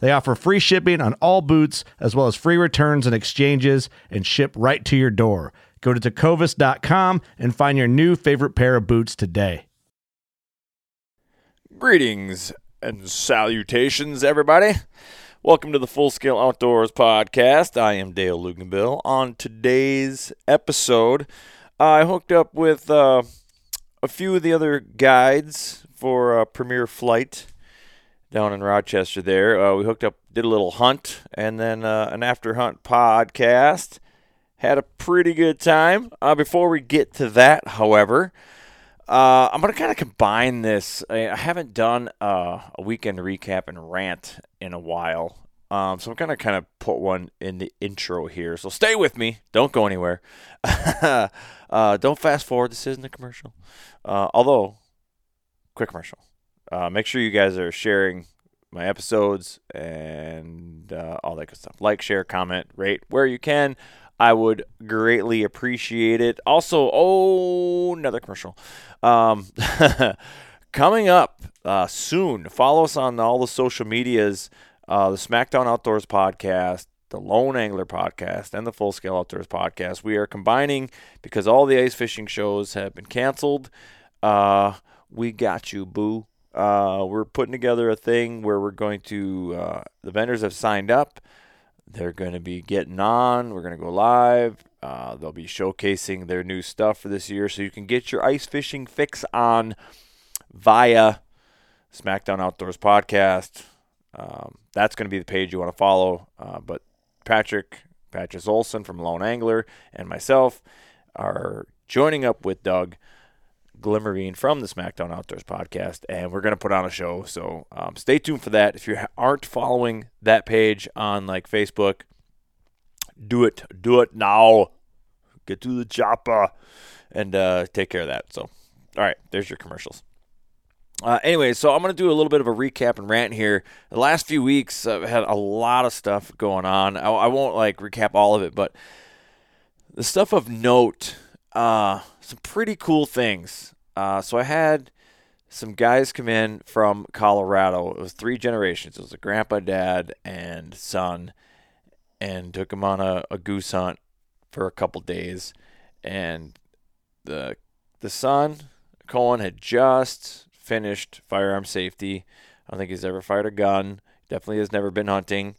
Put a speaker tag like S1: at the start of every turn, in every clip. S1: They offer free shipping on all boots, as well as free returns and exchanges, and ship right to your door. Go to tecovas.com and find your new favorite pair of boots today.
S2: Greetings and salutations, everybody. Welcome to the Full Scale Outdoors Podcast. I am Dale Luganville. On today's episode, I hooked up with uh, a few of the other guides for uh, Premier Flight down in Rochester there. Uh, we hooked up, did a little hunt, and then uh, an after hunt podcast. Had a pretty good time. Uh, before we get to that, however, uh, I'm going to kind of combine this. I, I haven't done uh, a weekend recap and rant in a while. Um, so I'm going to kind of put one in the intro here. So stay with me. Don't go anywhere. uh, don't fast forward. This isn't a commercial. Uh, although, quick commercial. Uh, make sure you guys are sharing my episodes and uh, all that good stuff. Like, share, comment, rate where you can. I would greatly appreciate it. Also, oh, another commercial. Um, coming up uh, soon, follow us on all the social medias uh, the SmackDown Outdoors podcast, the Lone Angler podcast, and the Full Scale Outdoors podcast. We are combining because all the ice fishing shows have been canceled. Uh, we got you, boo. Uh, we're putting together a thing where we're going to, uh, the vendors have signed up. They're going to be getting on. We're going to go live. Uh, they'll be showcasing their new stuff for this year. So you can get your ice fishing fix on via SmackDown Outdoors Podcast. Um, that's going to be the page you want to follow. Uh, but Patrick, Patrick Olson from Lone Angler, and myself are joining up with Doug Glimmerine from the SmackDown Outdoors podcast, and we're going to put on a show. So um, stay tuned for that. If you ha- aren't following that page on like Facebook, do it, do it now. Get to the chopper and uh, take care of that. So, all right, there's your commercials. Uh, anyway, so I'm going to do a little bit of a recap and rant here. The last few weeks, I've had a lot of stuff going on. I, I won't like recap all of it, but the stuff of note, uh, some pretty cool things. Uh, so I had some guys come in from Colorado. It was three generations. It was a grandpa, dad, and son, and took him on a, a goose hunt for a couple days. And the the son, Cohen, had just finished firearm safety. I don't think he's ever fired a gun. Definitely has never been hunting.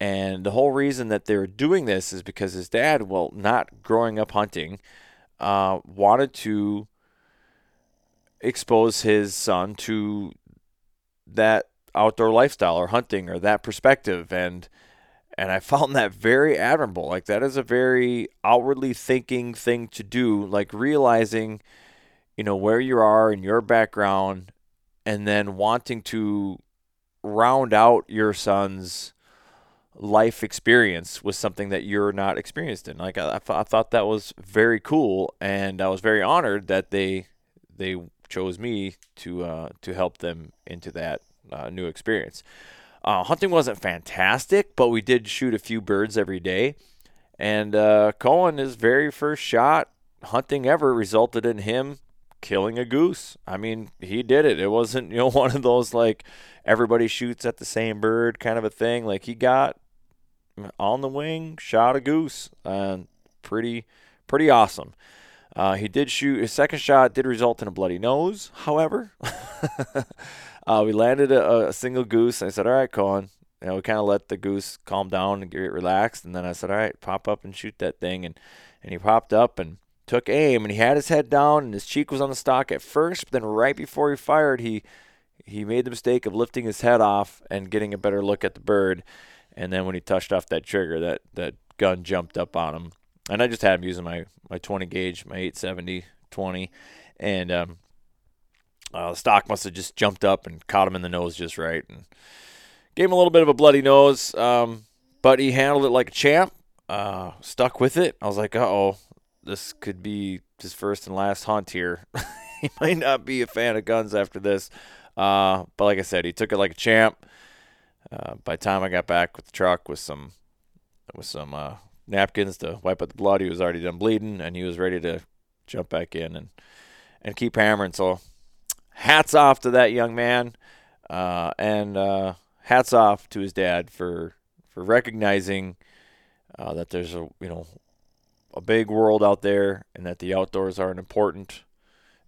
S2: And the whole reason that they were doing this is because his dad, well, not growing up hunting, uh, wanted to expose his son to that outdoor lifestyle or hunting or that perspective and and I found that very admirable. Like that is a very outwardly thinking thing to do, like realizing you know where you are and your background and then wanting to round out your son's life experience with something that you're not experienced in. Like I, I, thought- I thought that was very cool, and I was very honored that they they chose me to uh, to help them into that uh, new experience. Uh, hunting wasn't fantastic, but we did shoot a few birds every day, And uh, Cohen, his very first shot hunting ever resulted in him killing a goose. I mean, he did it. It wasn't, you know, one of those like everybody shoots at the same bird kind of a thing. Like he got on the wing, shot a goose, and pretty, pretty awesome. Uh, he did shoot his second shot, did result in a bloody nose. However, uh, we landed a, a single goose. I said, "All right, Cohen." You know, we kind of let the goose calm down and get relaxed, and then I said, "All right, pop up and shoot that thing." And and he popped up and took aim, and he had his head down, and his cheek was on the stock at first. But then, right before he fired, he he made the mistake of lifting his head off and getting a better look at the bird. And then when he touched off that trigger, that that gun jumped up on him. And I just had him using my my 20 gauge, my 870 20, and um, uh, the stock must have just jumped up and caught him in the nose just right, and gave him a little bit of a bloody nose. Um, but he handled it like a champ. Uh, stuck with it. I was like, uh oh, this could be his first and last hunt here. he might not be a fan of guns after this. Uh, but like I said, he took it like a champ. Uh, by the time I got back with the truck with some with some uh, napkins to wipe up the blood, he was already done bleeding, and he was ready to jump back in and and keep hammering. So hats off to that young man, uh, and uh, hats off to his dad for for recognizing uh, that there's a you know a big world out there, and that the outdoors are an important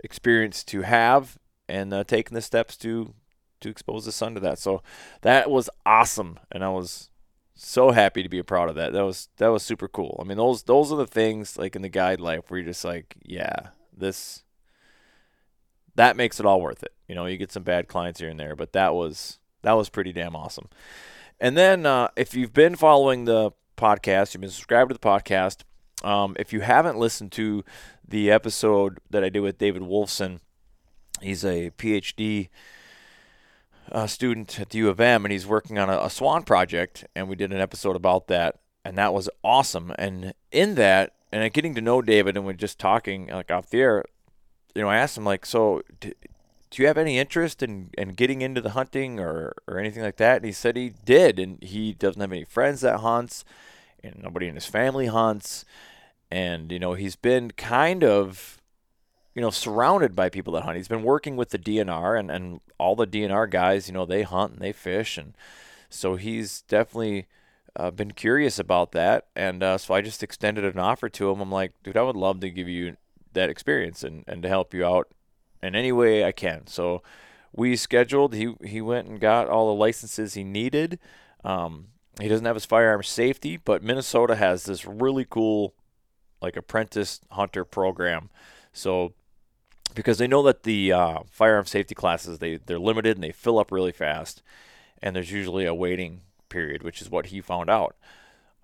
S2: experience to have, and uh, taking the steps to to expose the sun to that. So that was awesome, and I was so happy to be a proud of that. That was that was super cool. I mean, those those are the things like in the guide life where you're just like, yeah, this that makes it all worth it. You know, you get some bad clients here and there, but that was that was pretty damn awesome. And then uh, if you've been following the podcast, you've been subscribed to the podcast. Um, if you haven't listened to the episode that I did with David Wolfson, he's a PhD uh, student at the U of M, and he's working on a, a swan project, and we did an episode about that, and that was awesome. And in that, and uh, getting to know David, and we're just talking like off the air, you know, I asked him like, so d- do you have any interest in, in getting into the hunting or, or anything like that? And he said he did, and he doesn't have any friends that hunts, and nobody in his family hunts, and you know, he's been kind of you know, surrounded by people that hunt. He's been working with the DNR and, and all the DNR guys, you know, they hunt and they fish. And so he's definitely uh, been curious about that. And uh, so I just extended an offer to him. I'm like, dude, I would love to give you that experience and, and to help you out in any way I can. So we scheduled, he, he went and got all the licenses he needed. Um, he doesn't have his firearm safety, but Minnesota has this really cool, like, apprentice hunter program. So because they know that the uh, firearm safety classes they they're limited and they fill up really fast, and there's usually a waiting period, which is what he found out.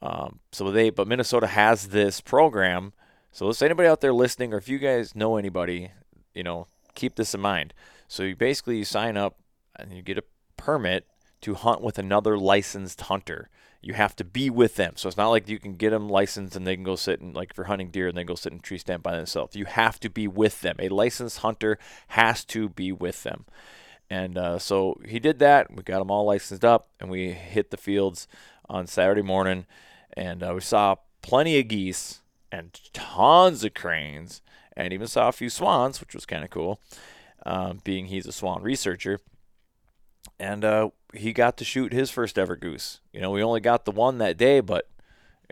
S2: Um, so they, but Minnesota has this program. So if anybody out there listening, or if you guys know anybody, you know, keep this in mind. So you basically you sign up and you get a permit to hunt with another licensed hunter. You have to be with them. So it's not like you can get them licensed and they can go sit and like if you're hunting deer and they go sit in a tree stand by themselves. You have to be with them. A licensed hunter has to be with them. And uh, so he did that. We got them all licensed up and we hit the fields on Saturday morning and uh, we saw plenty of geese and tons of cranes and even saw a few swans, which was kind of cool, um, being he's a swan researcher. And uh, he got to shoot his first ever goose. You know, we only got the one that day, but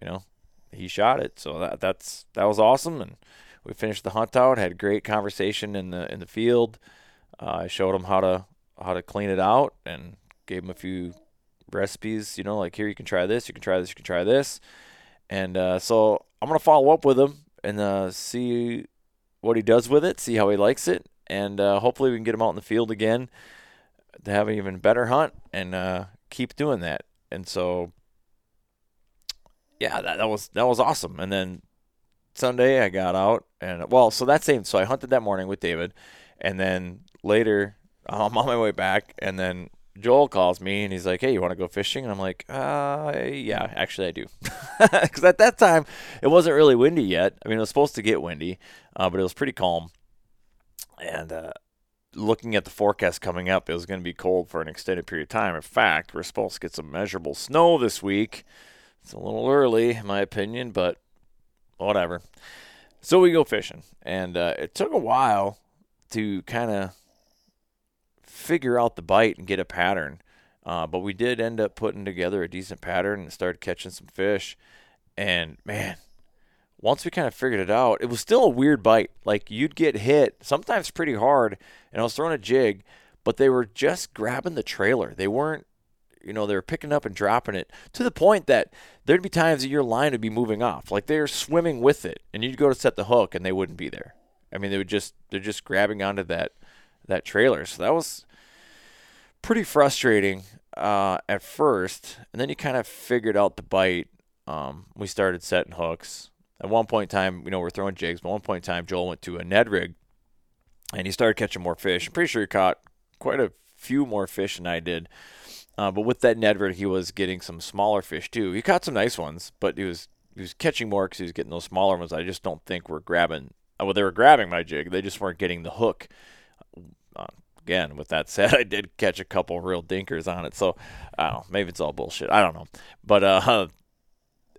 S2: you know, he shot it. So that that's that was awesome. And we finished the hunt out. Had a great conversation in the in the field. Uh, I showed him how to how to clean it out and gave him a few recipes. You know, like here you can try this, you can try this, you can try this. And uh, so I'm gonna follow up with him and uh, see what he does with it, see how he likes it, and uh, hopefully we can get him out in the field again to have an even better hunt and uh, keep doing that. And so, yeah, that, that was that was awesome. And then Sunday I got out and well, so that same so I hunted that morning with David, and then later I'm on my way back, and then Joel calls me and he's like, "Hey, you want to go fishing?" And I'm like, "Uh, yeah, actually I do," because at that time it wasn't really windy yet. I mean, it was supposed to get windy, uh, but it was pretty calm, and. Uh, looking at the forecast coming up, it was going to be cold for an extended period of time. In fact, we're supposed to get some measurable snow this week. It's a little early, in my opinion, but whatever. So we go fishing, and uh, it took a while to kind of figure out the bite and get a pattern. Uh, but we did end up putting together a decent pattern and started catching some fish. And man, once we kind of figured it out, it was still a weird bite. Like you'd get hit sometimes pretty hard, and I was throwing a jig, but they were just grabbing the trailer. They weren't, you know, they were picking up and dropping it to the point that there'd be times that your line would be moving off. Like they're swimming with it, and you'd go to set the hook, and they wouldn't be there. I mean, they would just they're just grabbing onto that that trailer. So that was pretty frustrating uh, at first, and then you kind of figured out the bite. Um, we started setting hooks. At one point in time, you know, we're throwing jigs, but at one point in time, Joel went to a Ned rig and he started catching more fish. I'm pretty sure he caught quite a few more fish than I did. Uh, but with that Ned rig, he was getting some smaller fish too. He caught some nice ones, but he was he was catching more because he was getting those smaller ones. I just don't think we're grabbing. uh, Well, they were grabbing my jig. They just weren't getting the hook uh, again, with that said, I did catch a couple real dinkers on it. So I don't know. Maybe it's all bullshit. I don't know. But uh,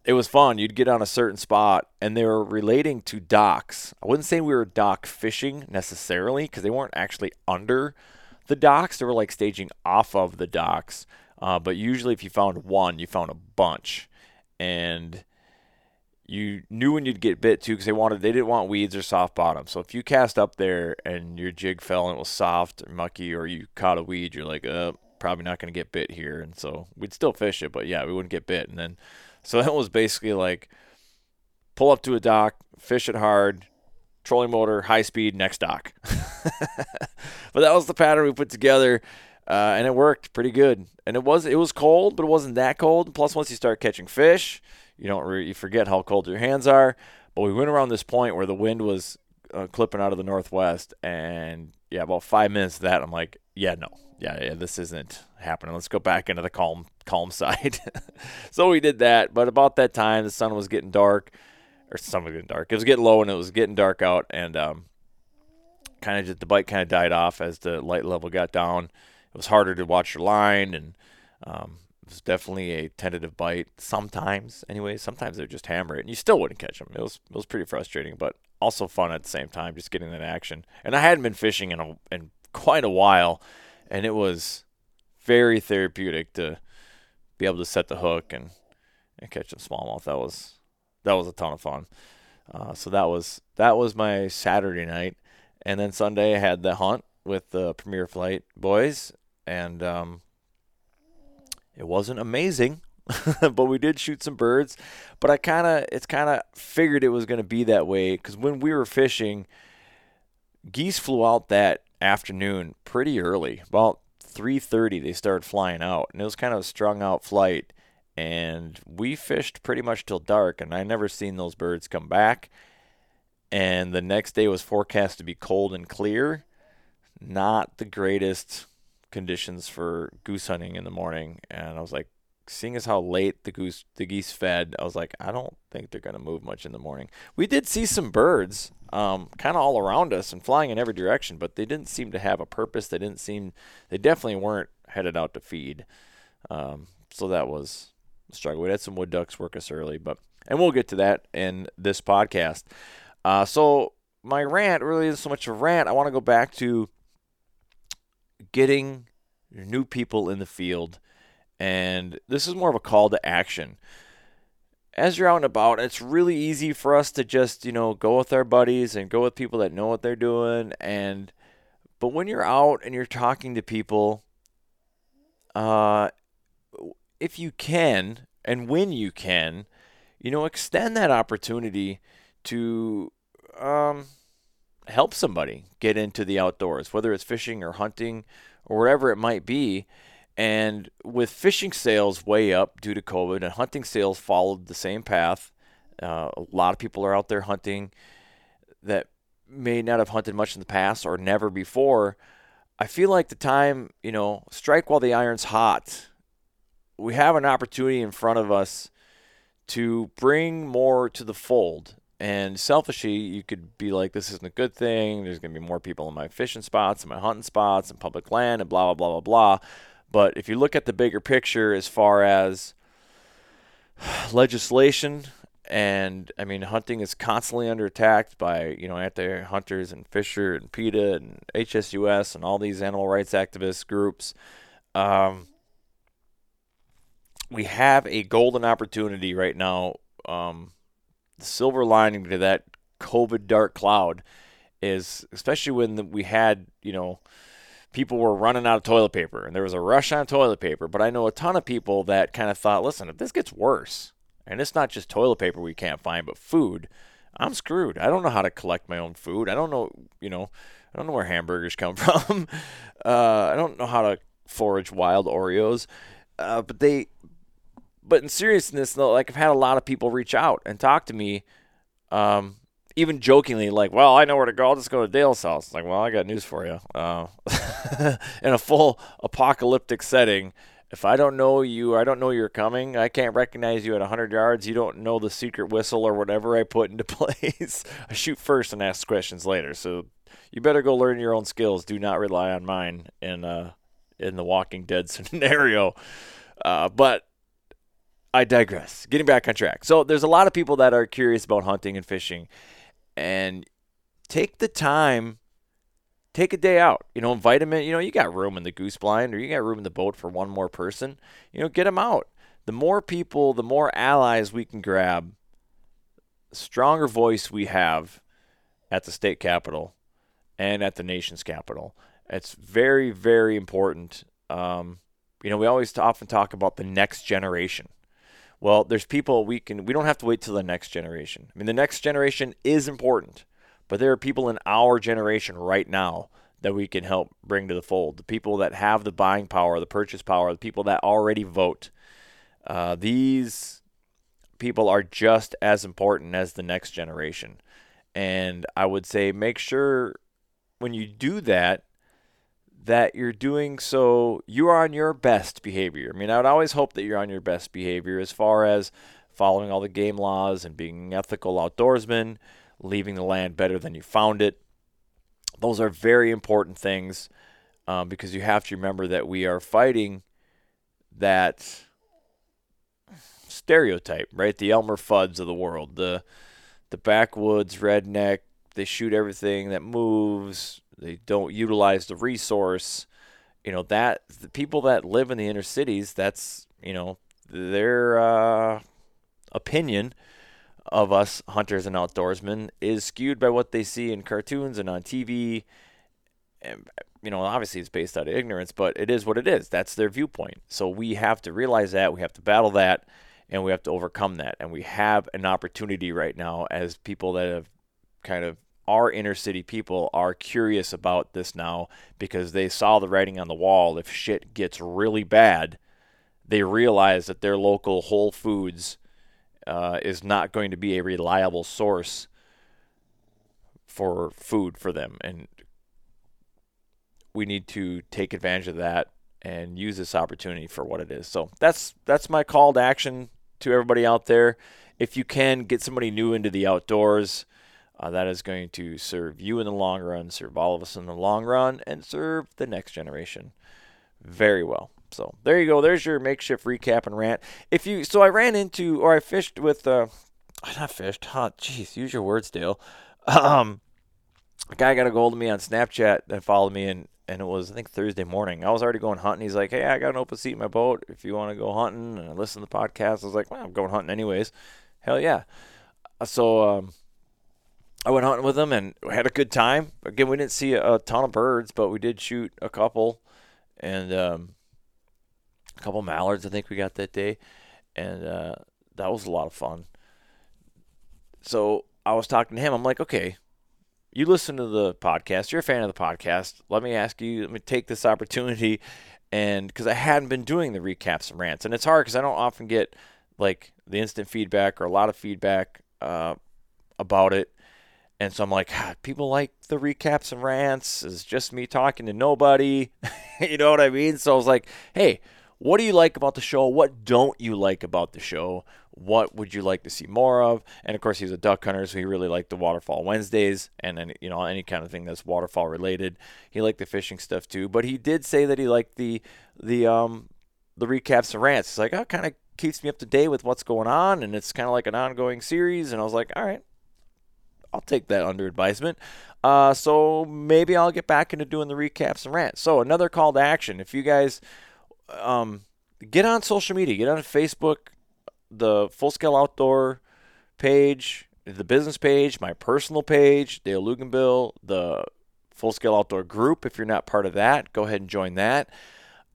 S2: it was fun. You'd get on a certain spot, and they were relating to docks. I wouldn't say we were dock fishing necessarily because they weren't actually under the docks. They were like staging off of the docks. Uh, but usually, if you found one, you found a bunch. And you knew when you'd get bit too because they wanted they didn't want weeds or soft bottom. So if you cast up there and your jig fell and it was soft or mucky or you caught a weed, you're like, uh, probably not gonna get bit here. And so we'd still fish it, but yeah, we wouldn't get bit. And then so that was basically like pull up to a dock, fish it hard, trolling motor, high speed, next dock. but that was the pattern we put together. Uh, and it worked pretty good. And it was it was cold, but it wasn't that cold. Plus, once you start catching fish, you don't re- you forget how cold your hands are. But we went around this point where the wind was uh, clipping out of the northwest, and yeah, about five minutes of that, I'm like, yeah, no, yeah, yeah, this isn't happening. Let's go back into the calm calm side. so we did that, but about that time, the sun was getting dark, or sun was getting dark. It was getting low, and it was getting dark out, and um, kind of just the bite kind of died off as the light level got down. It was harder to watch your line, and um, it was definitely a tentative bite sometimes anyway sometimes they would just hammer it and you still wouldn't catch them it was it was pretty frustrating but also fun at the same time just getting that action and i hadn't been fishing in a, in quite a while and it was very therapeutic to be able to set the hook and and catch some smallmouth that was that was a ton of fun uh, so that was that was my saturday night and then sunday i had the hunt with the premier flight boys and um it wasn't amazing, but we did shoot some birds. But I kind of, it's kind of figured it was going to be that way because when we were fishing, geese flew out that afternoon pretty early, about 3:30. They started flying out, and it was kind of a strung out flight. And we fished pretty much till dark, and I never seen those birds come back. And the next day was forecast to be cold and clear. Not the greatest conditions for goose hunting in the morning and I was like seeing as how late the goose the geese fed I was like I don't think they're going to move much in the morning. We did see some birds um, kind of all around us and flying in every direction but they didn't seem to have a purpose. They didn't seem they definitely weren't headed out to feed. Um, so that was a struggle. We had some wood ducks work us early but and we'll get to that in this podcast. Uh, so my rant really isn't so much a rant. I want to go back to getting new people in the field. And this is more of a call to action. As you're out and about, it's really easy for us to just, you know, go with our buddies and go with people that know what they're doing. And, but when you're out and you're talking to people, uh, if you can and when you can, you know, extend that opportunity to, um, help somebody get into the outdoors, whether it's fishing or hunting or wherever it might be. And with fishing sales way up due to COVID, and hunting sales followed the same path, uh, a lot of people are out there hunting that may not have hunted much in the past or never before. I feel like the time, you know, strike while the iron's hot. We have an opportunity in front of us to bring more to the fold and selfishly, you could be like, this isn't a good thing. There's going to be more people in my fishing spots and my hunting spots and public land and blah, blah, blah, blah, blah. But if you look at the bigger picture as far as legislation and I mean hunting is constantly under attack by you know anti hunters and Fisher and PETA and HSUS and all these animal rights activist groups. Um, we have a golden opportunity right now. Um, the silver lining to that COVID dark cloud is especially when the, we had you know people were running out of toilet paper and there was a rush on toilet paper. But I know a ton of people that kind of thought, listen, if this gets worse, and it's not just toilet paper we can't find, but food, I'm screwed. I don't know how to collect my own food. I don't know, you know, I don't know where hamburgers come from. uh, I don't know how to forage wild Oreos. Uh, but they, but in seriousness though, like I've had a lot of people reach out and talk to me. Um, even jokingly, like, well, I know where to go. I'll just go to Dale's house. It's Like, well, I got news for you. Uh, in a full apocalyptic setting, if I don't know you, I don't know you're coming. I can't recognize you at 100 yards. You don't know the secret whistle or whatever I put into place. I shoot first and ask questions later. So you better go learn your own skills. Do not rely on mine in uh, in the Walking Dead scenario. Uh, but I digress. Getting back on track. So there's a lot of people that are curious about hunting and fishing and take the time take a day out you know invite them in you know you got room in the goose blind or you got room in the boat for one more person you know get them out the more people the more allies we can grab the stronger voice we have at the state capitol and at the nation's capital it's very very important um, you know we always t- often talk about the next generation well, there's people we can we don't have to wait till the next generation. I mean, the next generation is important, but there are people in our generation right now that we can help bring to the fold. The people that have the buying power, the purchase power, the people that already vote. Uh, these people are just as important as the next generation. And I would say make sure when you do that that you're doing so you are on your best behavior. I mean, I would always hope that you're on your best behavior as far as following all the game laws and being ethical outdoorsmen, leaving the land better than you found it. Those are very important things um, because you have to remember that we are fighting that stereotype, right? The Elmer Fuds of the world, the the backwoods redneck. They shoot everything that moves they don't utilize the resource you know that the people that live in the inner cities that's you know their uh, opinion of us hunters and outdoorsmen is skewed by what they see in cartoons and on tv and you know obviously it's based out of ignorance but it is what it is that's their viewpoint so we have to realize that we have to battle that and we have to overcome that and we have an opportunity right now as people that have kind of our inner city people are curious about this now because they saw the writing on the wall. If shit gets really bad, they realize that their local Whole Foods uh, is not going to be a reliable source for food for them. And we need to take advantage of that and use this opportunity for what it is. So that's that's my call to action to everybody out there. If you can get somebody new into the outdoors, uh, that is going to serve you in the long run, serve all of us in the long run, and serve the next generation very well. So there you go. There's your makeshift recap and rant. If you so, I ran into or I fished with uh, not fished. Huh? Jeez, use your words, Dale. Um, a guy got a hold of me on Snapchat that followed me, and and it was I think Thursday morning. I was already going hunting. He's like, "Hey, I got an open seat in my boat. If you want to go hunting and I listen to the podcast," I was like, "Well, I'm going hunting anyways. Hell yeah!" Uh, So um, I went hunting with them and had a good time. Again, we didn't see a, a ton of birds, but we did shoot a couple and um, a couple mallards. I think we got that day, and uh, that was a lot of fun. So I was talking to him. I'm like, okay, you listen to the podcast. You're a fan of the podcast. Let me ask you. Let me take this opportunity, and because I hadn't been doing the recaps and rants, and it's hard because I don't often get like the instant feedback or a lot of feedback uh, about it. And so I'm like, "God, people like the recaps and rants. It's just me talking to nobody. you know what I mean? So I was like, hey, what do you like about the show? What don't you like about the show? What would you like to see more of? And of course, he's a duck hunter, so he really liked the waterfall Wednesdays and then, you know, any kind of thing that's waterfall related. He liked the fishing stuff too, but he did say that he liked the the um the recaps and rants. It's like, I kind of keeps me up to date with what's going on, and it's kind of like an ongoing series. And I was like, all right, I'll take that under advisement. Uh, so maybe I'll get back into doing the recaps and rants. So another call to action: if you guys um, get on social media, get on Facebook, the Full Scale Outdoor page, the business page, my personal page, Dale Luganbill, the Full Scale Outdoor group. If you're not part of that, go ahead and join that.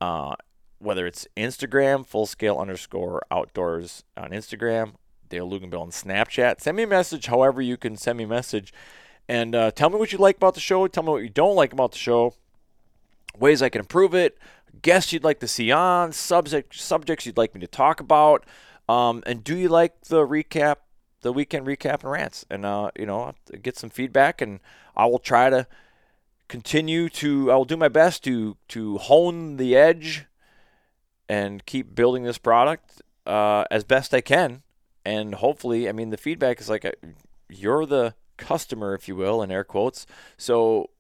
S2: Uh, whether it's Instagram, Full Scale underscore Outdoors on Instagram, Dale Luganbill on Snapchat. Send me a message, however you can send me a message, and uh, tell me what you like about the show. Tell me what you don't like about the show. Ways I can improve it. Guests you'd like to see on. Subject subjects you'd like me to talk about. Um, and do you like the recap, the weekend recap and rants? And uh, you know, get some feedback, and I will try to continue to. I will do my best to to hone the edge and keep building this product uh, as best I can. And hopefully, I mean, the feedback is like uh, you're the customer, if you will, in air quotes. So,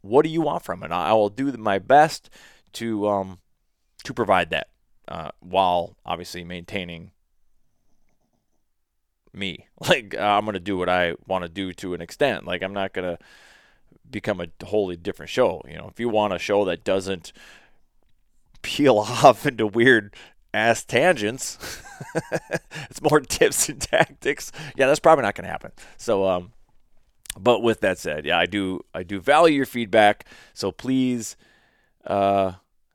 S2: what do you want from it? I will do my best to um, to provide that uh, while obviously maintaining me. Like uh, I'm gonna do what I want to do to an extent. Like I'm not gonna become a wholly different show. You know, if you want a show that doesn't peel off into weird ass tangents, it's more tips and tactics. Yeah, that's probably not gonna happen. So, um, but with that said, yeah, I do I do value your feedback. So please, uh,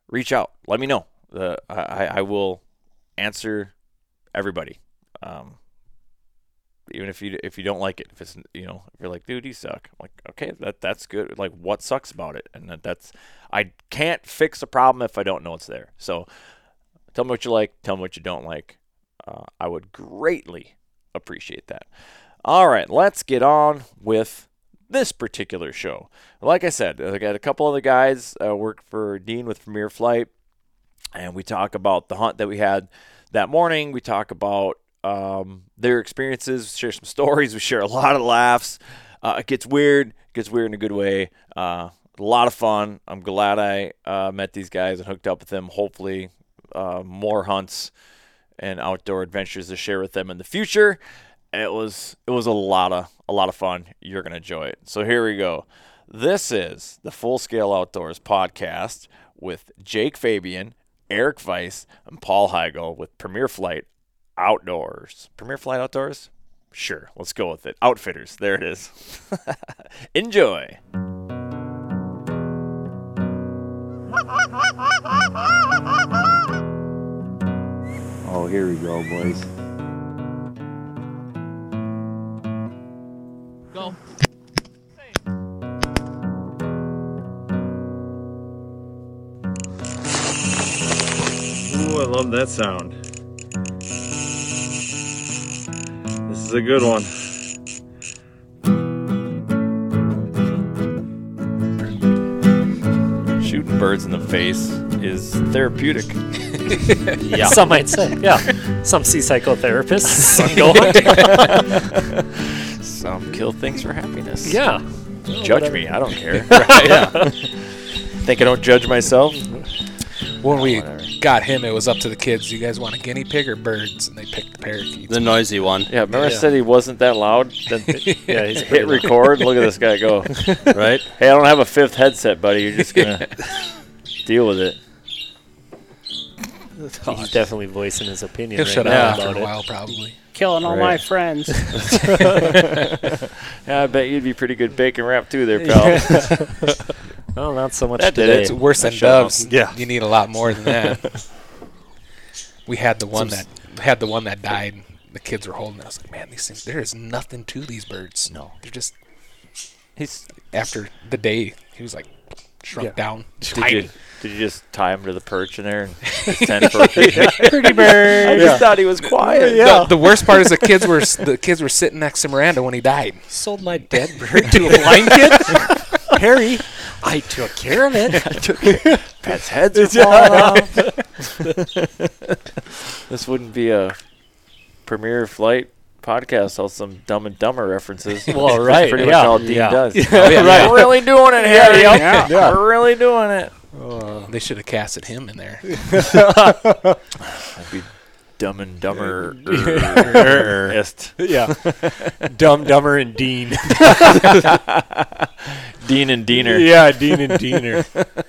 S2: reach out. Let me know. Uh, I I will answer everybody. Um, even if you if you don't like it if it's you know if you're like dude you suck I'm like okay that that's good like what sucks about it and that, that's i can't fix a problem if i don't know it's there so tell me what you like tell me what you don't like uh, i would greatly appreciate that all right let's get on with this particular show like i said i got a couple other guys uh, work for dean with premier flight and we talk about the hunt that we had that morning we talk about um, their experiences, share some stories. We share a lot of laughs. Uh, it gets weird, it gets weird in a good way. Uh, a lot of fun. I'm glad I uh, met these guys and hooked up with them. Hopefully, uh, more hunts and outdoor adventures to share with them in the future. It was it was a lot of a lot of fun. You're gonna enjoy it. So here we go. This is the Full Scale Outdoors podcast with Jake Fabian, Eric Weiss, and Paul Heigel with Premier Flight outdoors. Premier Flight Outdoors? Sure, let's go with it. Outfitters, there it is. Enjoy.
S3: Oh, here we go, boys.
S4: Go.
S3: Ooh, I love that sound. This is a good one.
S2: Shooting birds in the face is therapeutic. yeah.
S5: Some might say, yeah. Some see psychotherapists. Some go hunting.
S2: Some kill things for happiness.
S5: yeah.
S2: Judge me, I don't care. yeah. Think I don't judge myself?
S6: When we
S2: Whatever.
S6: got him, it was up to the kids. Do you guys want a guinea pig or birds? And they picked the parakeets.
S7: The noisy one,
S2: Yeah, remember I
S6: Yeah.
S2: said he wasn't that loud? Then
S5: Yeah, he's
S2: hit record. Look at this guy go. hey,
S7: right?
S2: I don't have a fifth headset, buddy. You're just going to deal with it.
S5: he's definitely voicing his opinion
S6: He'll
S5: right
S6: shut up
S5: now
S6: after
S5: about
S6: a
S5: it.
S6: while, probably.
S8: killing all my friends.
S2: Yeah, I bet you'd be pretty good bacon wrap too, there, pal.
S5: Well, not so much
S2: That did
S5: today.
S6: It's worse than
S2: shut up.
S6: doves.
S7: Yeah.
S6: You need a lot more than that. we had the one
S5: Some s-
S6: that had the one that died. The kids were holding. it. I was like, man, these things. There is nothing to these birds. No, they're just
S2: He's
S6: after the day. He was like shrunk
S5: Yeah.
S6: down.
S2: Did you,
S6: Tiny.
S2: did you just tie him to the perch in there and just send for a picture?
S5: Pretty bird.
S2: I just thought he was quiet.
S6: The, the worst part is the kids were s- the kids were sitting next to Miranda when he died.
S5: Sold my dead bird to a blind kid. Harry, I took care of it.
S2: Pets' heads are falling off. this wouldn't be a premiere flight podcast all some Dumb and Dumber references.
S5: Well,
S2: That's
S5: right,
S2: pretty
S5: yeah,
S2: much all Dean
S5: yeah.
S2: does.
S6: yeah.
S2: right. We're really doing it, Harry.
S5: Yeah,
S2: We're really doing it.
S6: They should have casted him in there.
S2: That'd be Dumb and Dumber. est.
S5: Yeah. Dumb, Dumber, and Dean.
S2: Dean and Diener.
S5: Yeah, Dean and Deaner.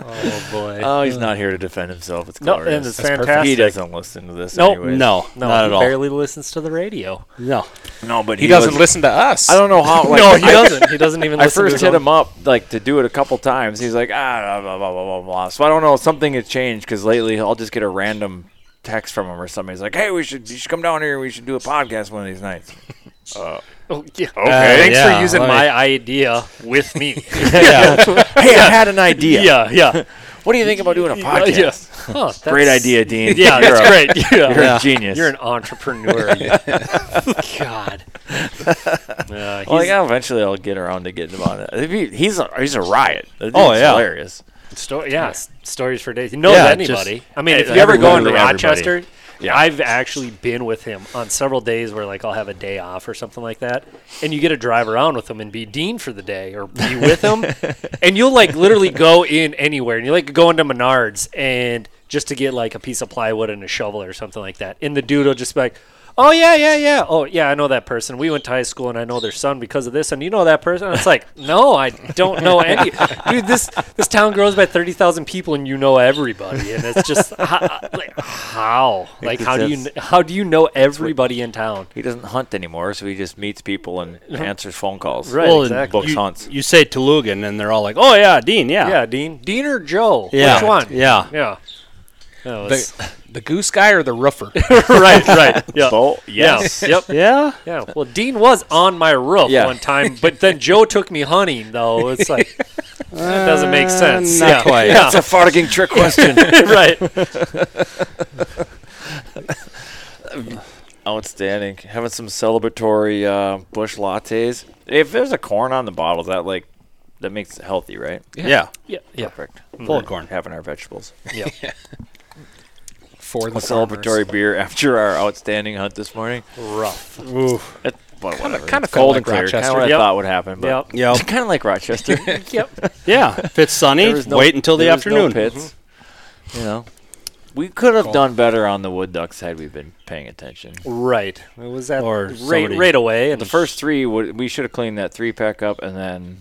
S5: oh, boy.
S2: Oh, he's not here to defend himself. It's
S5: No,
S2: glorious.
S5: and it's
S2: That's perfect. He
S5: fantastic.
S2: doesn't listen to this.
S5: no,
S2: anyways.
S5: no, no,
S2: not
S5: he
S2: at all.
S5: barely listens to the radio.
S2: No, no, but
S6: He, doesn't
S2: was-
S6: listen to us.
S2: I don't know how. Like,
S5: no, he
S2: I-
S5: doesn't. He doesn't even.
S2: I
S5: listen
S2: first
S5: to
S2: hit him up like to do it a couple times. He's like, ah, blah blah blah blah blah. blah. So I don't know. Something has changed because lately I'll just get a random text from him or something. He's like, hey, we should you should come down here. We should do a podcast one of these nights.
S5: Oh,
S2: Okay.
S5: yeah. Thanks
S1: yeah,
S5: for using
S1: like-
S5: my idea with me.
S2: hey, I had an idea.
S5: yeah, yeah.
S2: What do you think about doing a
S5: Uh,
S2: podcast?
S5: yeah. Huh,
S2: Great
S5: that's-
S2: idea, Dean.
S5: Yeah,
S2: You're
S5: that's
S2: a-
S5: great. Yeah.
S2: You're a genius.
S5: You're an entrepreneur. God. Uh,
S2: Well,
S5: he's-
S2: yeah, eventually I'll get around to getting about it. If he- He's a, he's a riot. That
S5: Oh,
S2: dude's
S5: yeah.
S2: hilarious.
S5: Sto- yeah, s- stories for days. He knows
S2: Yeah,
S5: anybody. I mean, if
S2: eh,
S5: you ever go into
S2: literally everybody.
S5: Rochester,
S2: Yeah.
S5: I've actually been with him on several days where like I'll have a day off or something like that, and you get to drive around with him and be dean for the day or be with him, and you'll like literally go in anywhere, and you like go into Menards and just to get like a piece of plywood and a shovel or something like that, and the dude will just be like. Oh yeah, yeah, yeah. Oh yeah, I know that person. We went to high school, and I know their son because of this. And you know that person. And it's like, no, I don't know any. Dude, this this town grows by thirty thousand people, and you know everybody. And it's just how, like, how, like how do you kn- how do you know everybody in town?
S2: He doesn't hunt anymore, so he just meets people and answers phone calls.
S5: Right,
S4: Well,
S5: exactly.
S2: Books
S4: you,
S2: hunts.
S4: you say Tulugan, and they're all like, "Oh yeah, Dean, yeah,
S5: Yeah, Dean, Dean or Joe,
S4: yeah,
S5: which one?
S4: yeah."
S5: yeah. That was-
S6: the, the goose guy or the roofer?
S5: right, right. Yeah.
S2: Bo-
S5: Yeah.
S2: yes.
S5: Yep.
S4: Yeah,
S5: Yeah. Well, Dean was on my roof
S2: Yeah.
S5: one time, but then Joe took me hunting, though. It's like, that doesn't make sense.
S4: Uh, not
S5: yeah.
S4: quite.
S5: Yeah.
S2: That's a farting trick question.
S5: right.
S2: Outstanding. Having some celebratory uh, bush lattes. If there's a corn on the bottle, that like that makes it healthy, right?
S4: yeah,
S5: Yeah. Yeah.
S2: Perfect.
S4: full of corn.
S2: Having our vegetables.
S6: For the
S2: A celebratory beer after our outstanding hunt this morning.
S5: Rough.
S2: It, but whatever.
S6: kinda
S2: It's cold
S6: felt
S2: and
S6: like
S2: clear. Kind
S6: Rochester.
S2: of what
S5: Yep.
S2: I thought would happen. But
S5: Yep.
S4: Yep.
S2: kind of like Rochester.
S5: Yep.
S4: yeah. If it's sunny,
S2: There was no-
S4: wait until the
S2: there was no
S4: afternoon.
S2: pits. You know, we could have done better on the wood ducks had we been paying attention.
S5: Right. It was that
S4: Or
S5: right,
S4: somebody-
S5: right away. And
S2: The first three, would, we should have cleaned that three pack up, and then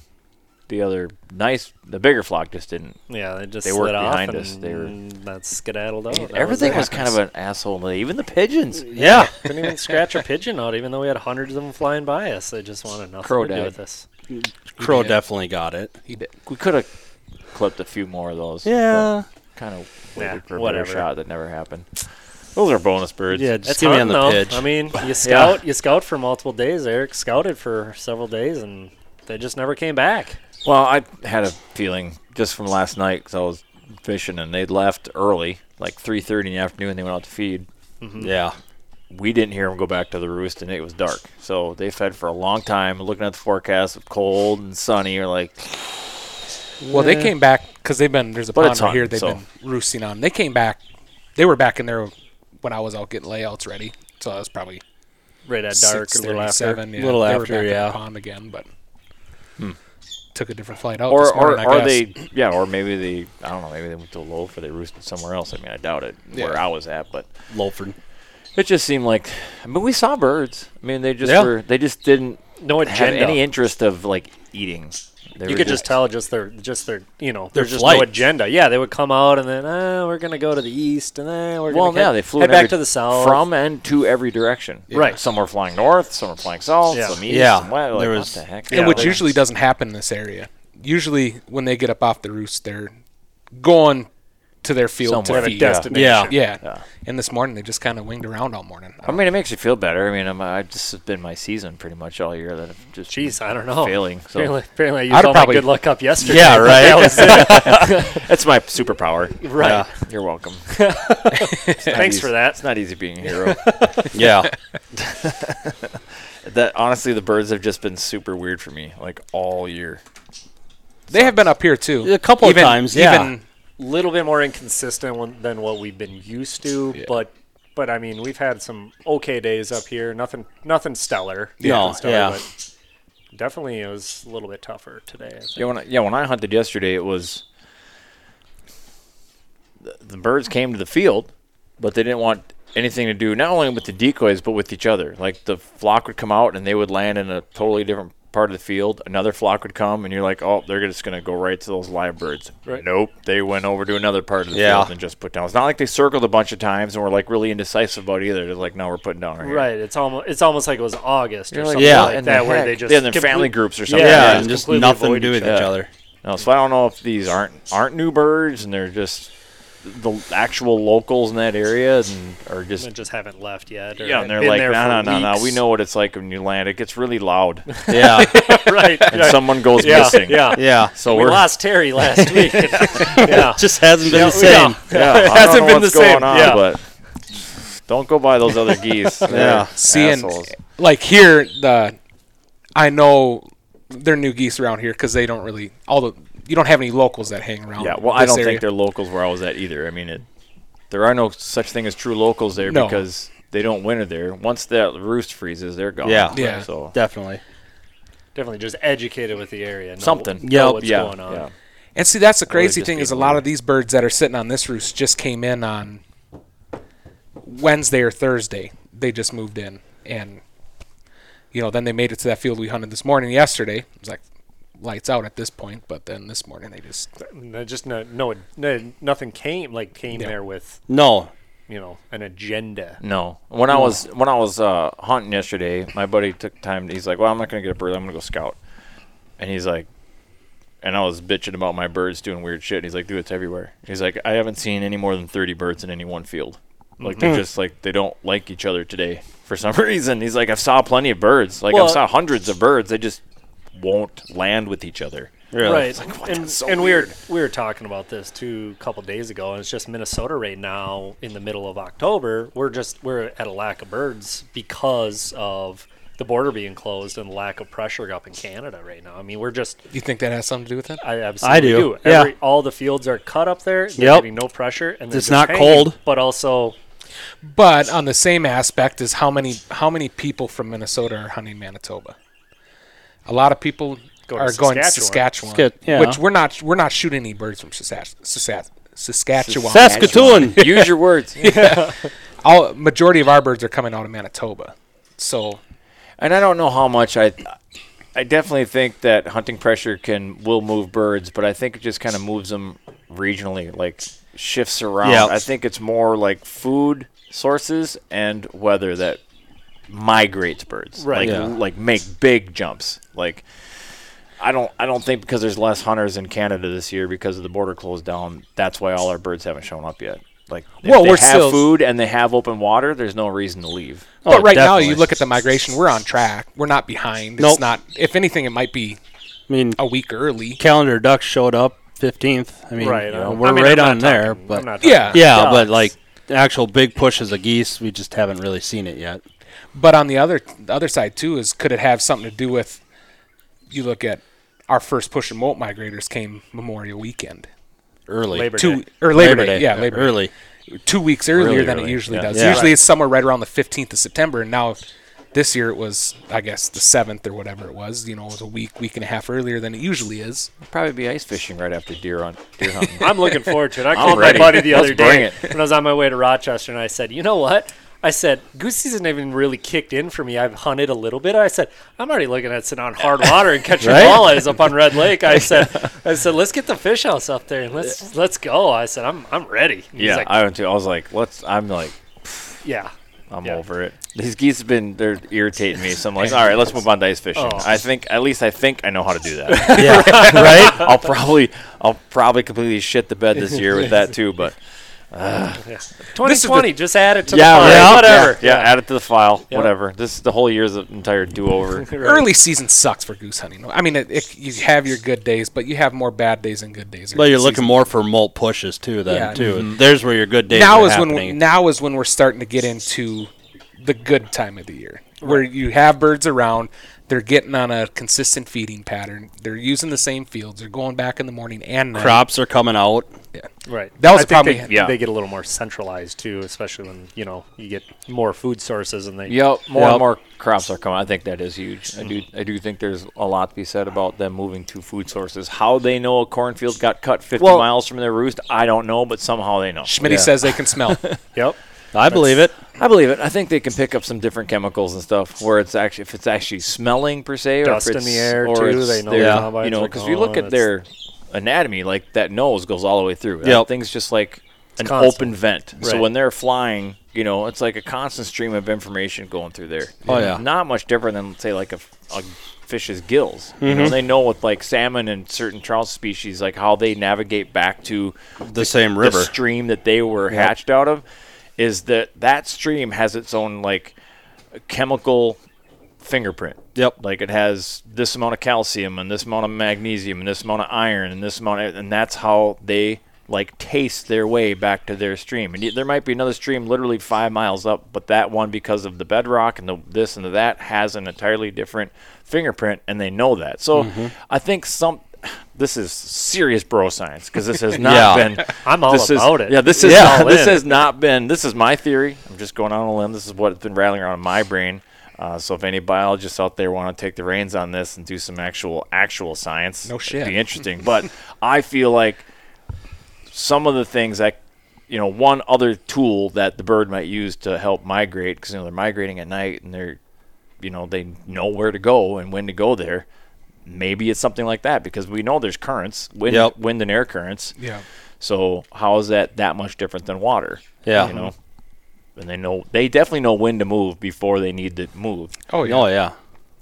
S2: the other nice, the bigger flock just didn't.
S5: yeah, they just
S2: they
S5: slid
S2: worked
S5: off
S2: behind us.
S5: and
S2: They were-
S5: that skedaddled out. That
S2: Everything was
S5: was,
S2: kind of an asshole. Even the pigeons.
S4: Yeah,
S5: it. didn't even scratch a pigeon out, even though we had hundreds of them flying by us. They just wanted nothing
S2: Crow
S5: to do
S2: died.
S5: with us.
S4: Crow definitely got it.
S6: He did.
S2: We could have clipped a few more of those.
S4: Yeah,
S2: Kind of
S5: Nah,
S2: waited for a better
S5: whatever.
S2: shot that never happened. Those are bonus birds.
S4: yeah. Just
S5: That's
S4: give me on
S5: hunting,
S4: the
S5: though.
S4: pitch.
S5: I mean, you scout, you scout for multiple days. Eric scouted for several days, and they just never came back.
S2: Well, I had a feeling just from last night because I was fishing and they left early, like 3:30 in the afternoon. They went out to feed.
S4: yeah,
S2: We didn't hear them go back to the roost, and it was dark. So they fed for a long time. Looking at the forecast, it was cold and sunny. You're like,
S6: Well, they came back because they've been there's a
S2: But
S6: pond
S2: it's
S6: right here
S2: hunting,
S6: they've
S2: so-
S6: been roosting on. They came back. They were back in there when I was out getting layouts ready. So I was probably
S5: Right at dark,
S6: dark,
S5: a little after.
S6: Yeah.
S4: Little
S6: they were
S4: after,
S6: back in
S4: yeah.
S6: the pond again, but took a different flight out.
S2: or
S6: this morning,
S2: or are
S6: I guess.
S2: they? Yeah, or maybe they. I don't know. Maybe they went to Loaf or they roosted somewhere else. I mean, I doubt it where
S6: Yeah.
S2: I was at, but
S4: Lolford.
S2: it just seemed like. I mean, we saw birds. I mean, they just
S4: Yeah.
S2: were. They just didn't
S5: No
S2: have
S5: agenda.
S2: any interest of like eating. They
S5: you
S2: were
S5: could just tell just their just their you know
S4: Their
S5: there's just
S4: flight.
S5: no agenda. Yeah, they would come out and then ah, we're gonna go to the east and then we're
S2: Well,
S5: gonna
S2: yeah,
S5: head,
S2: they flew
S5: head
S2: in
S5: back
S2: every-
S5: to the south
S2: from and to every direction.
S5: Right.
S2: Some were flying north, some were flying south,
S5: Yeah.
S2: some east,
S4: Yeah.
S2: some west. Like,
S4: There
S2: what
S4: was-
S2: the heck?
S6: And
S5: Yeah,
S6: which
S5: they-
S6: usually doesn't happen in this area. Usually, when they get up off the roost, they're going to their field
S2: Somewhere.
S6: to
S5: at a
S6: feed.
S5: destination.
S4: Yeah.
S6: Yeah.
S2: Yeah.
S6: And this morning they just kind of winged around all morning.
S2: I mean, it makes you feel better. I mean, I'm, I've just it's been my season pretty much all year that I've just
S5: Jeez, I don't know.
S2: failing. So
S5: Apparently, apparently, I used
S6: I'd
S5: all
S6: probably-
S5: my good luck up yesterday.
S4: Yeah, right.
S2: that's my superpower.
S5: right.
S2: You're welcome.
S5: Thanks for that.
S2: It's not easy being a hero.
S4: yeah,
S2: that honestly, the birds have just been super weird for me, like all year.
S6: They have been up here too.
S4: a couple of times. Yeah,
S6: Even
S5: A little bit more inconsistent one- than what we've been used to, but but I mean, we've had some okay days up here. Nothing nothing stellar.
S4: No,
S5: nothing stellar,
S4: yeah.
S5: But definitely, it was a little bit tougher today. I think.
S2: Yeah, when I, yeah, when I hunted yesterday, it was the, the birds came to the field, but they didn't want anything to do not only with the decoys but with each other. Like the flock would come out and they would land in a totally different part of the field. Another flock would come and you're like, oh, they're just gonna go right to those live birds. Nope, they went over to another part of the
S4: Yeah.
S2: field and just put down. It's not like they circled a bunch of times and were like really indecisive about either. They're like, no, we're putting down right. here.
S5: Right. It's almost it's almost like it was August or
S2: You're like,
S5: something
S4: yeah,
S5: like
S2: in the
S5: that where
S2: heck?
S5: they
S2: Yeah,
S5: just
S2: in their family groups or something.
S4: Yeah,
S2: Yeah,
S4: and
S5: it's
S4: just
S5: completely
S4: nothing to
S5: avoid
S4: do with
S5: each
S4: each
S2: other.
S4: other.
S2: No, so I don't know if these aren't aren't new birds and they're just the actual locals in that area and are just
S5: They just haven't left yet. Or
S2: yeah, and they're
S5: been
S2: like,
S5: there
S2: no, no,
S5: for
S2: no, no. We
S5: weeks."
S2: know what it's like when you land. It gets really loud,
S4: Yeah,
S5: right.
S2: and someone goes
S5: yeah,
S2: missing.
S5: Yeah.
S4: yeah.
S2: So
S5: We
S2: are
S5: lost Terry last week. yeah.
S4: just hasn't been the
S5: Yeah.
S4: same.
S2: Yeah, I don't
S5: hasn't
S2: know
S5: been
S2: what's
S5: the same,
S2: going on,
S5: yeah.
S2: but don't go by those other geese.
S4: Yeah.
S6: seeing
S2: assholes.
S6: like here the I know they're new geese around here because they don't really all the you don't have any locals that hang around.
S2: Yeah, well, I
S6: this
S2: don't
S6: area.
S2: think they're locals where I was at either. I mean, it, there are no such thing as true locals there
S6: No.
S2: because they don't winter there. Once that roost freezes, they're gone.
S4: Yeah.
S6: Yeah.
S2: So
S4: Definitely.
S5: Definitely just educated with the area. Know,
S2: Something.
S5: Know
S4: Yep.
S5: what's
S2: yeah,
S5: going on.
S2: yeah.
S6: And see, that's the crazy
S2: just
S6: thing
S2: be
S6: is a lot
S2: older.
S6: of these birds that are sitting on this roost just came in on Wednesday or Thursday. They just moved in, and you know, then they made it to that field we hunted this morning. Yesterday, it was like lights out at this point, but then this morning they just
S5: No, Just no, no, no, nothing came like came there with
S4: No.
S5: you know an agenda.
S2: No. When I was when I was uh, hunting yesterday, my buddy took time. He's like, "Well, I'm not gonna get a bird. I'm gonna go scout." And he's like, and I was bitching about my birds doing weird shit. And he's like, "Dude, it's everywhere." He's like, "I haven't seen any more than 30 birds in any one field. Like
S6: Hmm.
S2: they're just like they don't like each other today for some reason." He's like, "I've saw ah, plenty of birds. Like
S5: Well-
S2: I've saw hundreds of birds. They just won't land with each other."
S4: Really.
S5: Right, and, and we were we were talking about this too a couple days ago, and it's just Minnesota right now in the middle of October. We're just we're at a lack of birds because of the border being closed and lack of pressure up in Canada right now. I mean, we're just
S6: you think that has something to do with it?
S5: I absolutely
S4: do, yeah.
S5: Every, all the fields are cut up there. They're
S4: Yep.
S5: getting no pressure, and they're
S4: It's
S5: just
S4: not
S5: hanging,
S4: cold.
S5: but also
S6: But on the same aspect is how many how many people from Minnesota are hunting Manitoba. A lot of people
S5: Go to
S6: are going to
S5: Saskatchewan.
S6: Saskatchewan,
S4: Scat- yeah.
S6: which we're not we're not shooting any birds from Sasas- Sasas- Saskatchewan.
S4: Saskatoon.
S2: Use your words.
S6: All majority of our birds are coming out of Manitoba. So
S2: And I don't know how much I. I definitely think that hunting pressure can will move birds, but I think it just kind of moves them regionally, like shifts around.
S4: Yeah.
S2: I think it's more like food sources and weather that migrates birds,
S5: Right.
S2: Like,
S4: Yeah.
S2: like make big jumps. Like I don't I don't think because there's less hunters in Canada this year because of the border closed down. That's why all our birds haven't shown up yet. Like if
S6: Well,
S2: they
S6: we're
S2: have
S6: still-
S2: food and they have open water, there's no reason to leave.
S6: but right now you
S4: definitely.
S6: look at the migration, we're on track. We're not behind.
S4: Nope.
S6: It's not if anything it might be
S4: I mean,
S6: a week early.
S4: calendar ducks showed up 15th. I mean, you know,
S5: I'm-
S4: we're
S5: I mean,
S4: right
S5: I'm not
S4: on there.
S5: talking-
S4: But
S5: I'm not
S6: Yeah.
S5: talking
S4: yeah,
S5: ducks.
S4: but like the actual big pushes of geese, we just haven't really seen it yet.
S6: But on the other the other side too is could it have something to do with you look at our first push and molt migrators came Memorial weekend.
S4: Early.
S5: Labor
S6: two
S5: Day.
S6: or Labor, Day. Yeah, Labor Day.
S4: Early.
S6: Two weeks earlier
S2: Really
S6: than
S2: early,
S6: it usually
S2: yeah.
S6: does.
S4: Yeah.
S6: Usually it's somewhere right around the 15th of September, and now this year it was, I guess, the 7th or whatever it was. You know, it was a week, week and a half earlier than it usually is.
S2: Probably be ice fishing right after deer on deer hunting.
S5: I'm looking forward to it. I called my
S2: ready.
S5: buddy the
S2: Let's
S5: other
S2: bring
S5: day
S2: it.
S5: when I was on my way to Rochester, and I said, "You know what?" I said, "Goose season hasn't even really kicked in for me. I've hunted a little bit." I said, "I'm already looking at sitting on hard water and catching
S4: Right?
S5: walleyes up on Red Lake." I said, "I said let's get the fish house up there and let's let's go." I said, "I'm I'm ready." And he's
S2: Yeah,
S5: like,
S2: I went to. I was like, let's. I'm like,
S5: yeah.
S2: I'm
S5: Yeah.
S2: over it. These geese have been they're irritating me. So I'm like, all right, let's move on to ice fishing.
S5: Oh.
S2: I think at least I think I know how to do that.
S4: Yeah. right?
S2: I'll probably I'll probably completely shit the bed this year with that too. But
S5: 2020, just add it to
S2: yeah,
S5: the pile,
S2: right,
S5: whatever.
S2: Yeah, yeah, add it to the file. Whatever. This the whole year's an entire do over.
S6: Early season sucks for goose hunting. I mean, it, it, you have your good days, but you have more bad days than good days.
S4: But
S6: early
S4: you're looking
S6: season.
S4: more for molt pushes too. Then
S6: Yeah. Mm-hmm.
S4: too. There's where your good days
S6: now
S4: are
S6: is when we,
S4: happening.
S6: now is when we're starting to get into the good time of the year where you have birds around they're getting on a consistent feeding pattern they're using the same fields they're going back in the morning and night.
S4: Crops are coming out.
S5: Right.
S6: That was
S5: I
S6: a
S5: think
S6: problem
S5: They,
S6: we had.
S2: Yeah.
S5: they get a little more centralized too, especially when you know you get more food sources and they
S2: Yep, more
S4: Yep.
S2: and more crops are coming. I think that is huge. I do I do think there's a lot to be said about them moving to food sources. How they know a cornfield got cut 50 miles from their roost, I don't know, but somehow they know.
S6: schmidt says they can smell
S5: Yep.
S4: I believe it.
S7: I believe it. I think they can pick up some different chemicals and stuff where it's actually if it's actually smelling per se,
S5: Dust
S7: or if
S5: in
S7: it's,
S5: the air,
S7: or
S5: too,
S7: it's
S5: they know
S7: their-
S5: the combines
S7: you know,
S5: are
S7: because if you look
S5: gone,
S7: at
S5: it's-
S7: their anatomy, like that nose goes all the way through. That
S4: Yep.
S7: thing's just like an
S5: constant.
S7: open vent. So
S5: Right.
S7: when they're flying, you know, it's like a constant stream of information going through there.
S4: Oh, yeah.
S7: not much different than say like a, f- a fish's gills. You
S4: Mm-hmm.
S7: know, they know with like salmon and certain trout species, like how they navigate back to
S4: The same river.
S7: the stream that they were hatched out of is that that stream has its own like chemical fingerprint
S4: Yep.
S7: like it has this amount of calcium and this amount of magnesium and this amount of iron and this amount of, and that's how they like taste their way back to their stream and y- there might be another stream literally five miles up but that one because of the bedrock and the this and the that has an entirely different fingerprint and they know that so
S4: Mm-hmm.
S7: i think some this is serious bro science because this has not
S4: Yeah.
S7: been
S5: I'm all
S7: this is-
S5: about it.
S7: yeah this is
S4: Yeah.
S7: not-
S5: All
S7: this
S5: in.
S7: has not been this is my theory i'm just going out on a limb this is what's been rattling around in my brain uh, so if any biologists out there want to take the reins on this and do some actual actual science
S6: No shit.
S7: it'd be interesting but i feel like some of the things that you know one other tool that the bird might use to help migrate because you know they're migrating at night and they're you know they know where to go and when to go there maybe it's something like that because we know there's currents wind,
S4: Yep.
S7: wind and air currents
S6: Yeah.
S7: so how is that that much different than water?
S4: Yeah.
S7: You know, and they know they definitely know when to move before they need to move.
S6: Oh yeah.
S4: Oh yeah.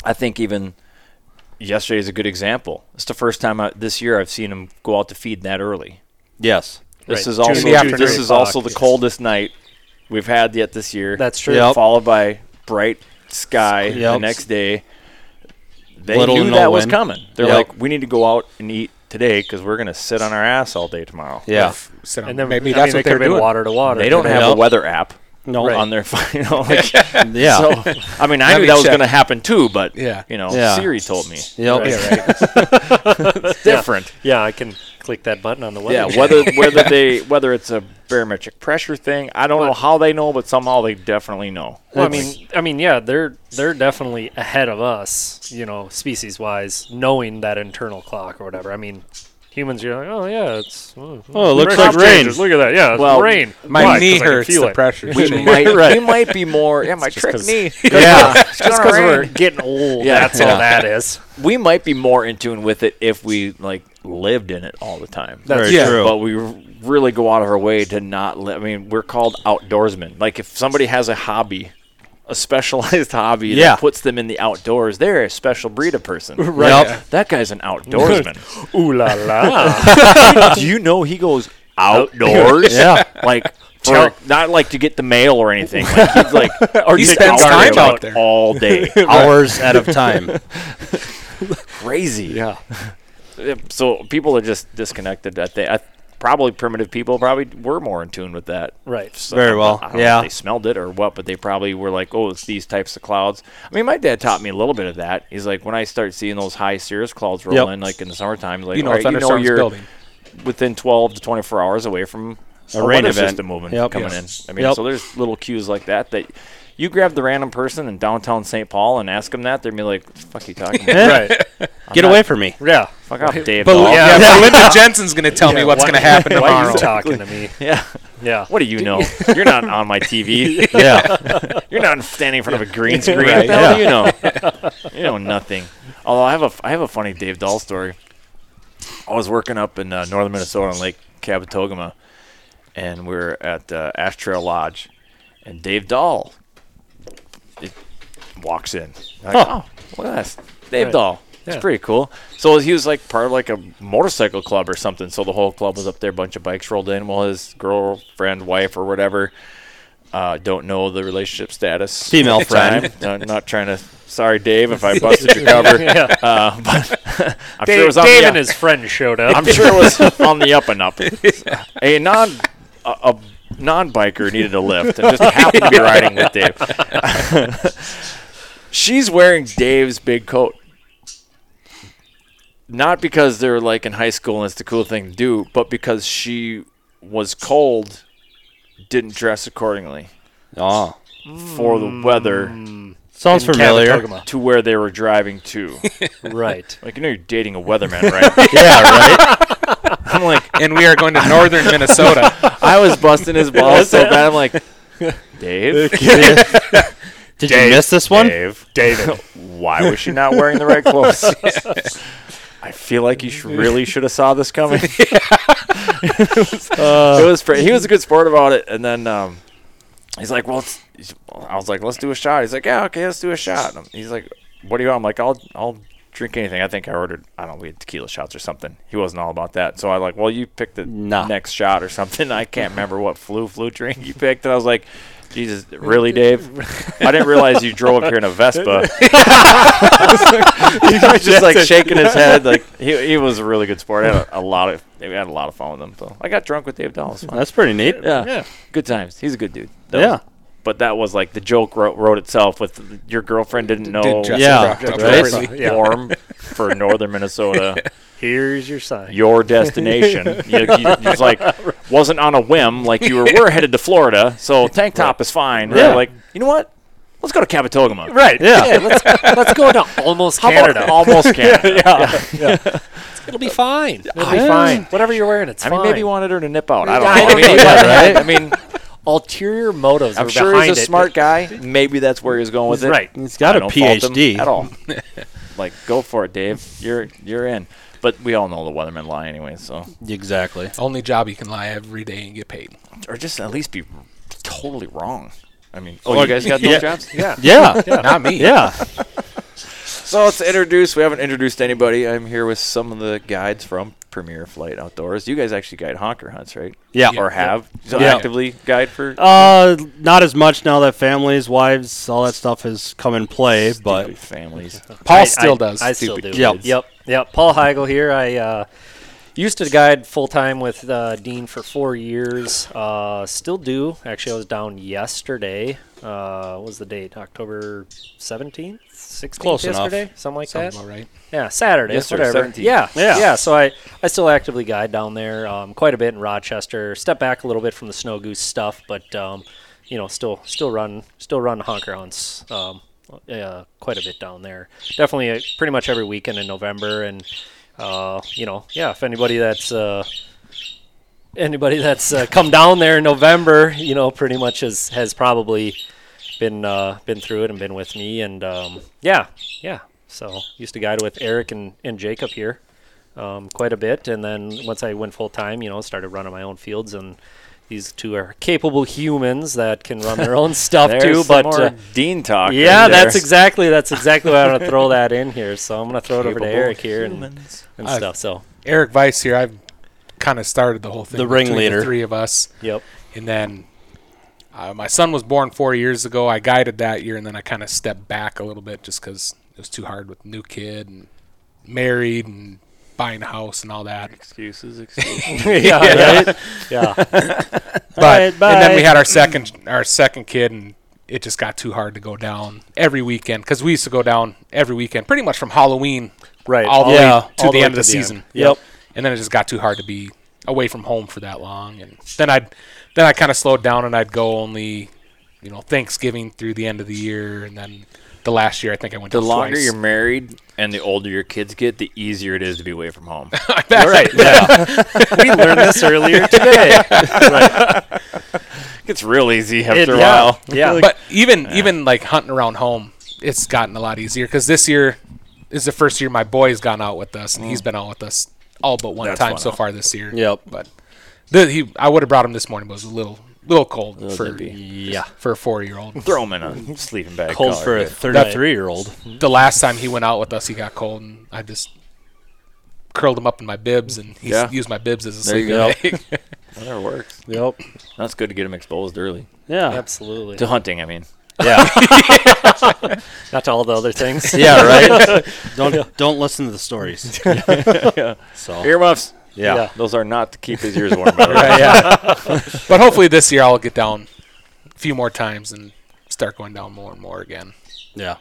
S7: I think even yesterday is a good example. It's the first time I, this year I've seen them go out to feed that early.
S4: Yes.
S7: This
S5: Right,
S7: is
S5: two
S7: also
S6: in the afternoon.
S7: this is also the
S5: Yes.
S7: coldest night we've had yet this year.
S5: That's true.
S4: Yep.
S7: Followed by bright sky the
S4: Yep.
S7: next day. They
S4: Little
S7: knew
S4: to no
S7: that was
S4: wind.
S7: coming. They're
S4: Yep.
S7: like, we need to go out and eat today because we're gonna sit on our ass all day tomorrow.
S4: Yeah.
S6: So
S5: And then
S6: maybe
S5: I
S6: that's
S5: mean,
S6: what
S5: they
S6: they're
S5: could have
S6: doing.
S5: been water to water.
S7: They don't have a
S4: Nope.
S7: weather app.
S4: No.
S7: on their phone. You know, like,
S4: Yeah.
S7: so I mean, I
S6: Let
S7: knew
S6: me
S7: that was
S6: check.
S7: going to happen too, but
S6: Yeah.
S7: you know,
S4: Yeah.
S7: Siri told me
S4: Yep.
S6: Yeah, right.
S7: different.
S5: Yeah, I can click that button on the web.
S7: Yeah, whether whether they whether it's a barometric pressure thing, I don't know how they know, but somehow they definitely know.
S5: Well, I mean, I mean, yeah, they're they're definitely ahead of us, you know, species wise, knowing that internal clock or whatever. I mean, humans, you're like, oh yeah, it's oh,
S4: Oh, it looks like
S5: temperature
S4: rain.
S5: changes. Look at that, yeah, it's
S7: Well,
S5: rain.
S6: My
S5: Why? 'Cause I
S6: knee
S5: can
S6: hurts.
S5: feel
S6: The
S5: it.
S6: pressure.
S7: we
S6: change.
S7: might we might be more. Yeah, my trick
S5: 'cause-
S7: knee.
S4: Yeah.
S5: Just because we're getting old,
S7: Yeah.
S5: that's
S4: Yeah.
S5: all that is.
S7: we might be more in tune with it if we like lived in it all the time.
S4: That's Very true.
S7: But we r- really go out of our way to not. Li- I mean, we're called outdoorsmen. Like if somebody has a hobby, a specialized hobby
S4: Yeah.
S7: that puts them in the outdoors, they're a special breed of person.
S4: Right.
S7: That guy's an outdoorsman.
S5: Ooh la la.
S7: Do you know he goes outdoors?
S4: Yeah.
S7: Like. for- not like to get the mail or anything. Like he's like,
S6: He
S7: he's
S6: spends
S7: out
S6: time
S7: there
S6: out there.
S7: all day.
S4: Hours at a time.
S7: crazy. Yeah. so people are just disconnected. That they I, probably primitive people probably were more in tune with that.
S5: Right.
S7: So,
S4: Very well,
S7: I don't know if
S4: yeah.
S7: They smelled it or what, but they probably were like, "Oh, it's these types of clouds." I mean, my dad taught me a little bit of that. He's like, when I start seeing those high cirrus clouds roll
S4: Yep.
S7: in, like in the summertime, like
S6: You know,
S7: all right, you know
S6: thunderstorms
S7: you're
S6: building.
S7: within 12 to 24 hours away from a,
S4: rain
S7: weather
S4: event.
S7: system moving
S4: Yep.
S7: coming
S4: Yes.
S7: in. I mean,
S4: Yep.
S7: so there's little cues like that that you grab the random person in downtown St. Paul and ask them that, they're gonna be like, "What the "Fuck you talking about?"
S5: right.
S4: Get away from me.
S5: Yeah.
S7: Fuck off, Dave.
S6: But
S7: Dahl.
S6: yeah, but Linda Jensen's gonna tell me what's
S5: why-
S6: gonna happen
S5: Why are
S6: tomorrow.
S5: you talking to me?
S7: Yeah.
S5: Yeah.
S7: What do you know? You're not on my TV.
S4: Yeah.
S7: You're not standing in front of a green screen. What the
S4: yeah.
S7: hell do you know? You know nothing. Although I have a I have a funny Dave Dahl story. I was working up in uh, northern Minnesota on Lake Cabatogama, and we are at uh, Ash Trail Lodge, and Dave Dahl it walks in. Like, oh, look at this. Dave
S5: Right.
S7: Dahl. It's
S5: Yeah.
S7: pretty cool. So he was like part of like a motorcycle club or something. So the whole club was up there, a bunch of bikes rolled in. Well, his girlfriend, wife, or whatever, uh, don't know the relationship status.
S4: Female
S7: at the time. not, not trying to. Sorry, Dave, if I busted your cover.
S5: Yeah.
S7: Uh, but I'm sure it
S5: Dave,
S7: was on
S5: Dave
S7: the
S5: and his friend showed up.
S7: I'm sure it was on the up and up. A non a, a non biker needed a lift and just happened to be riding with Dave. She's wearing Dave's big coat. Not because they're like in high school and it's the cool thing to do, but because she was cold, didn't dress accordingly
S4: Oh.
S7: for the weather
S4: Sounds familiar.
S5: Cabatogama.
S7: to where they were driving to.
S5: Right.
S7: Like you know you're dating a weatherman, right?
S4: Yeah, right?
S7: I'm like
S6: and we are going to northern Minnesota.
S7: I was busting his balls so bad. I'm like,
S2: Dave.
S4: Did you miss this one?
S2: Dave. David. Why was she not wearing the right clothes? I feel like you sh- really should have saw this coming. it was pretty, he was a good sport about it, and then um, he's like, "Well," it's, he's- I was like, "Let's do a shot." He's like, "Yeah, okay, let's do a shot." And he's like, "What do you want?" I'm like, "I'll I'll drink anything." I think I ordered I don't know, we had tequila shots or something. He wasn't all about that, so I like, "Well, you picked the
S4: Nah.
S2: next shot or something." I can't remember what flu flu drink you picked, and I was like. Jesus, really, Dave? I didn't realize you drove up here in a Vespa. he was just like shaking his head. Like he, he was a really good sport. I had a, a lot of we had a lot of fun with him. So I got drunk with Dave Dahl. It was fun.
S4: That's pretty neat.
S2: Yeah. Good times. He's a good dude. That
S4: Yeah.
S2: was- but that was like the joke wrote, wrote itself with your girlfriend didn't know.
S6: Did dress
S4: Yeah,
S6: up
S2: Dress
S6: appropriately.
S5: Yeah.
S2: form for northern Minnesota,
S5: Here's your sign.
S2: your destination. You, you, you was like wasn't on a whim. Like you were, we're headed to Florida, so tank top is fine. Yeah. Like you know what? Let's go to Capitogama.
S5: right.
S4: Yeah.
S5: let's let's go to almost
S2: How about
S5: Canada.
S2: almost Canada.
S5: It'll be fine. It'll be
S2: Yeah.
S5: fine. Whatever you're wearing, it's
S2: I
S5: fine.
S2: mean, maybe you wanted her to nip out. I
S5: I
S2: don't know.
S5: don't
S2: I mean,
S5: know.
S2: yeah, right?
S5: I mean, ulterior motives.
S2: I'm
S5: were
S2: sure
S5: behind
S2: he's a
S5: it.
S2: smart guy. Maybe that's where he was going with it.
S5: Right.
S4: He's got
S2: I
S4: a
S2: don't fault him
S4: PhD.
S2: at all. like, go for it, Dave. You're you're in. But we all know the weathermen lie anyway, so
S4: Exactly.
S6: Only job you can lie every day and get paid.
S2: or just at least be totally wrong. I mean, oh, you guys got those jobs? Yeah.
S4: Yeah.
S6: Not me.
S4: Yeah.
S2: So let's introduce. We haven't introduced anybody. I'm here with some of the guides from Premier Flight Outdoors. You guys actually guide honker hunts, right?
S4: Yeah.
S2: Or have so
S4: Yeah.
S2: actively guide for
S4: Uh, not as much now that families, wives, all that stuff has come in play, but
S2: stupid families.
S6: Paul
S5: I-
S6: still
S5: I-
S6: does.
S5: I still do.
S4: Stupid
S5: Yep.
S4: kids.
S5: Yep. Yep. Paul Heigl here. I uh, used to guide full time with uh, Dean for four years. Uh, still do. Actually, I was down yesterday. Uh, what was the date? October 17th? 16th
S4: Close enough.
S5: yesterday? Something like that.
S6: Sounds about right.
S5: Yeah, Saturday,
S2: Yes, sir,
S5: whatever.
S2: 17th.
S5: Yeah,
S4: Yeah.
S5: yeah, So I, I still actively guide down there, um, quite a bit in Rochester. Step back a little bit from the snow goose stuff, but um, you know, still still run still run honker hunts, um, uh, quite a bit down there. Definitely, uh, pretty much every weekend in November, and uh, you know, yeah. If anybody that's uh, anybody that's uh, come down there in November, you know, pretty much has has probably been uh, been through it and been with me, and um, yeah, yeah. So used to guide with Eric and, and Jacob here um, quite a bit, and then once I went full time, you know, started running my own fields, and these two are capable humans that can run their own stuff
S2: There's
S5: too.
S2: some
S5: But
S2: more
S5: uh,
S2: Dean talk. right
S5: yeah, that's
S2: there.
S5: exactly that's exactly why I want to throw that in here. So I'm gonna throw it over to
S2: Capable
S5: Eric here and, and
S6: I've-
S5: stuff. So
S6: Eric Weiss here. I've kind of started the whole thing.
S4: The
S6: between
S4: ringleader.
S6: The three of us.
S5: yep,
S6: And then uh, my son was born four years ago. I guided that year, and then I kind of stepped back a little bit just because it was too hard with new kid and married and buying a house and all that.
S2: Excuses, excuses.
S5: yeah, right? yeah,
S6: But and then we had our second our second kid, and it just got too hard to go down every weekend because we used to go down every weekend, pretty much from Halloween
S5: right.
S6: all the
S4: Yeah,
S6: way to
S5: all
S6: the
S5: way
S6: end of the season.
S5: end. Yep.
S6: and then it just got too hard to be away from home for that long and then i'd then i kind of slowed down and i'd go only you know thanksgiving through the end of the year and then the last year i think i went
S2: The
S6: to
S2: longer
S6: twice.
S2: you're married and the older your kids get, the easier it is to be away from home.
S5: right. Yeah, we learned this earlier today.
S2: it gets real easy after
S5: It-
S2: a
S5: yeah,
S2: while.
S5: yeah.
S6: but even even like hunting around home it's gotten a lot easier because this year is the first year my boy's gone out with us and he's been out with us all but one
S2: Mm. That's
S6: time
S2: fun
S6: so
S2: out.
S6: far this year
S4: Yep.
S6: but the, he i would have brought him this morning but it was a little little cold for
S4: yeah.
S6: for a four year old
S2: Throw them in a sleeping bag.
S4: Cold
S2: call
S4: for
S2: it
S4: a
S2: good.
S4: 33 year old.
S6: the last time he went out with us, he got cold, and I just curled him up in my bibs, and he
S2: Yeah.
S6: used my bibs as a
S2: There you
S6: sleeping bag.
S2: Well, that works.
S4: Yep.
S2: That's good to get them exposed early
S4: Yeah.
S5: Absolutely.
S2: to hunting. I mean,
S4: Yeah.
S5: Not to all the other things.
S4: yeah. Right. Don't don't listen to the stories. So
S2: earmuffs.
S4: yeah.
S5: Yeah.
S2: Those are not to keep his ears warm. By the way.
S6: but hopefully this year I'll get down a few more times and start going down more and more again.
S4: Yeah.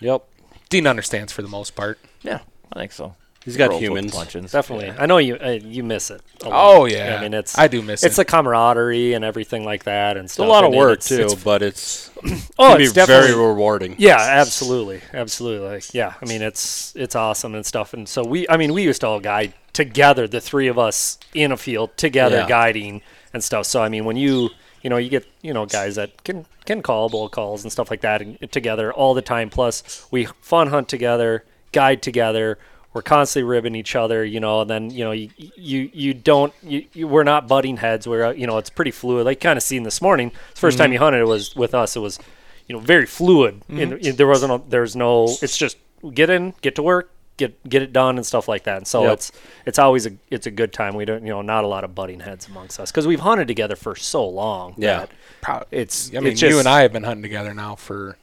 S5: Yep.
S6: Dean understands for the most part.
S2: Yeah, I think so.
S4: He's got
S2: Rolls with
S4: humans.
S2: punches.
S5: Definitely. I know you. Uh, you miss it. a lot.
S6: Oh yeah,
S5: I mean, it's.
S6: I do miss
S5: It's
S6: it.
S5: the camaradery and everything like that, and
S4: It's a
S5: stuff.
S4: lot of
S5: and it-
S4: work
S5: it's-
S4: too,
S5: it's-
S4: but it's
S5: oh,
S4: can be
S5: it's definitely.
S4: very rewarding.
S5: yeah, absolutely, absolutely. Like, yeah, I mean, it's it's awesome and stuff. And so we, I mean, we used to all guide together, the three of us in a field together,
S4: Yeah.
S5: guiding and stuff. So I mean, when you You know, you get you know guys that can can call bull calls and stuff like that and, together all the time. Plus, we fun hunt together, guide together. We're constantly ribbing each other, you know. And then you know you you, you don't you, you we're not butting heads. We're uh, you know it's pretty fluid. Like kind of seen this morning. 1st time you hunted it was with us. It was you know very fluid. And, and there wasn't a, there's no. It's just get in, get to work, get get it done and stuff like that. And so it's it's always a it's a good time. We don't you know not a lot of butting heads amongst us because we've hunted together for so long.
S4: Yeah.
S5: that
S6: Prob-
S5: it's
S6: I mean,
S5: it's just,
S6: you and I have been hunting together now for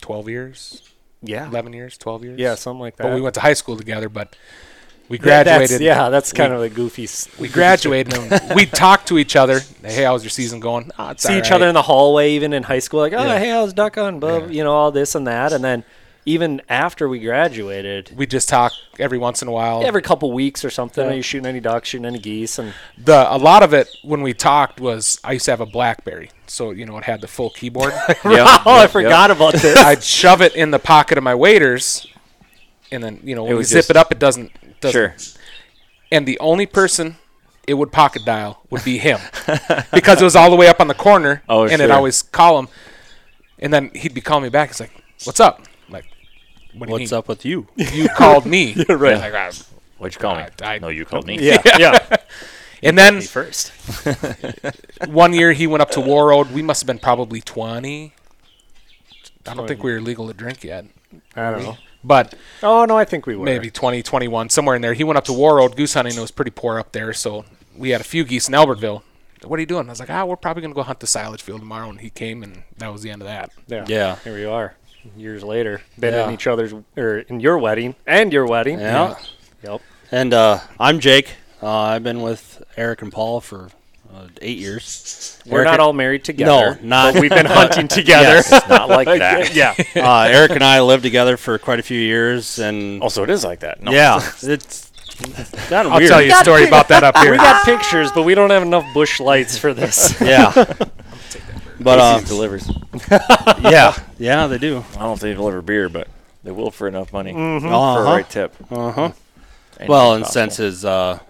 S6: 12 years,
S5: yeah
S6: 11 years, 12 years.
S5: yeah something like that.
S6: But we went to high school together, but we
S5: Yeah, that's-
S6: graduated.
S5: Yeah, that's kind of a goofy. s-
S6: We graduated and we talked to each other. Hey, how's your season going? "Ah, it's
S5: see
S6: all
S5: each other
S6: right."
S5: in the hallway, even in high school, like, oh, hey, I was duck on, blah, you know, all this and that, and then even after we graduated,
S6: We just talk every once in a while.
S5: every couple weeks or something, are you shooting any ducks, shooting any geese, and
S6: the a lot of it when we talked was I used to have a BlackBerry, so you know it had the full keyboard.
S5: oh, I forgot about this.
S6: I'd shove it in the pocket of my waders, and then you know when we
S7: was
S6: zip
S7: just-
S6: it up, it doesn't. doesn't
S7: Sure.
S6: And the only person it would pocket dial would be him, because it was all the way up on the corner,
S7: Oh,
S6: and
S7: sure.
S6: it'd always call him, and then he'd be calling me back. It's like, "What's up?" I'm like, what do you
S4: What's
S6: mean?
S4: up with you?
S6: You called me, right? Like, "Ah."
S7: What'd you call me?
S6: I-
S7: no, you called me.
S5: yeah, yeah.
S6: and then
S5: Me first.
S6: one year he went up to War Road. We must have been probably 20. I don't think we were legal to drink yet,
S5: I don't know.
S6: but
S5: Oh no, I think we were.
S6: maybe 20, 21, somewhere in there. He went up to War Road goose hunting. It was pretty poor up there, so we had a few geese in Albertville. What are you doing? I was like, ah, we're probably gonna go hunt the silage field tomorrow. And he came, and that was the end of that.
S5: Yeah.
S4: Yeah.
S5: Here we are, years later. Been
S4: Yeah.
S5: in each other's or in your wedding and your wedding.
S4: Yeah.
S5: Yep.
S4: And uh, I'm Jake. Uh, I've been with Eric and Paul for uh, eight years.
S5: We're
S4: Eric
S5: not
S4: and-
S5: all married together.
S4: No, not-
S5: But we've been hunting together.
S7: It's not like that.
S5: yeah.
S4: uh, Eric and I lived together for quite a few years, and
S7: Also, it is like that. No.
S4: yeah, it's kind of
S6: I'll
S4: weird.
S6: tell you a story about that up here.
S5: We got pictures, but we don't have enough bush lights for this.
S4: Yeah, but um,
S7: delivers.
S4: yeah, yeah, they do.
S7: I don't know if they deliver beer, but they will for enough money for a
S4: Uh-huh.
S7: right tip.
S4: Uh huh.
S7: Anything's
S4: Well, and
S7: possible.
S4: since his uh,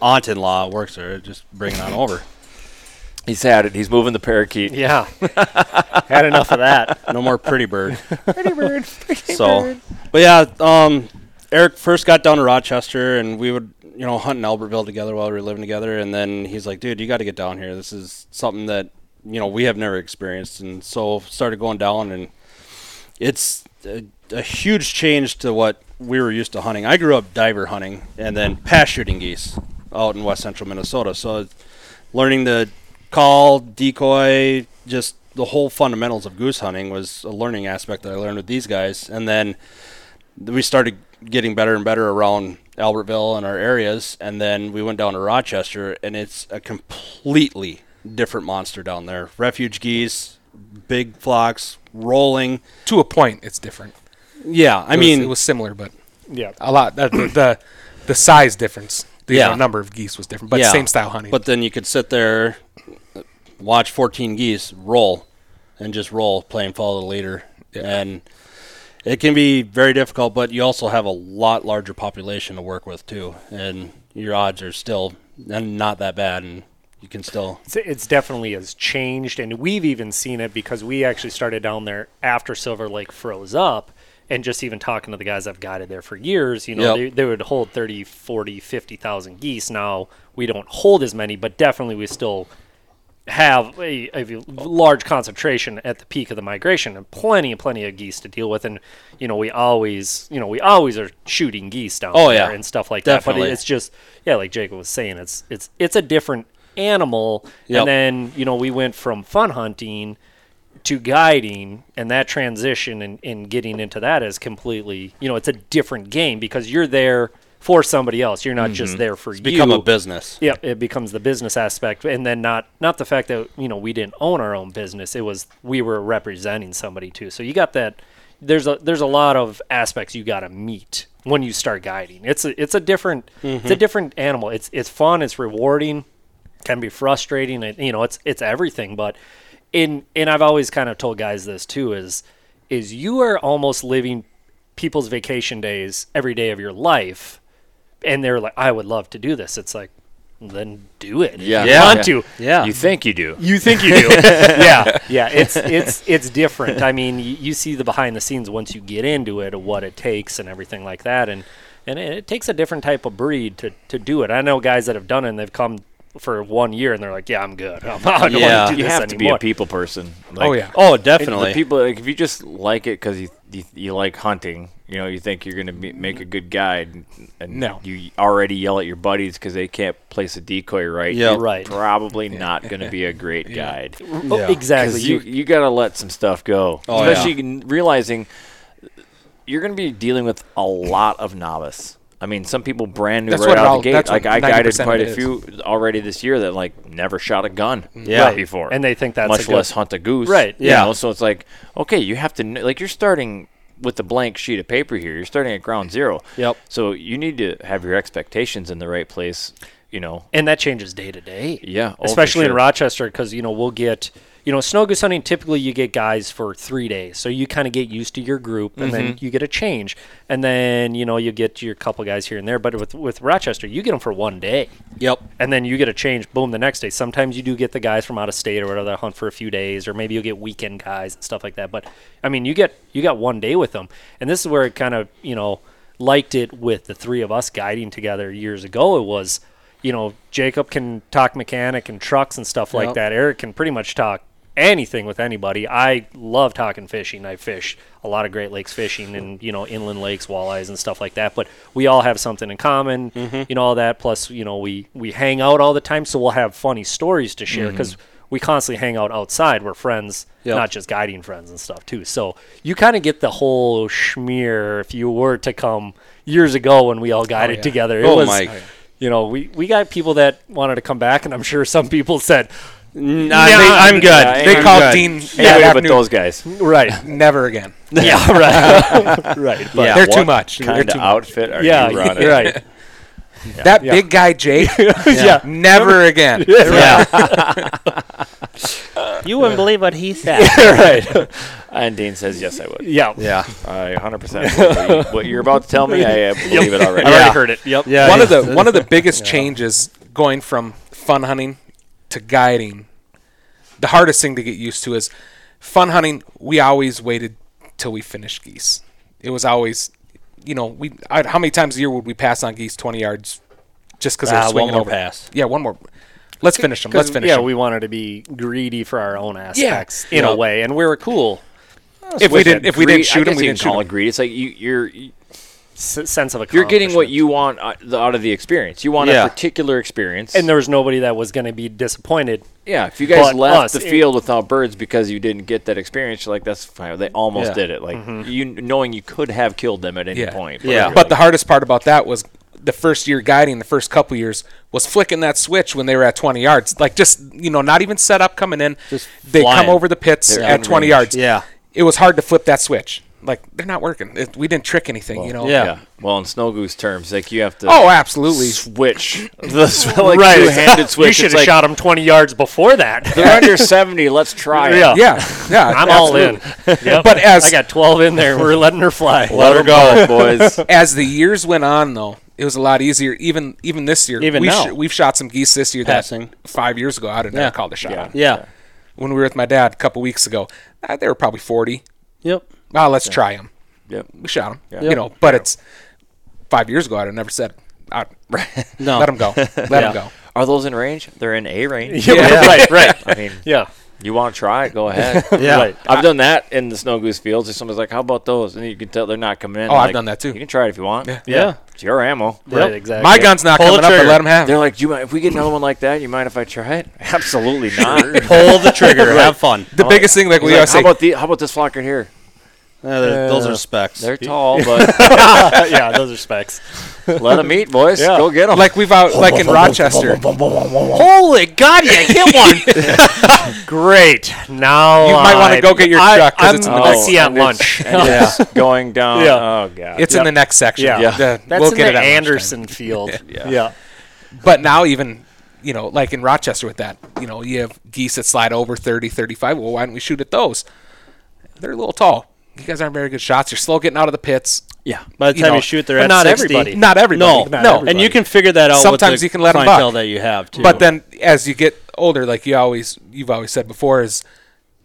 S4: aunt-in-law works there, just bring it on over.
S7: he's had it, he's moving the parakeet.
S5: Yeah. Had enough of that.
S4: No more pretty bird. pretty bird. so, but yeah, um, Eric first got down to Rochester, and we would, you know, hunt in Albertville together while we were living together. And then he's like, "Dude, you got to get down here. This is something that you know we have never experienced." And so started going down, and it's a, a huge change to what we were used to hunting. I grew up diver hunting and then pass shooting geese out in west central Minnesota. So it's learning to call, decoy, just the whole fundamentals of goose hunting was a learning aspect that I learned with these guys. And then we started getting better and better around Albertville and our areas. And then we went down to Rochester, and it's a completely different monster down there. Refuge geese, big flocks, rolling.
S6: to a point, it's different.
S4: Yeah, I
S6: It was-
S4: mean,
S6: it was similar, but
S5: Yeah.
S6: a lot. That, the, the the size difference, the
S4: Yeah.
S6: yeah. number of geese was different, but
S4: yeah.
S6: same style hunting.
S4: But then you could sit there, watch 14 geese roll, and just roll, play and follow the leader, and it can be very difficult. But you also have a lot larger population to work with too, and your odds are still and not that bad, and you can still.
S5: It's, it's definitely has changed, and we've even seen it because we actually started down there after Silver Lake froze up. And just even talking to the guys I've guided there for years, you know,
S4: Yep.
S5: they, they would hold 30, 40, 50,000 geese. Now we don't hold as many, but definitely we still have a, a large concentration at the peak of the migration and plenty and plenty of geese to deal with. And, you know, we always, you know, we always are shooting geese down
S4: Oh,
S5: there
S4: yeah.
S5: and stuff like that. But
S4: Definitely.
S5: it- it's just yeah, like Jacob was saying, it's it's it's a different animal.
S4: Yep.
S5: And then you know we went from fun hunting to guiding, and that transition and and getting into that is completely you know it's a different game because you're there for somebody else. You're not just there for you.
S4: Mm-hmm. Become a business.
S5: Yeah, it becomes the business aspect, and then not not the fact that you know we didn't own our own business. It was we were representing somebody too. So you got that. There's a there's a lot of aspects you got to meet when you start guiding. It's a it's a different it's a different animal. It's it's fun. It's rewarding. Can be frustrating. It, you know, it's it's everything. But in and I've always kind of told guys this too is is you are almost living people's vacation days every day of your life and they're like, I would love to do this. It's like, then do it.
S7: Yeah.
S5: If you
S7: Yeah.
S5: want
S7: Yeah.
S5: to.
S4: Yeah.
S7: You think you do.
S5: You think you do. yeah. Yeah. It's it's it's different. I mean, you, you see the behind the scenes once you get into it of what it takes and everything like that and and it, it takes a different type of breed to to do it. I know guys that have done it and they've come for one year and they're like, "Yeah, I'm good. I'm, I don't
S4: Yeah.
S5: want to do
S7: You
S5: this
S7: have to be
S5: anymore."
S7: a people person.
S6: Oh,
S7: Like,
S6: yeah.
S4: Oh,
S7: And
S4: definitely.
S7: The people, like, if you just like it because you, you you like hunting, you know, you think you're gonna be, make a good guide, and, and
S6: No.
S7: you already yell at your buddies because they can't place a decoy right.
S4: Yeah.
S7: you're
S5: Right.
S7: Probably not gonna be a great guide.
S5: Oh,
S6: Yeah.
S5: Exactly.
S7: 'Cause you you gotta let some stuff go,
S4: Oh, yeah.
S7: especially n- realizing you're gonna be dealing with a lot of novice. I mean, some people brand new
S6: That's
S7: right
S6: what it
S7: out
S6: all-
S7: the gate.
S6: that's
S7: Like
S6: what
S7: I guided
S6: 90% of
S7: quite
S6: it
S7: a
S6: is.
S7: few already this year that like never shot a gun.
S4: Yeah. Right.
S7: before,
S5: Mm-hmm. And they think that's a
S7: much
S5: good-
S7: less hunt a goose.
S5: Right,
S7: you
S4: yeah.
S7: know? So it's like, okay, you have to kn- like you're starting with a blank sheet of paper here. You're starting at ground zero.
S4: Yep.
S7: So you need to have your expectations in the right place. You know.
S5: and that changes day to day.
S7: Yeah, oh, for
S5: especially in
S7: sure.
S5: Rochester because you know we'll get you know snow goose hunting. Typically, you get guys for three days, so you kind of get used to your group, and then
S7: Mm-hmm.
S5: you get a change, and then you know you get your couple guys here and there. But with with Rochester, you get them for one day.
S4: Yep.
S5: And then you get a change, boom, the next day. Sometimes you do get the guys from out of state or whatever that hunt for a few days, or maybe you'll get weekend guys and stuff like that. But I mean, you get you got one day with them, and this is where it kind of you know liked it with the three of us guiding together years ago. It was, you know, Jacob can talk mechanic and trucks and stuff like
S4: Yep.
S5: that. Eric can pretty much talk anything with anybody. I love talking fishing. I fish a lot of Great Lakes fishing and you know inland lakes, walleyes and stuff like that. But we all have something in common,
S4: Mm-hmm.
S5: you know all that. Plus, you know we we hang out all the time, so we'll have funny stories to share because we constantly hang out outside. We're friends,
S4: Mm-hmm. Yep.
S5: not just guiding friends and stuff too. So you kind of get the whole schmear if you were to come years ago when we all guided
S6: yeah.
S5: together. It
S4: Oh,
S5: was,
S4: my-
S5: you know, we we got people that wanted to come back, and I'm sure some people said.
S4: I think I'm good.
S6: They
S4: I'm
S6: called
S4: good.
S6: Dean
S7: Anyway,
S6: that
S7: but
S6: afternoon.
S7: those guys,
S5: Right.
S6: Never again.
S5: Yeah, right. right. But
S4: Yeah.
S6: They're too
S7: what
S6: much. They're
S7: kind
S6: too
S7: of
S6: much.
S7: outfit are
S5: yeah,
S7: you running?
S5: you're right.
S6: That big guy Jake.
S5: Yeah.
S6: Never again.
S4: Yeah.
S5: You wouldn't believe what he said. right.
S7: And Dean says, "Yes, I would."
S5: Yeah.
S4: yeah.
S7: I 100 percent. What you're about to tell me, I uh, believe it already.
S5: I
S4: Yeah.
S5: already heard it. Yep.
S4: Yeah.
S6: one of the one of the biggest changes going from fun hunting to guiding. The hardest thing to get used to is fun hunting. We always waited till we finished geese. It was always, you know, we I, how many times a year would we pass on geese twenty yards just because
S4: Ah,
S6: they're
S4: one
S6: swinging
S4: more
S6: over?
S4: pass.
S6: Yeah, one more. Let's finish them. Let's finish
S5: Yeah,
S6: 'em.
S5: we wanted to be greedy for our own aspects
S6: Yeah.
S5: in a
S6: Yep.
S5: way, and we were cool.
S6: if we didn't if we didn't shoot them,
S7: him,
S6: we didn't shoot
S7: call it
S6: them.
S7: greed. It's like you, you're
S5: S- sense of accomplishment.
S7: you're getting what you want out the- out of the experience. You want
S4: Yeah.
S7: a particular experience.
S5: And there was nobody that was going to be disappointed.
S7: yeah, if you guys
S5: But
S7: left
S5: us,
S7: the
S5: it-
S7: field without birds because you didn't get that experience, you're like that's fine. They almost
S4: Yeah.
S7: did it. Like you knowing you could have killed them at any
S6: Yeah.
S7: point.
S4: Yeah.
S7: you're
S6: But the hardest part about that was the first year guiding, the first couple years was flicking that switch when they were at 20 yards. Like just you know, not even set up coming in.
S4: Just
S6: they
S4: flying.
S6: come over the pits
S7: They're
S6: at
S7: in
S6: 20
S7: range.
S6: yards.
S4: Yeah.
S6: It was hard to flip that switch. Like they're not working. It, we didn't trick anything. you know.
S4: yeah.
S7: yeah. Well, in snow goose terms, like you have to
S6: Oh, absolutely.
S7: switch the like, two-handed switch.
S5: you should
S7: It's
S5: have
S7: like,
S5: shot him 20 yards before that.
S7: They're under 70. Let's try it.
S5: Yeah.
S6: Yeah. Yeah.
S5: I'm all in. Yep.
S6: But as-
S5: I got 12 in there, we're letting her fly.
S7: Let her go, boys.
S6: As the years went on, though, it was a lot easier. Even even this year,
S4: Even
S6: we
S4: now.
S6: we've shot some geese this year
S4: Passing.
S6: that five years ago I'd have
S4: Yeah.
S6: never called a shot. on.
S4: Yeah.
S6: When we were with my dad a couple weeks ago, uh, they were probably 40.
S4: Yep.
S6: Oh, let's try 'em. try them.
S7: Yep.
S6: we shot him. You know, but it's five years ago. I'd have never said, I,
S4: No.
S6: let him go, let him go.
S7: Are those in range? They're in a range.
S5: Yeah. right, right.
S7: I mean,
S5: Yeah.
S7: You want to try it? Go ahead.
S4: Yeah.
S5: Right.
S7: I've done that in the snow goose fields. If somebody's like, "How about those?" and you can tell they're not coming in.
S6: Oh, I've
S7: like,
S6: done that too.
S7: You can try it if you want. Yeah.
S4: Yeah.
S7: It's your ammo.
S5: Right, exactly.
S6: My gun's not
S4: Pull the
S6: coming up, but
S4: trigger.
S6: let him have it.
S7: They're like, "Do you mind if we get another one like that? You mind if I try it?" Absolutely not. He's
S4: Pull the trigger. Have fun.
S6: The biggest thing, like we
S7: like,
S6: always
S7: how
S6: say,
S7: about the? How about this flock right here?
S4: Yeah, they're- Uh, those are specs.
S7: They're tall, but
S5: yeah, those are specs.
S7: let them eat, boys. Go get them.
S6: like we've out, like in Rochester,
S5: Holy God, you hit one! Great. Now
S6: You might wanna
S5: I-
S6: go get your
S5: I-
S6: truck 'cause
S5: I'm-
S6: it's in the
S5: I'll
S6: back.
S5: see you at lunch.
S7: yeah. going down.
S5: Yeah.
S7: Oh god.
S6: it's in the next section.
S5: Yeah.
S6: The-
S5: That's
S6: we'll
S5: in
S6: get
S5: the
S6: it at
S5: Anderson Field.
S7: Yeah.
S6: lunchtime. But now even, you know, like in Rochester with that, you know, you have geese that slide over 30, 35. Well, why don't we shoot at those? They're a little tall. you guys aren't very good shots. You're slow getting out of the pits.
S4: Yeah. By the
S6: You
S4: time you,
S6: know,
S4: shoot, they're
S6: but
S4: at
S6: not
S4: 60.
S6: everybody. Not everybody. Not
S4: No, no. And
S6: everybody.
S4: you can figure that out. with
S6: Sometimes
S4: the
S6: you can let 'em
S4: clientele
S6: buck.
S4: that you have too.
S6: But then, as you get older, like you always, you've always said before, is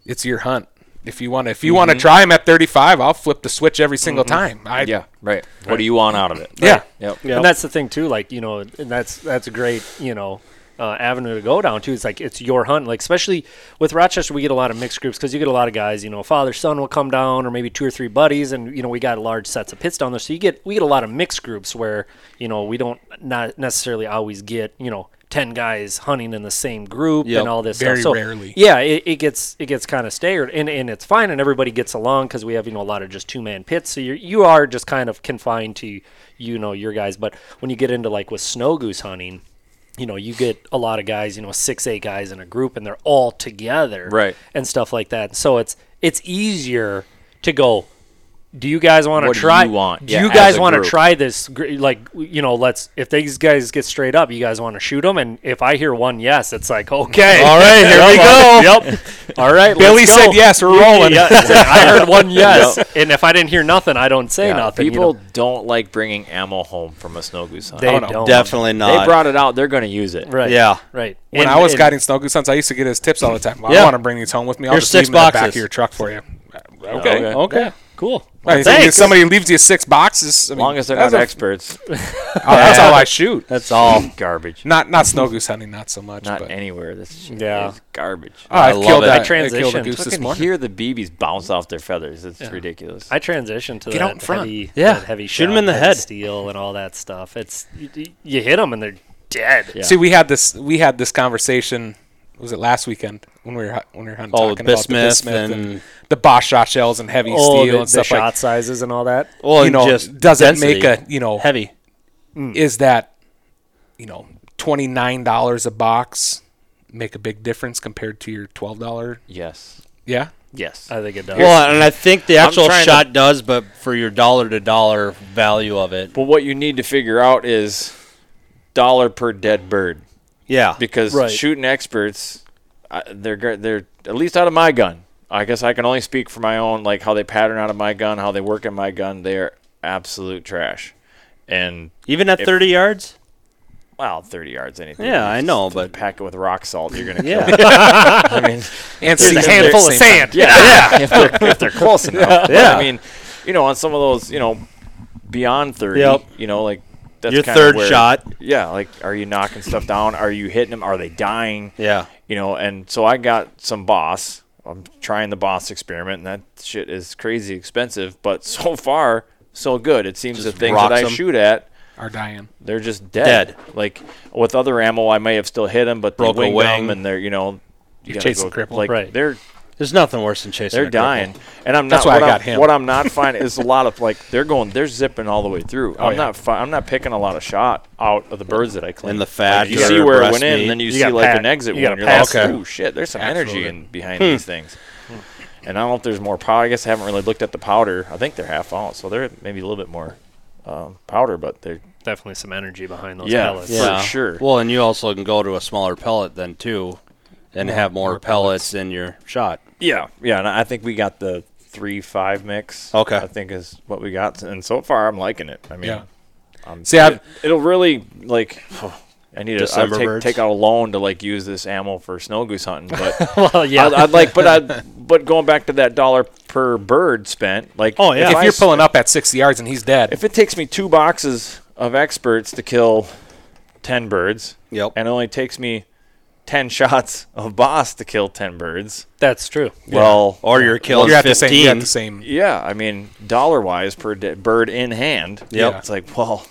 S6: it's your hunt. If you want to, if you want to try him at 35, I'll flip the switch every single time. I,
S7: Yeah, right. What do you want out of it?
S6: yeah.
S7: Yep.
S4: Yep.
S5: And that's the thing too. Like you know, and that's that's a great you know uh, avenue to go down too. It's like it's your hunt. Like especially with Rochester, we get a lot of mixed groups because you get a lot of guys. You know, father son will come down, or maybe two or three buddies, and you know we got large sets of pits down there. So you get we get a lot of mixed groups where you know we don't not necessarily always get you know. Ten guys hunting in the same group
S4: Yep.
S5: and all this
S6: Very
S5: stuff. So,
S6: rarely.
S5: yeah, it, it gets it gets kind of staggered, and, and it's fine, and everybody gets along because we have you know a lot of just two man pits, so you you are just kind of confined to you know your guys. But when you get into like with snow goose hunting, you know you get a lot of guys, you know six eight guys in a group, and they're all together,
S7: Right.
S5: and stuff like that. So it's it's easier to go. Do you guys want to
S7: What do
S5: try?
S7: you want?
S5: Do
S7: Yeah,
S5: you
S7: as
S5: guys
S7: a
S5: want to
S7: group.
S5: try this? gr- Like, you know, let's if these guys get straight up, you guys want to shoot them. And if I hear one yes, it's like okay,
S4: All right, here we go.
S5: Yep. All right.
S6: Billy
S5: let's go.
S6: said yes, we're
S5: Yeah,
S6: rolling.
S5: yeah, it's like, I heard one yes, and if I didn't hear nothing, I don't say
S7: Yeah,
S5: nothing. you
S7: People
S5: know.
S7: don't like bringing ammo home from a snow goose hunt. Oh,
S5: they
S6: no.
S5: don't.
S4: definitely not.
S7: They brought it out. They're going to use it.
S5: Right.
S4: Yeah.
S5: Right.
S6: When
S5: And-
S6: I was
S5: and-
S6: guiding snow goose hunts, I used to get his tips all the time. Well,
S4: Yeah.
S6: I want to bring these home with me. I'll
S4: Here's
S6: just
S4: six
S6: leave them in the back
S4: boxes.
S6: of your truck for you.
S7: Okay.
S6: Okay. Okay.
S5: Cool.
S6: I mean, if
S5: thanks.
S6: somebody leaves you six boxes, I
S7: As
S6: mean,
S7: long as they're
S6: that's
S7: not
S6: a-
S7: experts.
S6: oh, that's how I shoot.
S4: That's all.
S7: garbage.
S6: Not not snow goose hunting, not so much.
S7: Not
S6: but.
S7: anywhere. That's
S5: Yeah.
S7: yeah. garbage.
S6: Oh, I,
S4: love
S6: killed
S4: it.
S6: that.
S4: I
S6: I killed a
S5: transitioned.
S6: goose
S7: I
S6: this
S7: can
S6: morning.
S7: hear the BBs bounce off their feathers. It's ridiculous.
S5: I transitioned to
S6: Get
S5: that
S6: out in front.
S5: heavy,
S4: Yeah.
S5: that heavy
S4: Shoot 'em
S5: shot,
S4: in the
S5: heavy
S4: head.
S5: steel, and all that stuff. It's you, you- you hit them and they're dead.
S7: Yeah.
S6: See, we had this we had this conversation. Was it last weekend when we were hu- when we were hunting?
S4: Oh,
S6: talking
S4: Bismuth
S6: about the Bismuth and,
S4: and-
S6: the Bosch shot shells and heavy
S5: Oh,
S6: steel
S5: the,
S6: and
S5: the
S6: stuff
S5: shot
S6: like.
S5: sizes and all that.
S4: Well,
S6: you
S4: and
S6: know,
S4: just
S6: does it
S4: density.
S6: make a you know
S4: heavy?
S6: is that you know twenty nine dollars a box make a big difference compared to your twelve dollar?
S7: yes.
S6: Yeah,
S7: Yes.
S5: I think it does.
S4: Well, and I think the actual
S7: trying
S4: shot does, but for your dollar to dollar value of it,
S7: But what you need to figure out is dollar per dead bird
S4: yeah,
S7: because
S5: Right.
S7: shooting experts, I- they're gr- they're at least out of my gun. I guess I can only speak for my own, like how they pattern out of my gun, how they work in my gun. They are absolute trash. And
S4: even at
S7: If-
S4: thirty yards.
S7: well, thirty yards, anything.
S4: Yeah, I know,
S7: Just
S4: but-
S7: pack it with rock salt, you're gonna kill.
S4: Yeah.
S7: it. I mean, Here's
S6: and see,
S7: a handful
S6: same
S7: of
S6: time.
S7: sand. Yeah, yeah. if, they're, if they're close enough. Yeah, I mean, you know, on some of those, you know, beyond thirty,
S4: Yep.
S7: you know, like that's
S4: Your
S7: kinda
S4: third
S7: where-
S4: shot.
S7: Yeah, like are you knocking stuff down? Are you hitting them? Are they dying?
S4: Yeah.
S7: you know. And so I got some boss. I'm trying the boss experiment, and that shit is crazy expensive. But so far, so good. It seems the things that
S4: rocks
S7: I
S4: 'em.
S7: shoot at
S6: Are dying.
S7: they're just dead. Like with other ammo, I may have still hit them, but
S4: Broke a
S7: they winged
S4: wing.
S7: them, and they're you know you gotta
S6: chasing cripple.
S7: Like
S5: Right.
S7: they're
S4: There's nothing worse than chasing.
S7: they're
S4: a cripple.
S7: dying, and I'm not.
S6: That's why
S7: what
S6: I
S7: I'm-
S6: got him.
S7: What I'm not finding is a lot of like they're going, they're zipping all the way through. I'm
S6: yeah.
S7: not. Fi- I'm not picking a lot of shot out of the birds that I clean.
S4: And the fat,
S7: you
S4: you
S7: see
S4: gotta
S7: where it
S4: breast
S7: went in,
S4: meat.
S7: and then you,
S5: You
S7: see
S5: gotta
S7: like
S5: pack-
S7: an exit
S5: you
S7: wound.
S5: gotta Hmm.
S7: You're like,
S5: pass it.
S7: oh shit, there's some energy in behind these things. And I don't know if there's more powder. I guess I haven't really looked at the powder. I think they're half out, so they're maybe a little bit more um, powder, but they're
S5: Definitely some energy behind those
S7: Yeah.
S5: pellets.
S7: Yeah. for sure.
S4: Well, and you also can go to a smaller pellet then too, and have more, pellets in your shot.
S7: Yeah, yeah, and I think we got the three five mix.
S4: Okay.
S7: I think is what we got, and so far I'm liking it. I mean,
S6: Yeah.
S7: I'm,
S6: See, I've-
S7: it, it'll really like. I need to
S4: December
S7: I'll take,
S4: birds.
S7: take out a loan to like use this ammo for snow goose hunting, but
S5: well, yeah.
S7: I'd, I'd like, but I, but going back to that dollar per bird spent, like,
S4: Oh, yeah.
S7: if,
S6: If
S7: I
S6: you're
S7: s-
S6: pulling up at sixty yards and he's dead,
S7: if it takes me two boxes of experts to kill ten birds,
S4: Yep.
S7: and it only takes me ten shots of boss to kill ten birds,
S5: That's true.
S7: well,
S4: Or you're killing
S6: you're at the same.
S4: 15.
S6: You're at the same.
S7: Yeah, I mean, dollar wise per de- bird in hand.
S4: Yep.
S7: it's like well,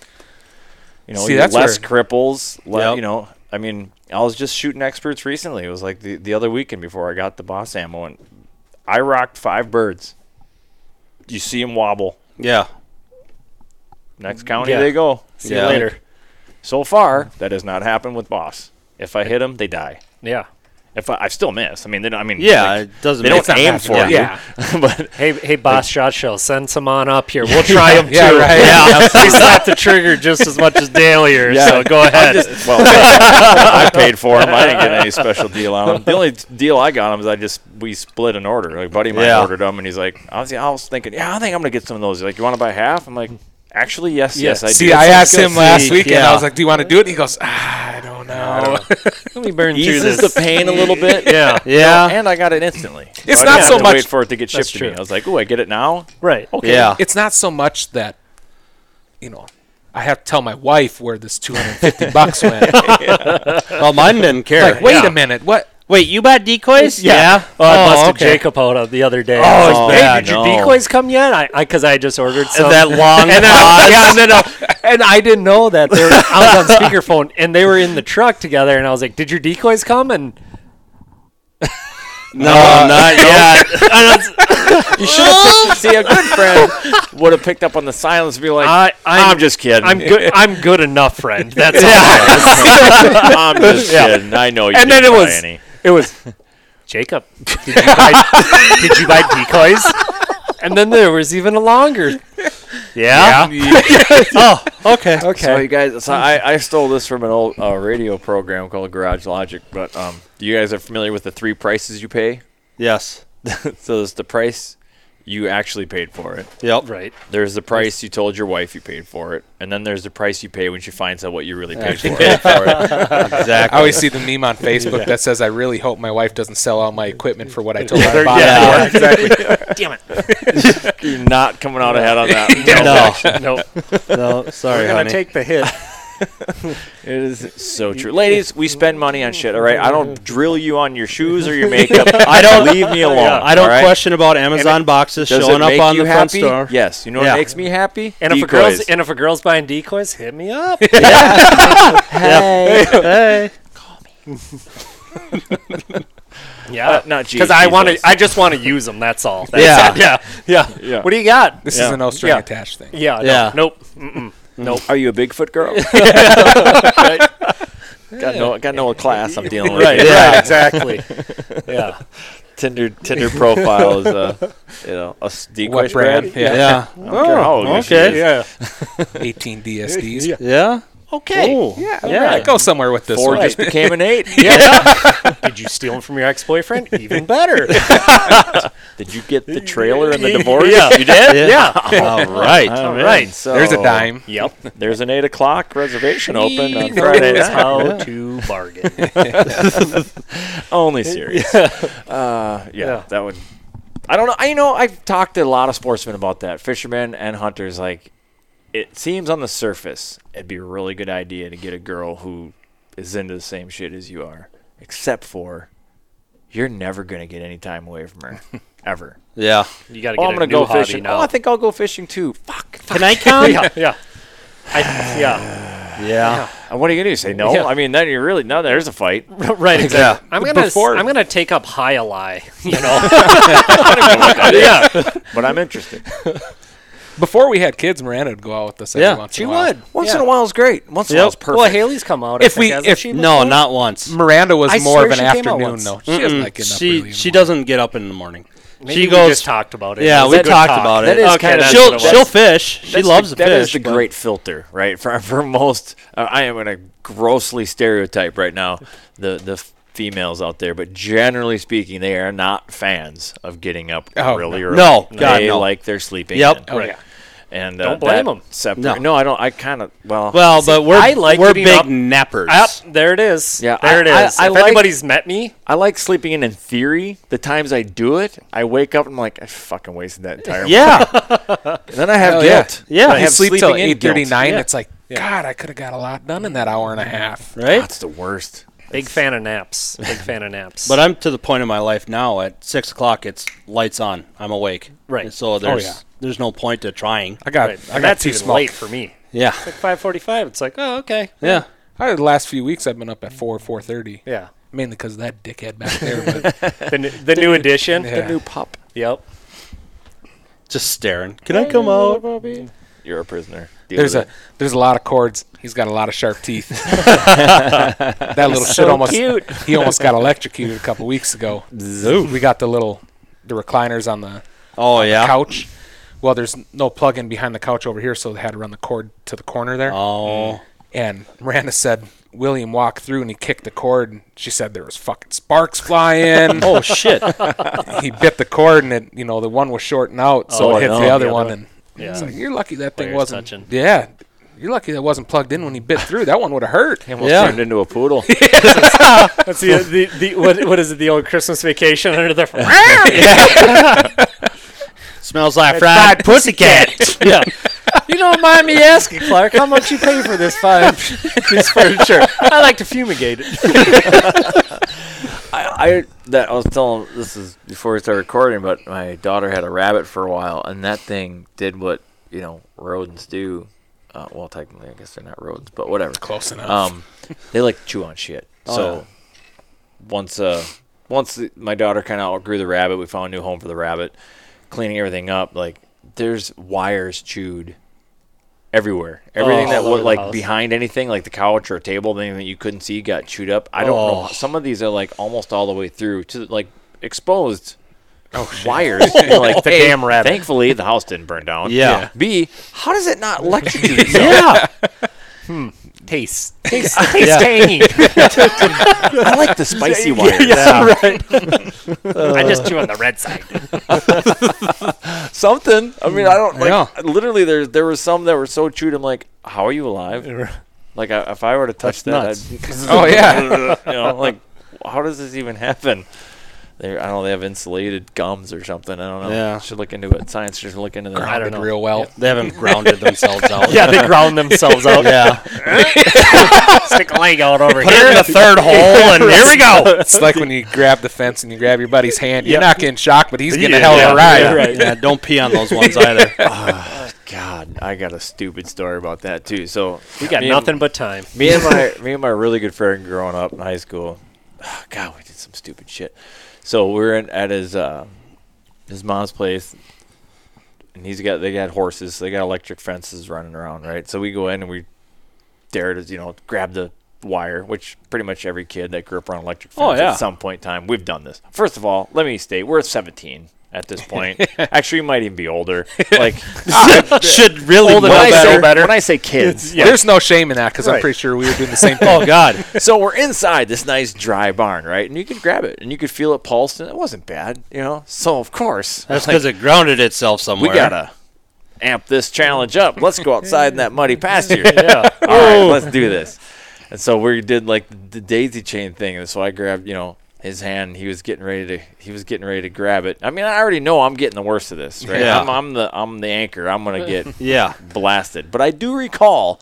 S7: you know,
S6: See,
S7: you-
S6: that's
S7: less
S6: where-
S7: cripples. Le-
S4: Yep.
S7: You know, I mean, I was just shooting experts recently. It was like the the other weekend before I got the boss ammo, and I rocked five birds. You see them wobble.
S4: Yeah.
S7: Next county
S5: Yeah.
S7: they go.
S5: See
S4: Yeah.
S5: you later.
S7: So far, that has not happened with boss. If I hit them, they die.
S5: Yeah.
S7: If I, I still miss, I mean, they don't. I mean,
S2: Yeah,
S7: like,
S2: it doesn't
S7: They
S2: make
S7: don't
S2: sense.
S7: aim
S2: Yeah.
S7: for you.
S6: Yeah.
S7: but
S5: Hey, hey, boss, shot shell, send some on up here. We'll try them
S6: Yeah,
S5: too.
S6: right.
S5: Yeah, they slap the trigger just as much as Dahlier, so go ahead.
S7: well, I paid for them. I didn't get any special deal on them. The only deal I got on 'em is I just we split an order. Like buddy, of mine
S2: Yeah.
S7: ordered them, and he's like, I was, I was thinking, yeah, I think I'm gonna get some of those. He's like, you want to buy half? I'm like, actually, yes, yes, I
S6: See,
S7: do.
S6: I asked him last
S2: See,
S6: week, and
S2: yeah.
S6: I was like, "Do you want to do it?" He goes, ah, "I don't know."
S5: Let me burn through
S7: eases
S5: this.
S7: the pain a little bit.
S5: yeah,
S2: Yeah.
S7: and I got it instantly.
S6: It's
S7: I
S6: not
S7: didn't
S6: so
S7: have to
S6: much-
S7: Wait for it to get
S5: That's
S7: shipped to me.
S5: true.
S7: I was like, "Ooh, I get it now."
S5: right.
S7: Okay.
S2: Yeah.
S6: it's not so much that you know I have to tell my wife where this 250 bucks went.
S4: Well, mine didn't care.
S6: like, wait
S4: Yeah.
S6: a minute, what?
S4: Wait, you bought decoys?
S5: Yeah. Oh, I busted
S4: okay.
S5: Jacob out of the other day.
S4: Oh,
S5: I was
S4: it's
S5: like, hey,
S4: bad.
S5: did your
S4: No.
S5: decoys come yet? I because I, just ordered some.
S4: And that long
S5: and then,
S4: pause.
S5: yeah, and then uh, and I didn't know that they were. I was on speakerphone, and they were in the truck together, and I was like, "Did your decoys come?" And
S4: No,
S5: Uh,
S4: not yet.
S7: You should have see a good friend would have picked up on the silence and be like,
S5: I,
S7: "I'm,
S5: I'm,
S7: just kidding.
S5: I'm good. I'm good enough, friend. That's all.
S7: I'm just kidding. I know you."
S5: And then
S7: didn't
S5: it
S7: buy
S5: was-
S7: any.
S5: It was Jacob. Did you buy, did you buy decoys? And then there was even a longer. Yeah. oh, okay. Okay.
S7: So you guys, so I, I stole this from an old uh, radio program called Garage Logic. But um, you guys are familiar with the three prices you pay.
S4: yes.
S7: so there's the price you actually paid for it.
S4: Yep.
S5: right.
S7: There's the price you told your wife you paid for it, and then there's the price you pay when she finds out what you really paid for it.
S6: I always see the meme on Facebook that says, "I really hope my wife doesn't sell all my equipment for what I told her." I bought it
S7: Yeah.
S6: for." exactly.
S5: Damn it.
S7: You're not coming out ahead on that.
S4: No.
S5: No.
S4: No. Sorry, honey.
S5: take the hit.
S7: It is so true, ladies. We spend money on shit. All right, I don't drill you on your shoes or your makeup. I don't leave me alone.
S4: Oh, I don't
S7: all right?
S4: question about Amazon boxes
S7: Does it
S4: showing up
S7: make
S4: on
S7: you
S4: the front
S7: happy?
S4: store.
S7: Yes, you know
S4: Yeah.
S7: what makes me happy?
S5: And if, a
S7: Decoys.
S5: girl's, and if a girl's buying decoys, hit me up.
S4: Hey. Hey.
S5: Yeah.
S7: not
S5: Because I
S7: GSP
S5: want to.
S7: bills.
S5: I just want to use them. That's all. That's
S4: Yeah.
S5: it. yeah. Yeah.
S7: Yeah.
S5: What do you got?
S6: This
S7: Yeah.
S6: is an no string
S5: Yeah.
S6: attached thing.
S5: Yeah. no,
S4: Yeah.
S5: Nope. Mm-mm. Nope.
S7: Are you a Bigfoot girl? Got no, got no class. I'm dealing with.
S5: Right.
S7: here.
S5: Yeah. Right, exactly. yeah.
S7: Tinder, Tinder profile is uh, a, you know, a s- decoy
S6: What
S7: spread.
S6: brand?
S7: Yeah.
S6: Yeah.
S4: Yeah.
S7: I don't care how old your shit
S4: okay.
S7: is.
S6: 18 DSDs.
S5: Yeah.
S4: Yeah.
S5: Okay.
S6: Yeah,
S4: Yeah.
S6: alright, go somewhere with this
S7: Four
S6: one.
S7: just became an eight.
S5: Did you steal them from your ex-boyfriend? Even better.
S7: Did you get the trailer and the divorce?
S5: Yeah.
S7: you did.
S5: yeah.
S4: All right.
S7: All
S5: right.
S7: So
S6: There's a dime.
S5: Yep.
S7: There's an eight o'clock reservation open on
S5: Knows
S7: Friday night.
S5: how to bargain.
S7: Only serious. Uh, yeah,
S5: Yeah.
S7: that would. I don't know. I you know I've talked to a lot of sportsmen about that, fishermen and hunters. Like, it seems on the surface, it'd be a really good idea to get a girl who is into the same shit as you are, except for you're never gonna get any time away from her, ever.
S4: Yeah.
S5: You got to get
S7: oh,
S5: a
S7: I'm gonna
S5: new
S7: go
S5: hobby
S7: fishing.
S5: now.
S7: Oh, I think I'll go fishing too. Fuck.
S4: Can I count?
S5: yeah, yeah. I, yeah.
S4: Yeah.
S7: And what are you gonna do? Say no?
S5: Yeah.
S7: I mean, then you're really now. There's a fight.
S5: Right. Exactly. I'm gonna. s-
S7: Before-
S5: I'm gonna take up high a lie. You know.
S7: yeah, but I'm interested.
S6: Before we had kids, Miranda would go out with us every
S4: Yeah,
S6: once
S5: she
S6: in a while.
S5: would.
S7: Once
S5: yeah.
S7: in a while is great. Once in a while is perfect.
S5: Well, Haley's come out. I
S6: If
S5: think,
S6: we-
S5: hasn't
S6: if-
S5: she,
S4: No,
S5: before?
S4: not once.
S6: Miranda was
S5: I
S6: more of
S5: swear
S6: an
S5: she came out
S6: afternoon,
S5: once.
S6: though. She doesn't like getting up early in
S4: She
S6: the
S4: she
S6: morning.
S4: doesn't get up in the morning.
S5: Maybe
S4: she
S5: we
S4: goes.
S5: just talked about it. It
S4: yeah,
S5: was
S4: we
S5: a good
S4: talked
S5: talk.
S4: about it.
S7: That is Okay, kinda-
S4: she'll
S7: that's-
S4: she'll fish. She
S7: That's
S4: loves
S7: the,
S4: to fish.
S7: That is the
S4: but-
S7: great filter, right? For for most, uh, I am going to grossly stereotype right now the the females out there, but generally speaking, they are not fans of getting up
S6: Oh,
S7: really
S6: no.
S7: early.
S4: No, God,
S7: they
S4: no.
S7: like their sleeping.
S4: Yep.
S7: in.
S6: Oh, yeah.
S7: And uh,
S5: Don't blame
S7: that
S5: 'em.
S7: Separ-
S4: No.
S7: no. I don't. I kind of well.
S4: Well, but we're
S5: I like
S4: we're
S5: getting
S4: big
S5: up-
S4: nappers.
S5: Yep, there it is.
S7: Yeah,
S5: there it
S7: I- I-
S5: is.
S7: I
S5: if
S7: like-
S5: anybody's met me,
S7: I like sleeping in in theory. The times I do it, I wake up and I'm like, I fucking wasted that entire.
S4: Yeah,
S7: And then I have
S6: Hell yeah.
S7: guilt.
S4: Yeah.
S7: I
S4: You
S7: have
S6: You sleep till
S7: sleeping in
S6: eight thirty
S7: guilt.
S6: nine. It's like, God, I could have got a lot done in that hour and a half.
S4: right.
S7: That's the worst.
S5: big fan of naps. Big fan of naps.
S4: But I'm to the point in my life now. At six o'clock, it's lights on. I'm awake.
S5: Right.
S4: So there's
S6: yeah.
S4: there's no point to trying.
S6: I got,
S5: right.
S6: I got
S5: and that's
S6: too
S5: even
S6: small.
S5: late for me.
S4: Yeah.
S5: 5:45. It's like, oh, okay.
S4: Yeah.
S6: I, the last few weeks, I've been up at four, four thirty,
S5: Yeah.
S6: mainly because of that dickhead back there. But
S5: The, n- the new edition.
S6: yeah.
S7: pup.
S5: Yep.
S4: Just staring. Can I come out?
S2: You're a prisoner. Deal
S6: There's
S2: with
S6: a there's a lot of cords. He's got a lot of sharp teeth. that little shit almost he almost got electrocuted a couple weeks ago. We got the little the recliners on the
S4: Oh yeah.
S6: couch. Well, there's no plug in behind the couch over here, so they had to run the cord to the corner there.
S4: Oh.
S6: And Miranda said William walked through and he kicked the cord. And she said there was fucking sparks flying.
S4: Oh shit.
S6: he bit the cord and it, you know, the one was shorting out, so
S5: Oh,
S6: it hit
S5: no,
S6: the
S5: the
S6: other
S5: other
S6: one.
S5: one.
S6: And
S5: Yeah.
S6: it's like, you're lucky that thing
S5: Players
S6: wasn't.
S5: touching.
S6: Yeah, you're lucky that wasn't plugged in when he bit through. That one would have hurt.
S2: it. Almost
S4: yeah.
S2: turned into a poodle.
S5: That's the, the, the what, what is it? The old Christmas vacation under the
S4: Smells like fried, pussycat. yeah.
S5: You don't mind me asking, Clark, how much you pay for this fine this furniture? I like to fumigate it.
S2: I, I that I was telling this is before we started recording, but my daughter had a rabbit for a while, and that thing did what you know rodents do. Uh, well, technically, I guess they're not rodents, but whatever.
S6: Close enough.
S2: Um, they like to chew on shit. so once uh once the, my daughter kind of outgrew the rabbit, we found a new home for the rabbit. Cleaning everything up, like there's wires chewed everywhere. Everything
S5: Oh, all
S2: that
S5: over
S2: was
S5: the
S2: like
S5: house.
S2: behind anything, like the couch or a table, anything that you couldn't see got chewed up. I don't know.
S5: Oh.
S2: Some of these are like almost all the way through to like exposed.
S5: Oh,
S2: wires and, like the damn rabbit. Thankfully, the house didn't burn down.
S4: Yeah. Yeah.
S2: B. How does it not electrocute itself?
S4: Yeah.
S5: Taste. Taste, taste tangy.
S2: I like the spicy wires.
S5: I just chew on the red side.
S2: something. I mean, I don't like.
S6: Yeah.
S2: Literally, there there were some that were so chewed. I'm like, how are you alive? Like, I, if I were to touch
S4: That's
S2: that, I'd,
S6: oh yeah.
S2: you know, like, how does this even happen? They, I don't know. They have insulated gums or something. I don't know.
S4: Yeah.
S2: should look into it. Science should look into that.
S5: I don't know.
S6: Real well.
S4: They haven't grounded themselves out.
S5: Yeah, they ground themselves out.
S4: Yeah.
S5: Stick a leg out over
S4: Put
S5: here.
S4: it in the third hole, and here we go.
S6: It's like when you grab the fence and you grab your buddy's hand. You're not getting shocked, but he's getting a
S2: Yeah,
S6: hell of a ride.
S5: yeah, right.
S4: Yeah, don't pee on those ones either.
S2: God, I got a stupid story about that too. So
S5: We got
S2: Me and-
S5: nothing but time.
S2: me and my me and my really good friend growing up in high school. God, we did some stupid shit. So we we're in, at his uh, his mom's place, and he's got they got horses, so they got electric fences running around, right? So we go in and we dare to you know grab the wire, which pretty much every kid that grew up around electric fence
S4: Oh, yeah.
S2: at some point in time we've done this. First of all, let me state we're 17 at this point. Actually, we might even be older. Like
S4: Ah, Should really
S2: older
S4: know
S2: when, I say,
S4: better.
S2: when I say kids,
S6: There's no shame in that because I'm pretty sure we were doing the same thing.
S4: Oh God.
S2: so we're inside this nice dry barn, right? And you could grab it and you could feel it pulse, and it wasn't bad, you know. So of course,
S4: That's
S2: like,
S4: because it grounded itself somewhere.
S2: we gotta amp this challenge up. Let's go outside in that muddy pasture. yeah. All right, let's do this. And so we did like the daisy chain thing, and so I grabbed, you know, his hand. He was getting ready to, he was getting ready to grab it. I mean, I already know I'm getting the worst of this, right?
S4: Yeah.
S2: I'm, I'm the, I'm the anchor. I'm gonna get
S4: Yeah.
S2: blasted. But I do recall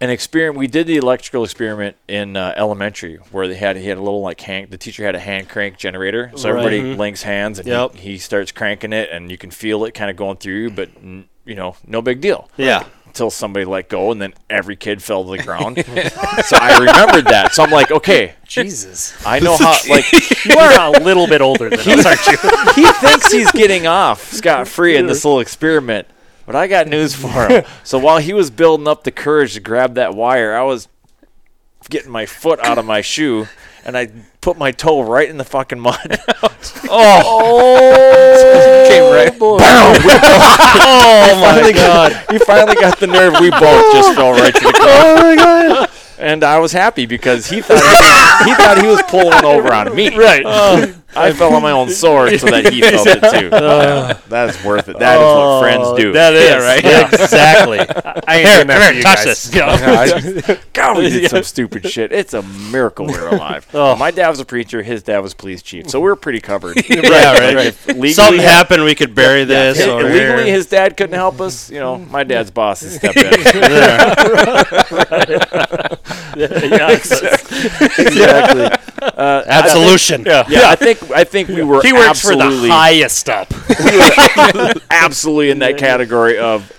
S2: an experiment. We did the electrical experiment in uh, elementary where they had he had a little like hand. The teacher had a hand crank generator, so everybody links hands and he-
S4: Mm-hmm. Yep.
S2: he, starts cranking it, and you can feel it kind of going through you, but n- you know, no big deal
S4: Yeah.
S2: until somebody let go, and then every kid fell to the ground. so I remembered that. So I'm like, okay,
S5: Jesus.
S2: I know how. Like
S5: You are a little bit older than us, aren't you?
S2: he thinks he's getting off scot free in this little experiment, but I got news for him. So while he was building up the courage to grab that wire, I was getting my foot out of my shoe and I put my toe right in the fucking mud. oh,
S6: Came right-
S2: oh my god! He finally got the nerve. We both just fell right to the ground. Oh my god! And I was happy because he thought he, he thought he was pulling over on me.
S5: Right.
S2: I fell on my own sword so that he felt it too. That's worth it. Oh, That is what friends do.
S4: That is right. Exactly.
S5: I ain't
S4: Here,
S5: doing that for
S4: come here,
S5: you
S4: touch
S5: guys.
S4: this.
S5: Yeah.
S2: I, God, we did some stupid shit. It's a miracle we're alive. My dad was a preacher. His dad was police chief, so we are pretty covered. right,
S4: right, right. Something happened. We could bury this.
S2: His,
S4: or
S2: legally, his dad couldn't help us. You know, my dad's boss has stepped in.
S5: Yeah, it's-
S2: exactly.
S4: absolution. Yeah.
S2: Yeah, I think I think we were
S5: He works for the
S2: absolutely
S5: highest up.
S2: absolutely in that category of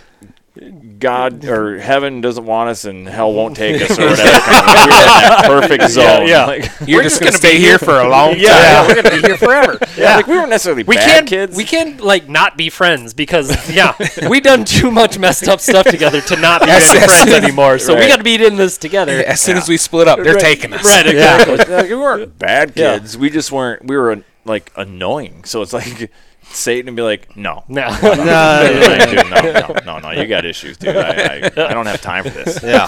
S7: God or heaven doesn't want us and hell won't take us or whatever. We're in that perfect zone.
S2: yeah.
S7: Like,
S6: You're just, gonna, stay here for a long
S7: Oh Yeah.
S6: time.
S5: yeah, we're gonna be here forever.
S7: yeah, like we weren't necessarily
S5: We
S7: bad
S5: can't.
S7: kids.
S5: We can't like not be friends because yeah, we done too much messed up stuff together to not be
S6: Yes,
S5: really
S6: yes.
S5: friends anymore. So we
S7: Right.
S5: got to be in this together.
S6: As soon as we split up, they're taking us.
S5: Right, exactly.
S7: Like, we weren't bad kids. We just weren't. We were like annoying. So it's like Satan would be like, no,
S5: No.
S7: Thank you. no, no, no, no, you got issues, dude. I, I, I don't have time for this. Yeah,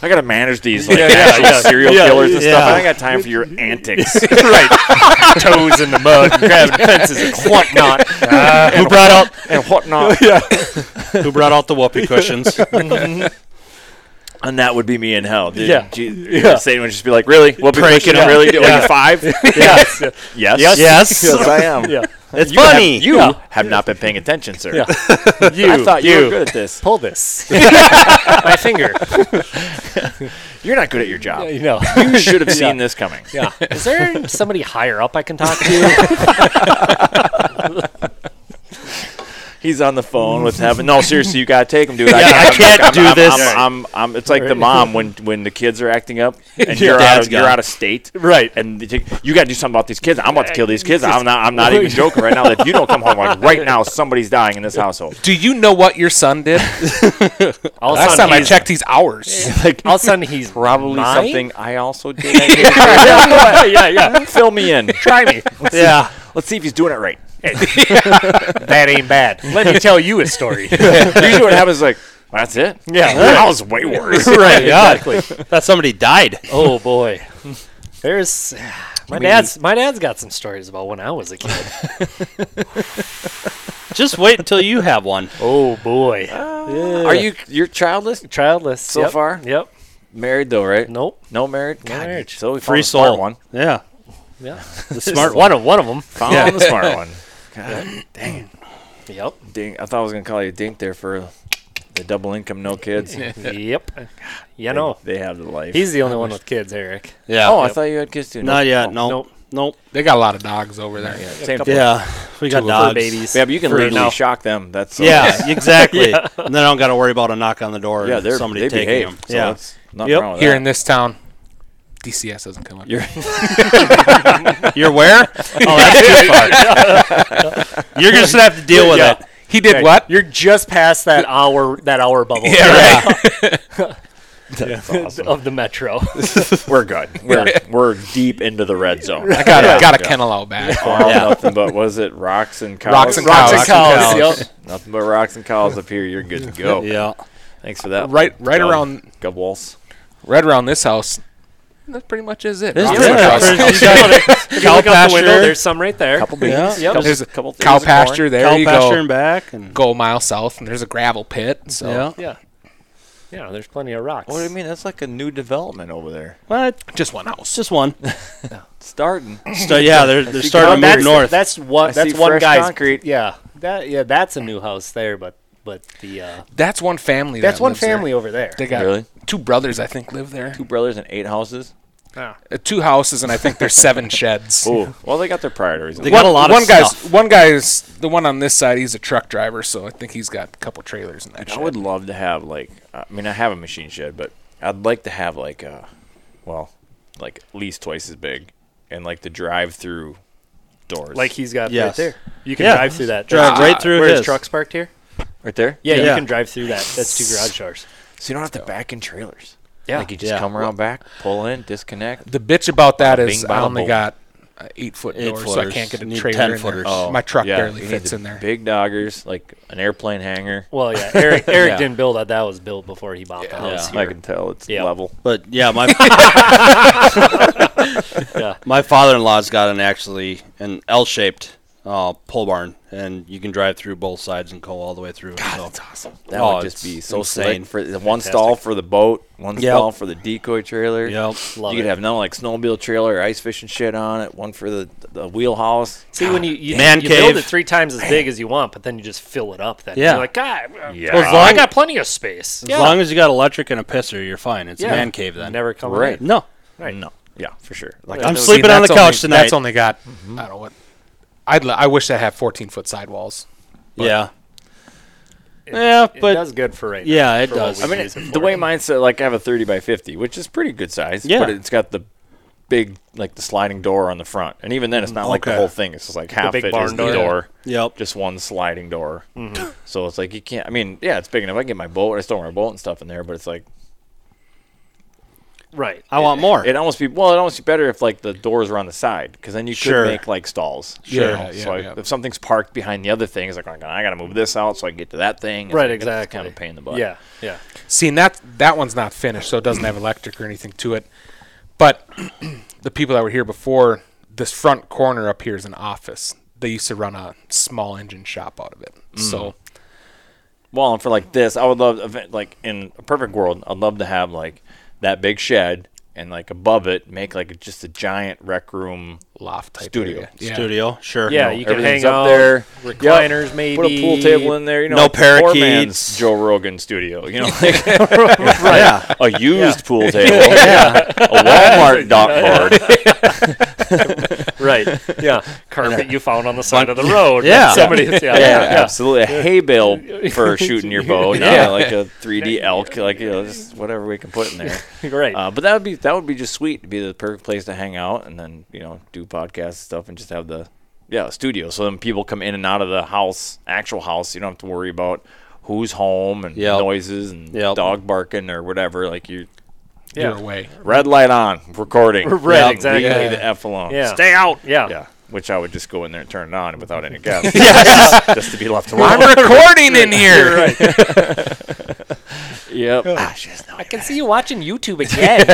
S7: I gotta manage these like actual serial killers and stuff. I don't got time for your antics. right, toes in the mud, grabbing fences and whatnot.
S4: Who brought out
S7: and whatnot.
S4: Who brought out the whoopee cushions?
S7: And that would be me in hell, dude.
S5: Yeah.
S7: Gee, Satan would just be like, really? We'll be pushing him, really? Dude, Are you five?
S5: Yes.
S7: Yes.
S4: Yes.
S7: Yes, I am.
S5: Yeah.
S4: It's
S7: You have-
S4: funny.
S7: you have not been paying attention, sir.
S5: Yeah.
S7: I
S5: You
S7: thought you, were good at this.
S5: pull this. My finger.
S7: You're not good at your job.
S5: You know.
S7: You should have seen this coming.
S5: Yeah. Is there somebody higher up I can talk to?
S7: He's on the phone with heaven. No, seriously, you gotta take him, dude. I, I'm-
S4: can't
S7: I'm-
S4: do
S7: I'm-
S4: this.
S7: I'm, I'm, I'm- it's like the mom when when the kids are acting up and you're out
S4: dad's
S7: of, you're
S4: gone.
S7: out of state,
S5: Right.
S7: And they take, you gotta do something about these kids. I'm about to kill these kids. I'm not. I'm not even joking right now. If you don't come home like right now, somebody's dying in this household.
S6: Do you know what your son did?
S5: All of a sudden
S6: Last time I
S5: he's-
S6: checked, he's ours.
S7: Like
S5: All of a sudden he's
S7: probably
S5: mine?
S7: something I also did. yeah, yeah, yeah. Fill me in. Try me. Let's yeah. See, let's see if he's doing it right.
S5: That ain't bad. Let me tell you a story.
S7: Usually, what happens is like. That's it. Yeah, that was way worse.
S5: right. Exactly.
S4: That somebody died.
S5: Oh boy. There's my dad's my dad's got some stories about when I was a kid.
S4: Just wait until you have one.
S5: Oh boy.
S7: Are you you're childless?
S5: childless
S7: So
S5: Yep.
S7: far?
S5: Yep.
S7: Married though, right?
S5: Nope.
S7: No marriage.
S5: No
S7: God,
S5: marriage.
S7: So we found the
S4: Free
S7: smart
S4: soul.
S7: one.
S4: Yeah.
S5: Yeah.
S4: The smart one.
S5: one of one of them.
S7: Found the smart one. God, dang it.
S5: Yep.
S7: Ding. I thought I was gonna call you Dink there for the double income, no kids. They-
S5: Yep.
S7: Oh,
S5: You know.
S7: They have the life.
S5: He's the only one with kids, Eric.
S4: Yeah.
S7: oh, I thought you had kids too.
S4: Not yet. No.
S5: Nope.
S4: Nope.
S6: They got a lot of dogs over there.
S7: Same thing. Yeah.
S4: Yeah. We got dogs.
S5: babies.
S7: but you can literally
S4: now.
S7: shock them. That's
S4: Yeah, exactly. And then I don't got to worry about a knock on the door.
S7: Yeah,
S4: and
S7: they're
S4: somebody
S7: they
S4: taking
S7: behave.
S4: them.
S7: So
S4: yeah.
S7: that's not
S4: Yep.
S7: wrong with
S6: Here
S7: that.
S6: in this town, DCS doesn't come up.
S7: You're-
S4: You're where? Oh, that's too far. You're just gonna have to deal with it.
S6: he did what?
S5: You're just past that hour that hour bubble
S7: That's awesome.
S5: of the metro.
S7: We're good. We're we're deep into the red zone.
S6: I got,
S7: Yeah.
S6: got a kennel out back.
S7: All nothing but was it rocks and cows?
S6: Rocks and
S5: Rocks and
S6: Rocks and
S5: cows. Yep.
S7: Nothing but rocks and cows up here. You're good to go.
S4: Yeah.
S7: Thanks for that.
S6: Right, right
S7: Gov-
S6: around,
S7: Gov Walls.
S6: right around this house. That pretty much is it. Rocks
S4: It's
S6: and cows.
S5: If you look out the window,
S4: pasture.
S5: there's some right there.
S7: Couple beans.
S4: Yeah.
S7: Couple,
S6: There's a
S7: couple
S6: cow
S7: things of corn.
S6: pasture. There
S4: Cow
S6: you
S4: pasture
S6: go.
S4: and back, and
S6: Go a mile south, and there's a gravel pit. So
S4: yeah.
S5: Yeah. Yeah, there's plenty of rocks.
S7: What do you mean? That's like a new development over there.
S4: What?
S6: just one house.
S4: It's just one.
S7: Starting.
S4: So yeah, they're they're
S7: Oh,
S4: starting to move
S5: that's,
S4: north.
S5: That's one.
S7: see
S5: That's one
S7: fresh
S5: guy's.
S7: concrete.
S5: Yeah, that yeah, that's a new house there, but but the uh,
S6: That's one family.
S5: that's
S6: that
S5: one
S6: lives there.
S5: family over there.
S6: They got
S7: Really?
S6: two brothers, I think, live there.
S7: Two brothers and eight houses.
S6: Uh, two houses, and I think there's seven sheds.
S7: Oh, well, they got their priorities.
S4: They got a lot of
S6: one guy's
S4: stuff.
S6: one guy's the one on this side. He's a truck driver, so I think he's got a couple trailers in that.
S7: I
S6: shed.
S7: would love to have like. I mean, I have a machine shed, but I'd like to have like a, well, like at least twice as big, and like the drive-through doors.
S5: Like he's got
S4: Yes.
S5: right there. You can
S4: Yeah.
S5: drive through that.
S4: Drive
S5: There's-
S4: right through
S5: Where his
S4: his.
S5: truck's parked here.
S7: right there.
S5: Yeah, you
S4: Yeah.
S5: can drive through that. That's two garage doors.
S7: So you don't have to back in trailers.
S5: Yeah.
S7: Like you just
S4: Yeah.
S7: come around back, pull in, disconnect.
S6: The bitch about that
S7: Bada
S6: is
S7: bing,
S6: I
S7: bada
S6: only
S7: boom.
S6: got uh, eight foot
S4: Eight
S6: doors, so I
S4: footers.
S6: can't get a
S4: Need
S6: trailer
S4: 10
S6: in there.
S4: footers. Oh,
S6: My truck
S7: Oh, yeah,
S6: barely
S7: you need
S6: fits
S7: the
S6: in there.
S7: Big doggers, like an airplane hangar.
S5: Well, yeah, Eric Eric
S7: Yeah.
S5: didn't build that. That was built before he bought the house.
S7: I can tell it's
S5: Yeah.
S7: level.
S4: But yeah, my
S5: Yeah.
S4: my father-in-law's got an actually an L-shaped uh, pole barn, and you can drive through both sides and go all the way through. so.
S6: awesome.
S7: That
S4: Oh,
S7: would just
S4: it's
S7: be so
S4: insane.
S7: slick for the one stall for the boat, one
S4: Yep.
S7: stall for the decoy trailer.
S4: Yep.
S5: Love
S7: you could
S5: it.
S7: have none like snowmobile trailer, or ice fishing shit on it. One for the, the wheelhouse.
S5: See when you you,
S4: Man
S5: you build
S4: cave.
S5: it three times as big as you want, but then you just fill it up. Then
S4: Yeah.
S5: you're like, God, uh,
S7: Yeah.
S5: well,
S4: As
S5: I
S4: long-
S5: got plenty of space.
S4: As long as you got electric and a pisser, you're fine. It's
S5: Yeah.
S4: a man cave then.
S5: never come
S7: Right.
S4: No,
S5: Right.
S7: No, yeah, for sure. Like
S4: I'm sleeping on the couch tonight.
S6: That's only got I don't know what. I'd li- I wish I had 14 foot sidewalls.
S4: yeah. yeah,
S5: it
S4: but
S5: does good for right now.
S4: yeah, it
S5: for what
S4: does.
S5: we
S4: I
S7: I mean,
S5: use it
S7: it- the
S5: for.
S7: way mine's set, like I have a 30 by 50, which is pretty good size.
S4: Yeah.
S7: But it's got the big, like the sliding door on the front. And even then, it's not like the
S4: Okay.
S7: whole thing. It's just like half
S5: big
S7: it
S5: barn
S7: is the
S5: door.
S7: door,
S4: yep.
S7: just one sliding door.
S5: Mm-hmm.
S7: So it's like you can't, I mean, yeah, it's big enough. I can get my boat. I still want my boat and stuff in there, but it's like,
S5: right.
S4: I want more.
S7: It'd almost be well. It'd almost be better if like the doors were on the side, because then you could
S4: Sure.
S7: make like stalls.
S6: Sure.
S7: you know?
S6: Yeah,
S7: so
S6: yeah,
S7: I,
S6: yeah.
S7: if something's parked behind the other thing, it's like oh, I gotta move this out so I can get to that thing. It's
S5: Right,
S7: like, it's
S5: exactly.
S7: Kind of a pain in the butt.
S5: Yeah, yeah.
S6: See, and that that one's not finished, so it doesn't have electric or anything to it. But the people that were here before, this front corner up here is an office. They used to run a small engine shop out of it.
S4: Mm.
S6: So
S7: Well, and for like this, I would love event- like in a perfect world, I'd love to have like that big shed and like above it make like just a giant rec room.
S6: loft type
S7: Studio.
S6: area. Yeah.
S4: Studio, sure.
S5: Yeah, you can
S7: everything's
S5: hang
S7: up
S5: out
S7: there.
S5: Recliners, maybe.
S7: Put a pool table in there, you know.
S4: No
S7: like the poor
S4: parakeets.
S7: man's Joe Rogan studio, you know, like
S4: yeah.
S7: a used pool table, a Walmart dock board.
S5: Right. Yeah. Carpet you found on the side of the road.
S4: Yeah.
S5: Somebody. Yeah. Yeah.
S7: yeah,
S5: yeah.
S7: absolutely. A hay bale for shooting your bow, not like a 3D elk, like you know, just whatever we can put in there.
S5: Right.
S7: Uh, but that would be that would be just sweet to be the perfect place to hang out and then you know do podcasts and stuff and just have the yeah studio. So then people come in and out of the house, actual house. You don't have to worry about who's home and
S4: Yep.
S7: noises and
S4: Yep.
S7: dog barking or whatever. Like you,
S6: You're away.
S7: red light on, recording.
S5: Right,
S7: Yep,
S5: exactly.
S7: Leave me the f alone.
S5: Yeah.
S7: Stay out.
S5: Yeah.
S7: Yeah. Which I would just go in there and turn it on without any guests. yeah. just, just to be left alone.
S6: I'm recording in here.
S7: Yep.
S5: I can see you watching YouTube again.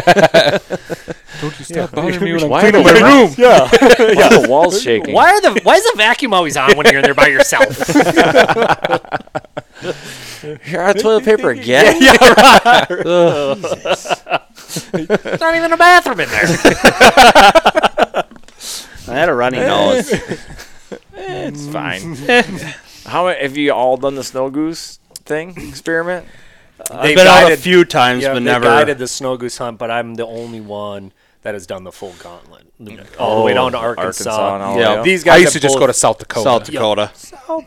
S6: Don't you stop bothering me when I'm
S7: Why
S6: cleaning
S7: are
S6: my
S7: the
S6: room.
S7: Why are the walls shaking?
S5: why are the Why is the vacuum always on when you're in there by yourself?
S7: You're out of toilet paper again?
S5: There's not even a bathroom in there.
S4: I had a runny nose.
S7: It's fine. How have you all done the snow goose thing experiment?
S4: I've been out a few times,
S5: Yeah,
S4: but
S5: they
S4: never.
S5: guided the snow goose hunt, but I'm the only one that has done the full gauntlet, all the way down to Mm. Oh, Arkansas.
S7: and all
S4: Yeah.
S7: that.
S5: These guys
S6: I used to
S5: have
S6: just
S5: both-
S6: go to South Dakota.
S4: South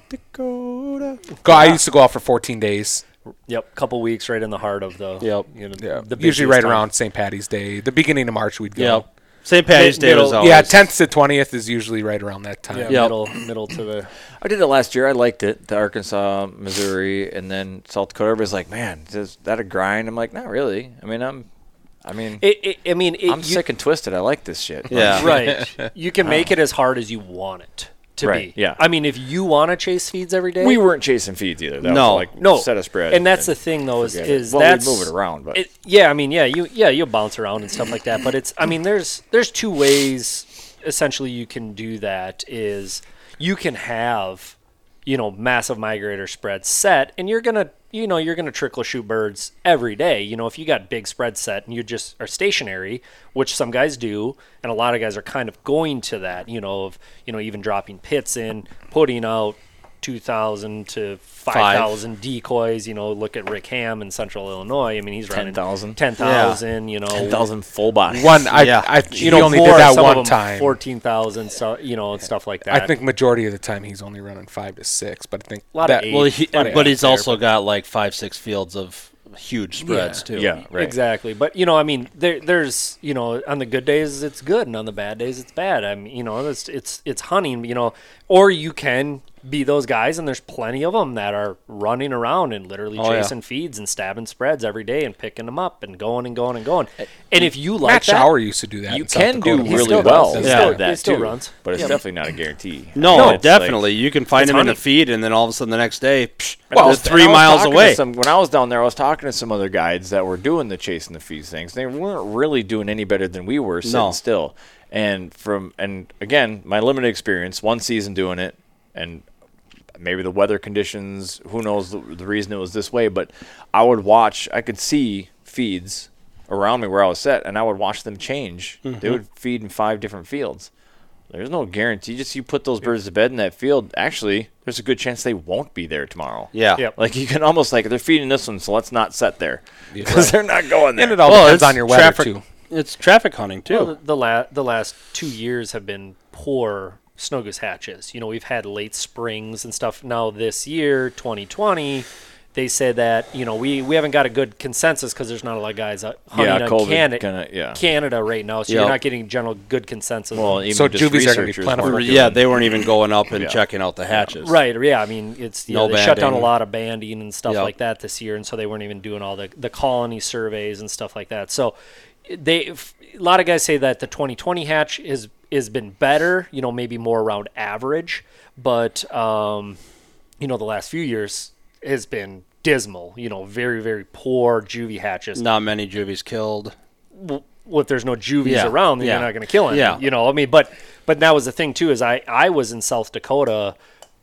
S4: Dakota.
S6: Go, I used to go out for 14 days.
S5: Yep, couple weeks right in the heart of the.
S4: Yep.
S5: You know,
S6: Yeah.
S5: the
S6: Usually
S5: busiest
S6: right
S5: time.
S6: around St. Patty's Day, the beginning of March, we'd go.
S4: Yeah. St. Patty's Day was always.
S6: Yeah, 10th to 20th is usually right around that time.
S5: Yeah,
S4: Yep.
S5: middle middle to the.
S7: I did it last year. I liked it. The Arkansas, Missouri, and then South Dakota. Everybody's like, "Man, is that a grind?" I'm like, "Not really. I mean, I'm, I mean,
S5: It, it, I mean, it,
S7: I'm
S5: you,
S7: sick and twisted. I like this shit."
S4: Yeah.
S5: right. You can make it as hard as you want it to
S7: Uh. Right,
S5: be.
S7: yeah.
S5: I mean, if you want to chase feeds every day,
S7: We weren't chasing feeds either. That
S4: No.
S7: was like
S5: no
S7: set a spread.
S5: And that's the thing, though, is
S7: forget it.
S5: is
S7: Well, we'd
S5: that's
S7: move it around, but-
S5: yeah, I mean, yeah, you yeah you'll bounce around and stuff like that. But it's I mean, there's there's two ways essentially you can do that. Is you can have you know massive migrator spreads set, and you're gonna you know you're gonna trickle shoot birds every day. You know if you got big spread set and you just are stationary, which some guys do, and a lot of guys are kind of going to that. You know of you know even dropping pits in, putting out. 2000 to 5000 decoys you know look at rick ham in central illinois i mean he's running
S7: 10,000.
S5: 10000 you know
S7: thousand full body.
S6: One, I,
S4: Yeah.
S6: I, he only did that one time.
S5: 14,000, so, you know, and stuff like that.
S6: I think majority of the time he's only running five to six, but I think
S5: Lot of
S6: that
S5: eight.
S4: Well, he,
S5: Lot of
S4: but
S5: guys
S4: he's
S5: there,
S4: also got like five, six fields of huge spreads too.
S7: Yeah, right.
S5: E, Exactly. But, you know, I mean, there, there's, you know, on the good days, it's good, and on the bad days, it's bad. I mean, you know, it's, it's, it's hunting, you know, or you can be those guys, and there's plenty of them that are running around and literally
S4: yeah.
S5: chasing feeds and stabbing spreads every day and picking them up and going and going and going. And if you like
S6: Matt
S5: that,
S6: Shower used to do that.
S7: You
S6: in South
S7: can do
S6: Dakota.
S5: He
S7: really
S5: still
S7: well.
S5: runs.
S7: with
S5: He
S4: still-
S7: that
S5: he still
S7: too,
S5: runs.
S7: but it's
S5: Yeah.
S7: definitely not a guarantee.
S4: No,
S7: It's like-
S4: definitely. you can find
S5: it's
S4: him in
S5: honey.
S4: the feed, and then all of a sudden the next day, psh,
S7: Well,
S4: they're
S7: I was-
S4: three
S7: and I was
S4: miles
S7: talking to
S4: away.
S7: some- when I was down there, I was talking to some other guides that were doing the chasing the fees things. They weren't really doing any better than we were sitting
S4: No.
S7: still. And from and again, my limited experience, one season doing it, and maybe the weather conditions. Who knows the, the reason it was this way? But I would watch. I could see feeds around me where I was set, and I would watch them change.
S6: Mm-hmm.
S7: They would feed in five different fields. There's no guarantee. Just you put those birds to bed in that field. Actually, there's a good chance they won't be there tomorrow.
S4: Yeah.
S5: Yep.
S7: Like you can almost like they're feeding this one, so let's not set there because they're not going there.
S6: And it all
S4: Well,
S6: depends
S4: it's
S6: on your weather
S4: traffic-
S6: too.
S4: It's traffic hunting too.
S5: Well, the, the, la- the last two years have been poor snow goose hatches. You know, we've had late springs and stuff. Now this year, 2020, they say that you know we, we haven't got a good consensus because there's not a lot of guys uh, hunting
S7: Yeah,
S5: on
S7: COVID
S5: Canada,
S7: kinda- yeah.
S5: Canada right now, so you're
S4: Yep.
S5: not getting general good consensus.
S7: Well, even
S6: So
S7: just
S6: juvies are gonna be
S7: researchers
S6: plentiful.
S7: weren't
S4: Yeah,
S2: um,
S7: doing-
S4: they weren't even going up and checking out the hatches.
S5: Right. Yeah. I mean, it's you
S4: No
S5: know, they shut down a
S4: banding.
S5: lot of banding and stuff
S4: Yep.
S5: like that this year, and so they weren't even doing all the the colony surveys and stuff like that. So they f- a lot of guys say that the 2020 hatch is has been better. You know, maybe more around average, but um, you know, the last few years has been dismal. You know, very very poor juvie hatches.
S4: Not many juvies killed.
S5: Well, if there's no juvies
S4: Yeah,
S5: around, then
S4: yeah.
S5: you're not going to kill him.
S4: Yeah.
S5: You know, I mean, but but that was the thing too is I I was in South Dakota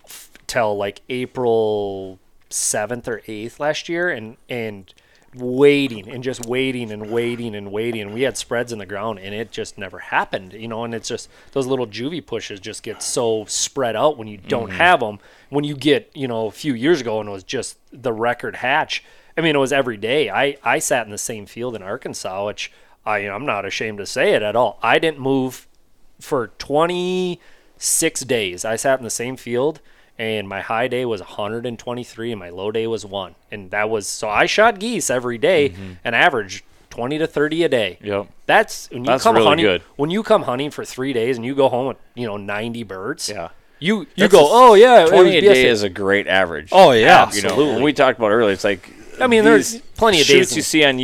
S5: f- till like April seventh or eighth last year, and and waiting and just waiting and waiting and waiting. And we had spreads in the ground, and it just never happened. You know, and it's just those little juvie pushes just get so spread out when you don't 'em. have them. When you get you know a few years ago, and it was just the record hatch. I mean, it was every day. I, I sat in the same field in Arkansas, which I, I'm not ashamed to say it at all. I didn't move for 26 days. I sat in the same field, and my high day was 123, and my low day was one. And that was so I shot geese every day and averaged 20 to 30 a day.
S7: Mm-hmm. Yep.
S5: That's when you
S7: That's
S5: come
S7: really
S5: hunting.
S7: good.
S5: When you come hunting for three days and you go home with you know 90 birds.
S7: Yeah.
S5: You you
S7: That's
S5: go
S7: a-
S5: oh yeah it was
S7: Twenty a day
S5: BS.
S7: is a great average.
S4: Oh, yeah.
S7: you know. When we talked about earlier, it's like
S5: I mean,
S7: these
S5: there's plenty of
S7: shoots
S5: days in-
S7: you see on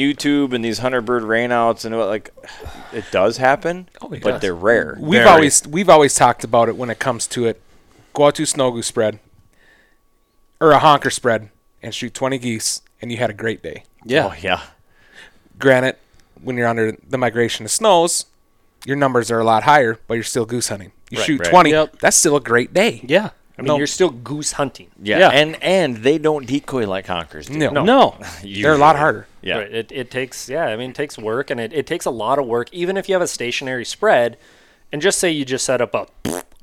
S7: YouTube and these hunter bird rainouts and what like it does happen,
S6: yeah.
S7: but they're rare.
S6: We've
S7: Very-
S6: always we've always talked about it when it comes to it. Go out to a snow goose spread or a honker spread and shoot twenty geese, and you had a great day.
S4: Yeah.
S7: oh, yeah.
S6: Granted, when you're under the migration of snows, your numbers are a lot higher, but you're still goose hunting. You
S7: Right,
S6: shoot
S7: right.
S6: twenty,
S4: Yep.
S6: that's still a great day.
S4: Yeah.
S5: I mean,
S6: No.
S5: you're still goose hunting.
S7: yeah,
S4: Yeah.
S7: and and they don't decoy like honkers. Do.
S6: No,
S4: No.
S6: they're a lot harder.
S7: Yeah,
S5: Right. It, it takes, yeah, I mean, it takes work and it, it takes a lot of work. Even if you have a stationary spread, and just say you just set up a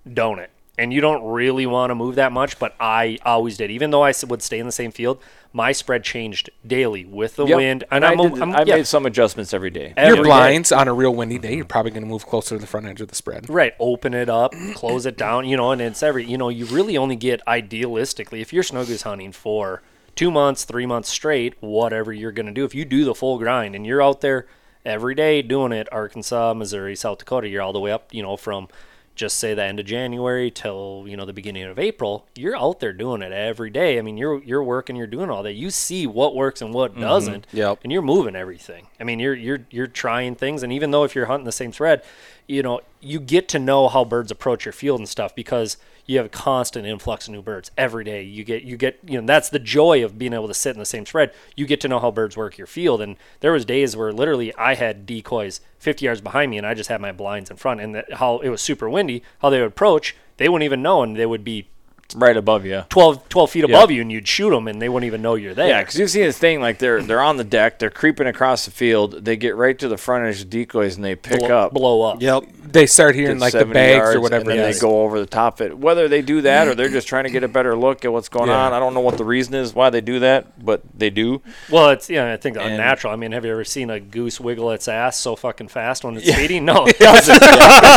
S5: donut and you don't really want to move that much, but I always did. Even though I s- would stay in the same field, my spread changed daily with the
S7: Yep.
S5: wind. And,
S7: I,
S5: I'm,
S7: did-
S5: a, I'm
S7: I
S5: yeah,
S7: made some adjustments every day.
S5: every
S6: Your
S5: day.
S6: blinds on a real windy day, you're probably going to move closer to the front edge of the spread.
S5: Right. Open it up, close it down, you know, and it's every, you know, you really only get idealistically, if you're snow goose hunting for two months, three months straight, whatever you're going to do, if you do the full grind and you're out there every day doing it, Arkansas, Missouri, South Dakota, you're all the way up, you know, from just say the end of January till, you know, the beginning of April, you're out there doing it every day. I mean, you're, you're working, you're doing all that. You see what works and what doesn't
S4: Yep.
S5: and you're moving everything. I mean, you're you're you're trying things, and even though if you're hunting the same thread, you know you get to know how birds approach your field and stuff because you have a constant influx of new birds every day. You get you get you know that's the joy of being able to sit in the same spread. You get to know how birds work your field, and there was days where literally I had decoys 50 yards behind me, and I just had my blinds in front, and that, how it was super windy, how they would approach, they wouldn't even know, and they would be
S7: Right above you.
S5: 12, 12 feet above you, and you'd shoot them, and they wouldn't even know you're there.
S7: Yeah, because you've seen this thing like they're they're on the deck, they're creeping across the field, they get right to the front edge of decoys and they pick
S5: blow,
S7: up,
S5: blow up.
S4: Yep.
S6: They start
S7: did
S6: hearing like the
S7: 70
S6: bags
S7: yards,
S6: or whatever.
S7: and
S6: it
S7: then
S6: is.
S7: they go over the top of it. Whether they do that or they're just trying to get a better look at what's going
S6: Yeah.
S7: on, I don't know what the reason is why they do that, but they do.
S5: Well, it's yeah, I think unnatural. I mean, have you ever seen a goose wiggle its ass so fucking fast when it's feeding? No, it doesn't.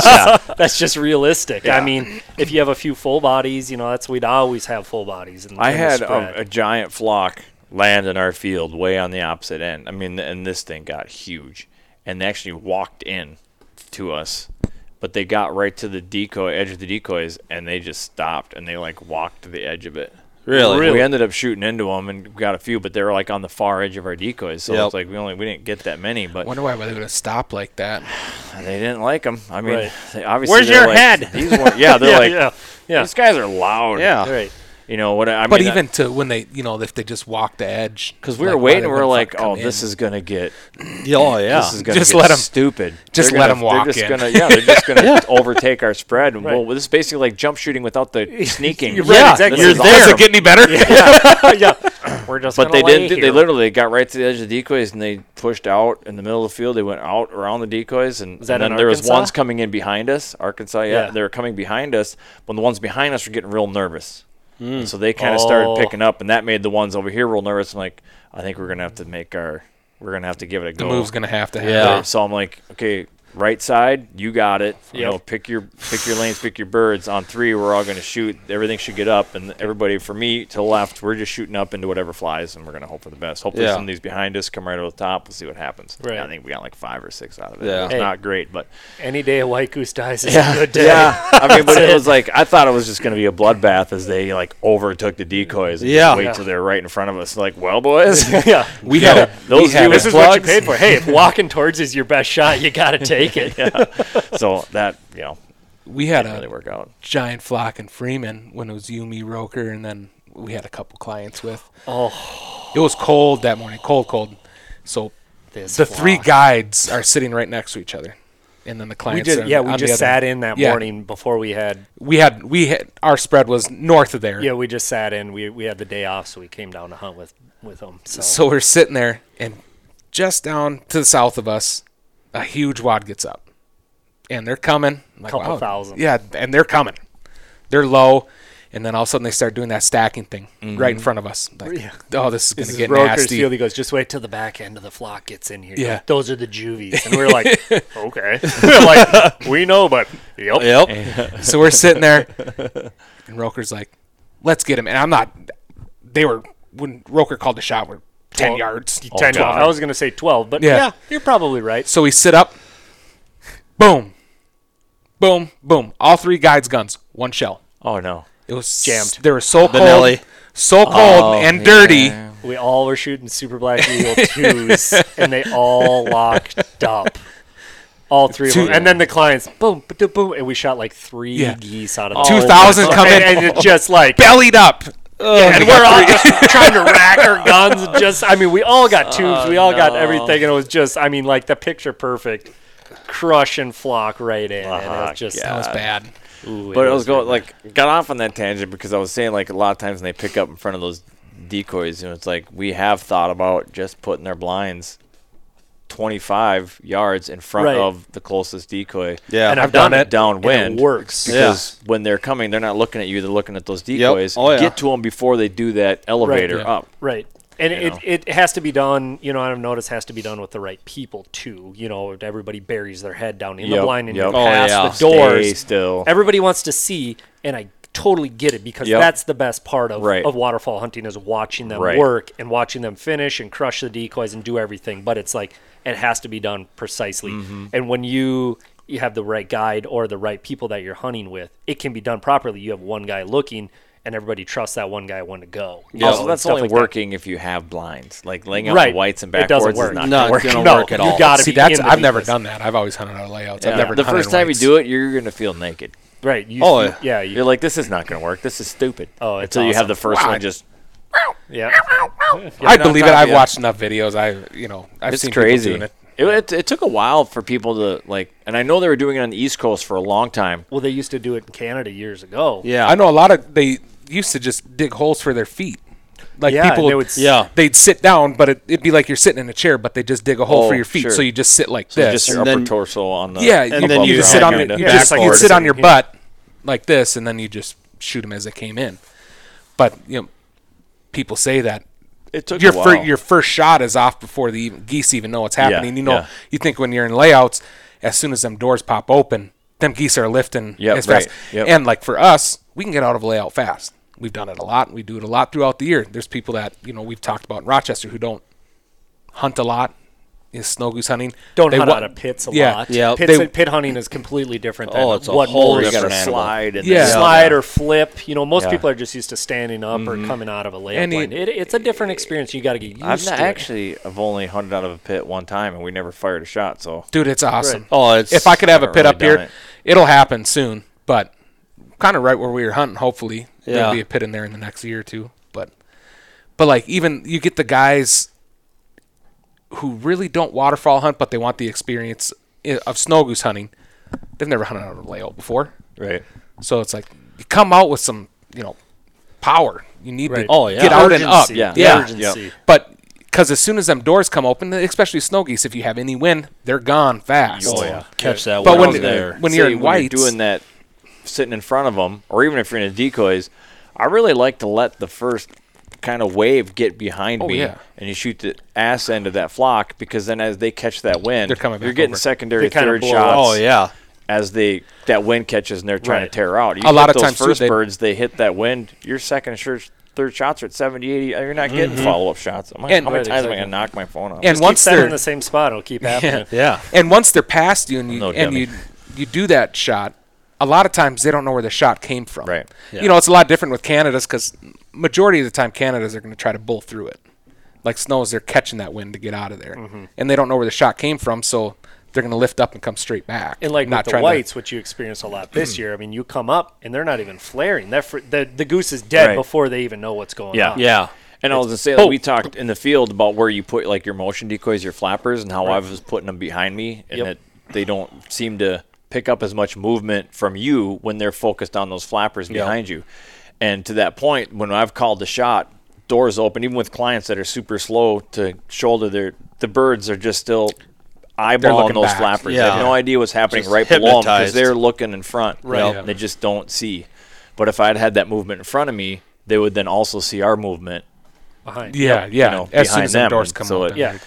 S5: that's just realistic. I mean, if you have a few full bodies, you know, that's we'd always have full bodies. In,
S7: I
S5: in the
S7: had um,
S5: spread.
S7: a, a giant flock land in our field way on the opposite end. I mean, and this thing got huge, and they actually walked in to us, but they got right to the decoy edge of the decoys, and they just stopped and they like walked to the edge of it.
S4: Really?
S7: We ended up shooting into them and got a few, but they were like on the far edge of our decoys, so
S4: Yep.
S7: it's like we only we didn't get that many, but
S6: Wonder why they would have stopped like that.
S7: they didn't like them. I mean,
S5: Right.
S7: they obviously
S4: Where's
S7: they're
S4: your
S7: like,
S4: head?
S7: These weren't, yeah, they're
S5: yeah,
S7: like
S5: yeah, yeah.
S7: these guys are loud.
S4: Yeah.
S5: Right.
S7: you know what? I mean,
S6: But even to when they, you know, if they just walk the edge,
S7: because we
S6: like,
S7: were
S6: why
S7: waiting,
S6: they
S7: we are
S6: wouldn't
S7: like,
S6: fucking
S7: oh,
S6: come in.
S7: this is gonna get
S4: Oh, yeah.
S7: this is gonna
S6: Just
S7: get
S6: let 'em-
S7: stupid.
S6: just
S7: They're
S6: let
S7: gonna-
S6: 'em walk
S7: They're just
S6: in.
S7: gonna yeah, they're just gonna overtake our spread. And Well, this is basically like jump shooting without the sneaking.
S5: You're right, Yeah, exactly.
S7: This
S5: you're
S7: is
S5: there.
S7: awesome.
S6: Does it get any better?
S5: yeah. We're just.
S7: But they
S5: gonna
S7: didn't.
S5: lay
S7: do- They
S5: here.
S7: literally got right to the edge of the decoys and they pushed out in the middle of the field. They went out around the decoys and,
S5: that
S7: and then
S5: in
S7: there was
S5: Arkansas?
S7: ones coming in behind us. Arkansas, yeah,
S5: Yeah.
S7: they were coming behind us. When the ones behind us were getting real nervous, And so they kind of started
S5: Oh.
S7: picking up, and that made the ones over here real nervous. I'm like, I think we're gonna have to make our, we're gonna have to give it a
S6: the
S7: go.
S6: move's gonna have to happen.
S4: Yeah.
S7: So I'm like, okay, Right side, you got it. You
S5: Yep.
S7: know, pick your pick your lanes, pick your birds. On three, we're all going to shoot. Everything should get up, and everybody from me to left, we're just shooting up into whatever flies, and we're going to hope for the best. Hopefully,
S4: Yeah.
S7: some of these behind us come right over the top. We'll see what happens.
S5: Right.
S7: I think we got like five or six out of it.
S4: Yeah.
S7: it's
S5: Hey.
S7: not great, but
S5: Any day a white goose dies is a good day.
S7: yeah, I mean, but it was like I thought it was just going to be a bloodbath as they like overtook the decoys. And just
S4: Yeah.
S7: wait
S4: Yeah.
S7: till they're right in front of us. Like, well, boys,
S5: yeah.
S4: We
S7: Yeah,
S4: had a,
S7: those
S4: we had a-
S5: This
S7: viewers-
S5: is what you
S7: Plugs.
S5: paid for. Hey, if walking towards is your best shot, you got to take it.
S7: so that you know
S6: We had
S7: didn't really
S6: a
S7: work out.
S6: giant flock in Freeman when it was you, me, Roker, and then we had a couple clients with.
S5: Oh,
S6: It was cold that morning, cold, cold. So
S5: this
S6: the three
S5: flock.
S6: guides are sitting right next to each other, and then the
S5: We
S6: clients. are
S5: just,
S6: on-
S5: yeah, we
S6: on the
S5: just
S6: other-
S5: sat in that
S6: Yeah.
S5: morning before we had.
S6: We had we had our spread was north of there.
S5: Yeah, we just sat in. We we had the day off, so we came down to hunt with with them. So,
S6: So we're sitting there, and just down to the south of us, a huge wad gets up, and they're coming. I'm like,
S5: Couple thousand.
S6: Yeah, and they're coming. They're low, and then all of a sudden they start doing that stacking thing right in front of us. Like,
S5: Mm-hmm. Yeah.
S6: oh, this is
S5: this
S6: gonna
S5: is
S6: get
S5: Roker's
S6: nasty.
S5: field. He goes, just wait till the back end of the flock gets in here.
S6: Yeah.
S5: those are the juvies, and we're like, okay, like we know, but yep.
S4: Yep.
S6: so we're sitting there, and Roker's like, "Let's get him." And I'm not. They were when Roker called the shot. We're ten
S5: Well,
S6: yards.
S5: 10 12. I was going to say 12, but yeah.
S6: Yeah.
S5: you're probably right.
S6: So we sit up. Boom, boom, boom. All three guides' guns, one shell.
S7: Oh no,
S6: It was
S5: Jammed.
S6: They were so cold,
S4: Benelli.
S6: so cold
S7: Oh,
S6: and dirty.
S5: We all were shooting Super Black Eagle 2s, and they all locked up. All three of
S6: Two-
S5: them. And then the clients, boom, ba-doom, boom, and we shot like three
S6: Yeah.
S5: geese out of
S6: Two
S5: the
S6: thousand
S5: whole-
S6: come in,
S5: And, and it just like,
S6: bellied up.
S5: and we're all just trying to rack our guns. and Just, I mean, we all
S7: Oh,
S5: got tubes, we all got everything, and it was just, I mean, like the picture perfect, crush and flock right in, and it
S7: Uh-huh,
S5: was just,
S6: That was bad.
S5: ooh,
S7: but I was
S5: was
S7: going like got off on that tangent because I was saying like a lot of times when they pick up in front of those decoys, you know, it's like we have thought about just putting their blinds. 25 yards in front
S5: Right.
S7: of the closest decoy.
S4: Yeah.
S5: And
S4: I've
S5: I've done
S7: done
S5: it,
S7: it downwind.
S5: and it works.
S7: because when they're coming, they're not looking at you; they're looking at those decoys.
S4: Oh, yeah.
S7: Get to them before they do that elevator
S6: yeah.
S7: up.
S5: Right. And
S7: You know?
S5: it, it has to be done, you know, I've noticed has to be done with the right people too. You know, everybody buries their head down in
S7: Yep,
S5: the blind and
S7: yep.
S5: you
S7: Oh,
S5: pass
S4: yeah.
S5: the doors.
S7: Stay still.
S5: Everybody wants to see, and I totally get it because
S7: Yep.
S5: that's the best part of,
S7: Right.
S5: of waterfall hunting is watching them
S7: Right.
S5: work and watching them finish and crush the decoys and do everything. But it's like it has to be done precisely.
S7: Mm-hmm.
S5: And when you you have the right guide or the right people that you're hunting with, it can be done properly. You have one guy looking and everybody trusts that one guy when to go. You know,
S7: also,
S5: and
S7: that's
S5: stuff
S7: only
S5: like that.
S7: working if you have blinds. Like laying out the whites and
S5: It doesn't
S7: backboards
S5: work.
S7: is not
S4: No,
S7: gonna work.
S4: it don't
S5: no,
S4: work at
S5: You
S4: all.
S5: gotta
S6: See,
S5: be
S6: that's
S5: in the
S6: I've never
S5: deepest.
S6: done that. I've always hunted out of layouts. I've
S7: Yeah.
S6: never
S7: The first time you do it, you're gonna feel naked.
S5: Right. You,
S4: Oh,
S5: you-
S4: yeah.
S5: yeah.
S7: You're
S5: You,
S7: like, this is not gonna work. This is stupid.
S5: Oh, it's
S7: until you have
S5: awesome.
S7: the first one. Just
S5: yeah.
S6: I believe it. I've
S4: yeah.
S6: watched enough videos. I, you know, I've
S7: it's
S6: seen
S7: crazy.
S6: people doing it.
S7: It, it, it took a while for people to like, and I know they were doing it on the East Coast for a long time.
S5: Well, they used to do it in Canada years ago.
S4: Yeah.
S6: I know a lot of they used to just dig holes for their feet. Like
S5: Yeah,
S6: people,
S5: they would s-
S4: Yeah.
S6: they'd sit down, but it, it'd be like you're sitting in a chair, but they just dig a hole
S7: Oh,
S6: for your feet,
S7: sure.
S6: so you just sit like
S7: So
S6: this.
S7: just your
S4: And
S7: upper
S4: then-
S7: torso on the
S6: yeah,
S4: and
S6: you,
S4: then
S6: then you
S4: you
S6: just sit on
S4: kinda-
S6: your,
S7: Yeah,
S6: you just
S5: backwards.
S6: you'd sit on your
S5: Yeah.
S6: butt like this, and then you just shoot them as they came in. But you know, people say that
S7: It took
S6: your
S7: a while.
S6: fir- your first shot is off before the even, geese even know what's happening. you know,
S7: yeah.
S6: you think when you're in layouts, as soon as them doors pop open, them geese are lifting
S7: Yep,
S6: as fast.
S7: right, yep.
S6: And like for us, we can get out of a layout fast. We've done it a lot. We do it a lot throughout the year. There's people that you know we've talked about in Rochester who don't hunt a lot. Is snow goose hunting?
S5: Don't
S6: They
S5: hunt
S6: wa-
S5: out of pits a
S6: yeah,
S5: lot.
S4: yeah,
S5: Pits,
S6: they-
S5: pit hunting is completely different than
S4: Oh, it's a
S5: what
S4: whole
S5: most
S7: you gotta
S4: different animal.
S7: slide and
S6: Yeah.
S7: then
S5: slide or flip. You know, most
S7: Yeah.
S5: people are just used to standing up or coming out of a layup
S6: And it-
S5: blind. It, it's a different experience. You got to get used
S7: I've
S5: to.
S7: not
S5: it.
S7: actually. I've only hunted out of a pit one time, and we never fired a shot. So
S6: Dude, it's awesome.
S4: Oh, it's
S6: if I could have a
S7: haven't
S6: pit
S7: really
S6: up here,
S7: done it.
S6: it. will happen soon. But kind of right where we were hunting, hopefully
S4: Yeah.
S6: there'll be a pit in there in the next year or two. But but like even you get the guys who really don't waterfall hunt, but they want the experience i- of snow goose hunting. They've never hunted out of a layout before,
S7: right.
S6: so it's like you come out with some you know power. You need
S5: Right.
S6: to
S4: Oh, yeah.
S6: get out and up.
S5: Urgency.
S7: yeah.
S5: The
S7: Yeah.
S5: Urgency.
S6: But because as soon as them doors come open, especially snow geese, if you have any wind, they're gone fast.
S4: Oh yeah. Catch that
S6: But
S4: one
S6: when-
S4: there.
S6: when you're in whites-
S7: doing that, sitting in front of them, or even if you're in a decoys, I really like to let the first kind of wave get behind
S6: Oh,
S7: me,
S6: yeah.
S7: and you shoot the ass end of that flock because then as they catch that wind,
S6: They're coming
S7: you're
S6: back
S7: getting
S6: over.
S7: secondary,
S5: They kinda
S7: third
S5: blow
S7: shots.
S4: Oh yeah.
S7: As they that wind catches and they're trying
S5: Right.
S7: to tear out. You
S6: A lot
S7: hit
S6: of
S7: those
S6: times, too,
S7: first
S6: they-
S7: birds they hit that wind. Your second, shir- third shots are at 70, 80. You're not getting follow up shots. I'm like,
S6: Mm-hmm. And-
S7: how many
S6: Right,
S7: times am I
S5: exactly.
S7: gonna knock my phone out?
S6: And
S5: Just
S6: once
S5: keep that
S6: they're
S5: in the same spot, it'll keep happening.
S4: Yeah.
S6: and once they're past you and you
S7: No
S6: and
S7: dummy.
S6: you you do that shot, a lot of times they don't know where the shot came from.
S7: Right.
S4: Yeah.
S6: You know, it's a lot different with Canada's because majority of the time Canada's are going to try to bull through it. Like snows, they're catching that wind to get out of there,
S5: Mm-hmm.
S6: and they don't know where the shot came from, so they're going to lift up and come straight back.
S5: And like
S6: not
S5: with the
S6: trying
S5: whites, which you experience a lot this year, I mean, you come up and they're not even flaring. They're fr- the the goose is dead
S7: Right.
S5: before they even know what's going
S7: Yeah.
S5: on.
S4: Yeah.
S7: And I was gonna say, like, we talked in the field about where you put like your motion decoys, your flappers, and how I was putting them behind me, and
S5: Yep.
S7: that they don't seem to pick up as much movement from you when they're focused on those flappers behind you. And to that point, when I've called the shot, doors open. Even with clients that are super slow to shoulder their, the birds are just still eyeballing
S6: looking
S7: those
S6: back.
S7: flappers. They
S4: Yeah.
S7: have no idea what's happening
S4: Just
S7: right below them because
S4: hypnotized.
S7: they're looking in front.
S4: Right.
S7: They just don't see. But if I had had that movement in front of me, they would then also see our movement
S5: Behind.
S6: To, yeah, yeah.
S7: know,
S6: as soon
S7: behind
S6: as the
S7: them,
S6: doors
S7: and
S6: come
S7: so
S6: up,
S7: it-
S6: yeah.
S5: Yeah.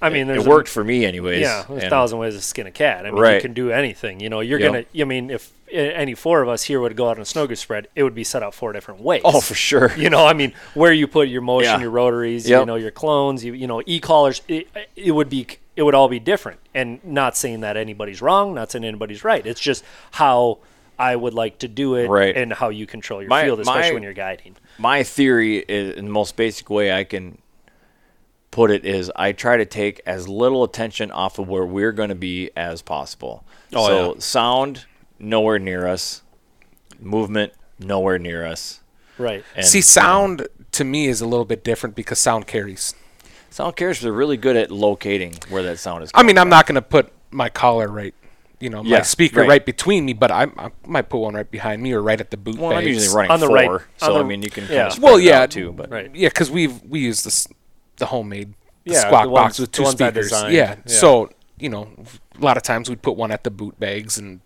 S5: I mean, there's
S7: it worked for me anyways.
S5: yeah, there's a
S7: and-
S5: thousand ways to skin a cat. I mean, you
S7: Right.
S5: can do anything. You know, you're
S7: Yep.
S5: gonna. I mean, if uh, any four of us here would go out on a snow goose spread, it would be set out four different ways.
S7: Oh, for sure.
S5: You know, I mean, where you put your motion,
S7: Yeah.
S5: your rotaries, you
S7: Yep.
S5: know, your clones, you you know, e collars, it, it would be it would all be different. And not saying that anybody's wrong, not saying anybody's right. It's just how I would like to do it,
S7: Right.
S5: and how you control your
S7: My-
S5: field, especially
S7: my-
S5: when you're guiding.
S7: My theory, is, in the most basic way I can put it, is I try to take as little attention off of where we're going to be as possible.
S4: Oh,
S7: so
S4: yeah.
S7: sound nowhere near us, movement nowhere near us.
S5: Right.
S7: And
S6: See, sound to me is a little bit different because sound carries.
S7: sound carriers are really good at locating where that sound is.
S6: I
S7: coming
S6: mean, I'm
S7: from.
S6: not going to put my collar right, you know, my
S7: Yeah,
S6: speaker
S7: right.
S6: right. between me, but I, I might put one right behind me or right at the boot.
S7: Well, I'm
S6: base.
S7: usually running
S5: On the
S7: four,
S5: right- on
S7: so
S5: the-
S7: I mean you can kind
S5: yeah.
S7: of spread
S6: Well,
S7: it
S6: yeah,
S7: out too, but
S5: Right.
S6: Yeah, because we've we use this the homemade the
S5: Yeah,
S6: squawk
S5: the ones-
S6: box with
S5: the
S6: two
S5: ones I
S6: speakers. Yeah.
S5: designed, yeah.
S6: so you know, a lot of times we'd put one at the boot bags, and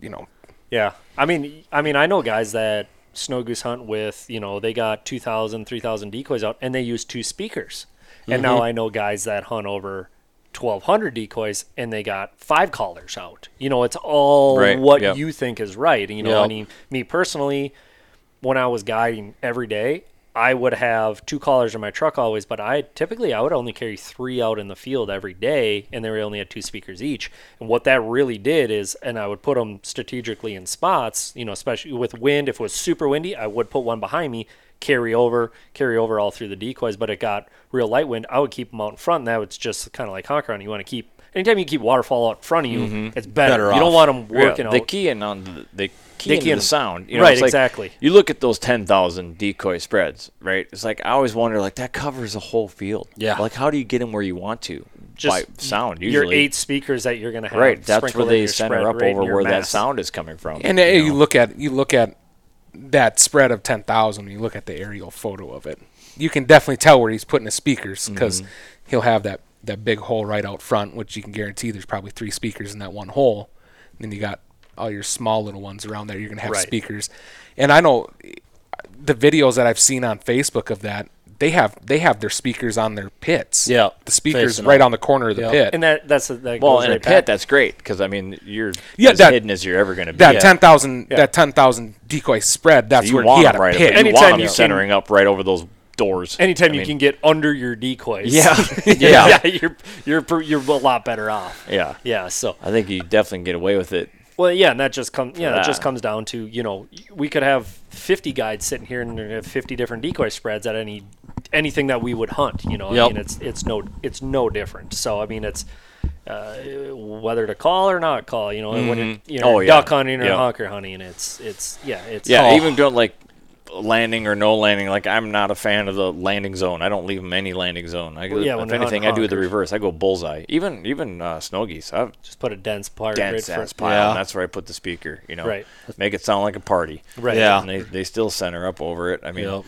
S6: you know,
S5: Yeah. I mean, I mean, I know guys that snow goose hunt with, you know, they got 2,000, 3,000 decoys out and they use two speakers.
S7: Mm-hmm.
S5: And now I know guys that hunt over 1,200 decoys and they got five collars out. You know, it's all
S7: Right,
S5: what
S7: yep.
S5: you think is right. You know, I
S4: Yep.
S5: mean, me personally, when I was guiding every day, I would have two collars in my truck always, but I typically I would only carry three out in the field every day, and they were only had two speakers each. And what that really did is, and I would put them strategically in spots, you know, especially with wind. If it was super windy, I would put one behind me, carry over, carry over all through the decoys. But it got real light wind, I would keep them out in front, and that was just kind of like honk around. You want to keep anytime you keep waterfall out front of you, it's better.
S4: Mm-hmm. Better
S5: you
S4: off.
S5: don't want them working
S7: yeah,
S5: out.
S7: They key in on the they key,
S5: They
S7: in
S5: key in-
S7: the sound. You know,
S5: right,
S7: it's like-
S5: exactly.
S7: You look at those ten thousand decoy spreads, right? It's like I always wonder, like that covers a whole field.
S4: Yeah.
S7: Like how do you get them where you want to? by sound usually.
S5: your eight speakers that you're going to have.
S7: right. That's where
S5: sprinkled in
S7: they
S5: your spread
S7: center up
S5: rate and
S7: over
S5: your
S7: where that
S5: mass.
S7: sound is coming from.
S6: and uh, you, look at you look at that spread of ten thousand. You look at the aerial photo of it. You can definitely tell where he's putting his speakers because
S7: Mm-hmm.
S6: he'll have that that big hole right out front, which you can guarantee there's probably three speakers in that one hole. And then you got all your small little ones around there. You're gonna have
S5: Right.
S6: speakers, and I know eh, the videos that I've seen on Facebook of that, they have they have their speakers on their pits.
S4: Yeah,
S6: the speakers
S4: facing
S6: right
S4: up.
S6: on the corner of the
S4: Yeah.
S6: pit.
S5: And that that's that
S7: well,
S5: goes
S7: in
S5: right
S7: a pit,
S5: back.
S7: that's great because I mean you're
S6: Yeah,
S7: as
S6: that-
S7: hidden as you're ever going to be.
S6: that
S7: Yeah.
S6: ten thousand that ten thousand decoy spread. That's
S7: you
S6: where
S7: want
S6: he had a
S7: them right.
S6: pit.
S7: Up, you
S5: Anytime
S7: want them
S5: you can-
S7: centering up right over those doors.
S5: anytime
S7: I
S5: you
S7: mean,
S5: can get under your decoys.
S7: Yeah.
S5: yeah,
S7: Yeah.
S5: you're you're pr- you're a lot better off.
S7: Yeah.
S5: Yeah, so
S7: I think you definitely get away with it.
S5: well, yeah, and that just comes yeah, that just
S7: that.
S5: comes down to you know we could have fifty guides sitting here and have fifty different decoy spreads at any anything that we would hunt. You know, I
S4: Yep.
S5: mean it's it's no it's no different. So I mean it's uh, whether to call or not call. You know, and when you're, you know
S7: Oh, yeah.
S5: duck hunting or
S7: Yeah.
S5: honker hunting, it's it's yeah it's
S7: Yeah,
S5: Oh,
S7: even don't like landing or no landing. Like I'm not a fan of the landing zone. I don't leave them any landing zone. I,
S5: Well, yeah, when
S7: if
S5: they're
S7: anything, I
S5: on
S7: do the
S5: honkers.
S7: reverse. I go bullseye. Even even uh, snow geese. I've
S5: just put a dense part
S7: dense
S5: grid
S7: ass
S5: for,
S7: pile.
S4: Yeah.
S7: And that's where I put the speaker. You know,
S5: Right.
S7: Make it sound like a party.
S5: Right.
S4: Yeah.
S7: And they they still center up over it. I mean,
S4: Yep.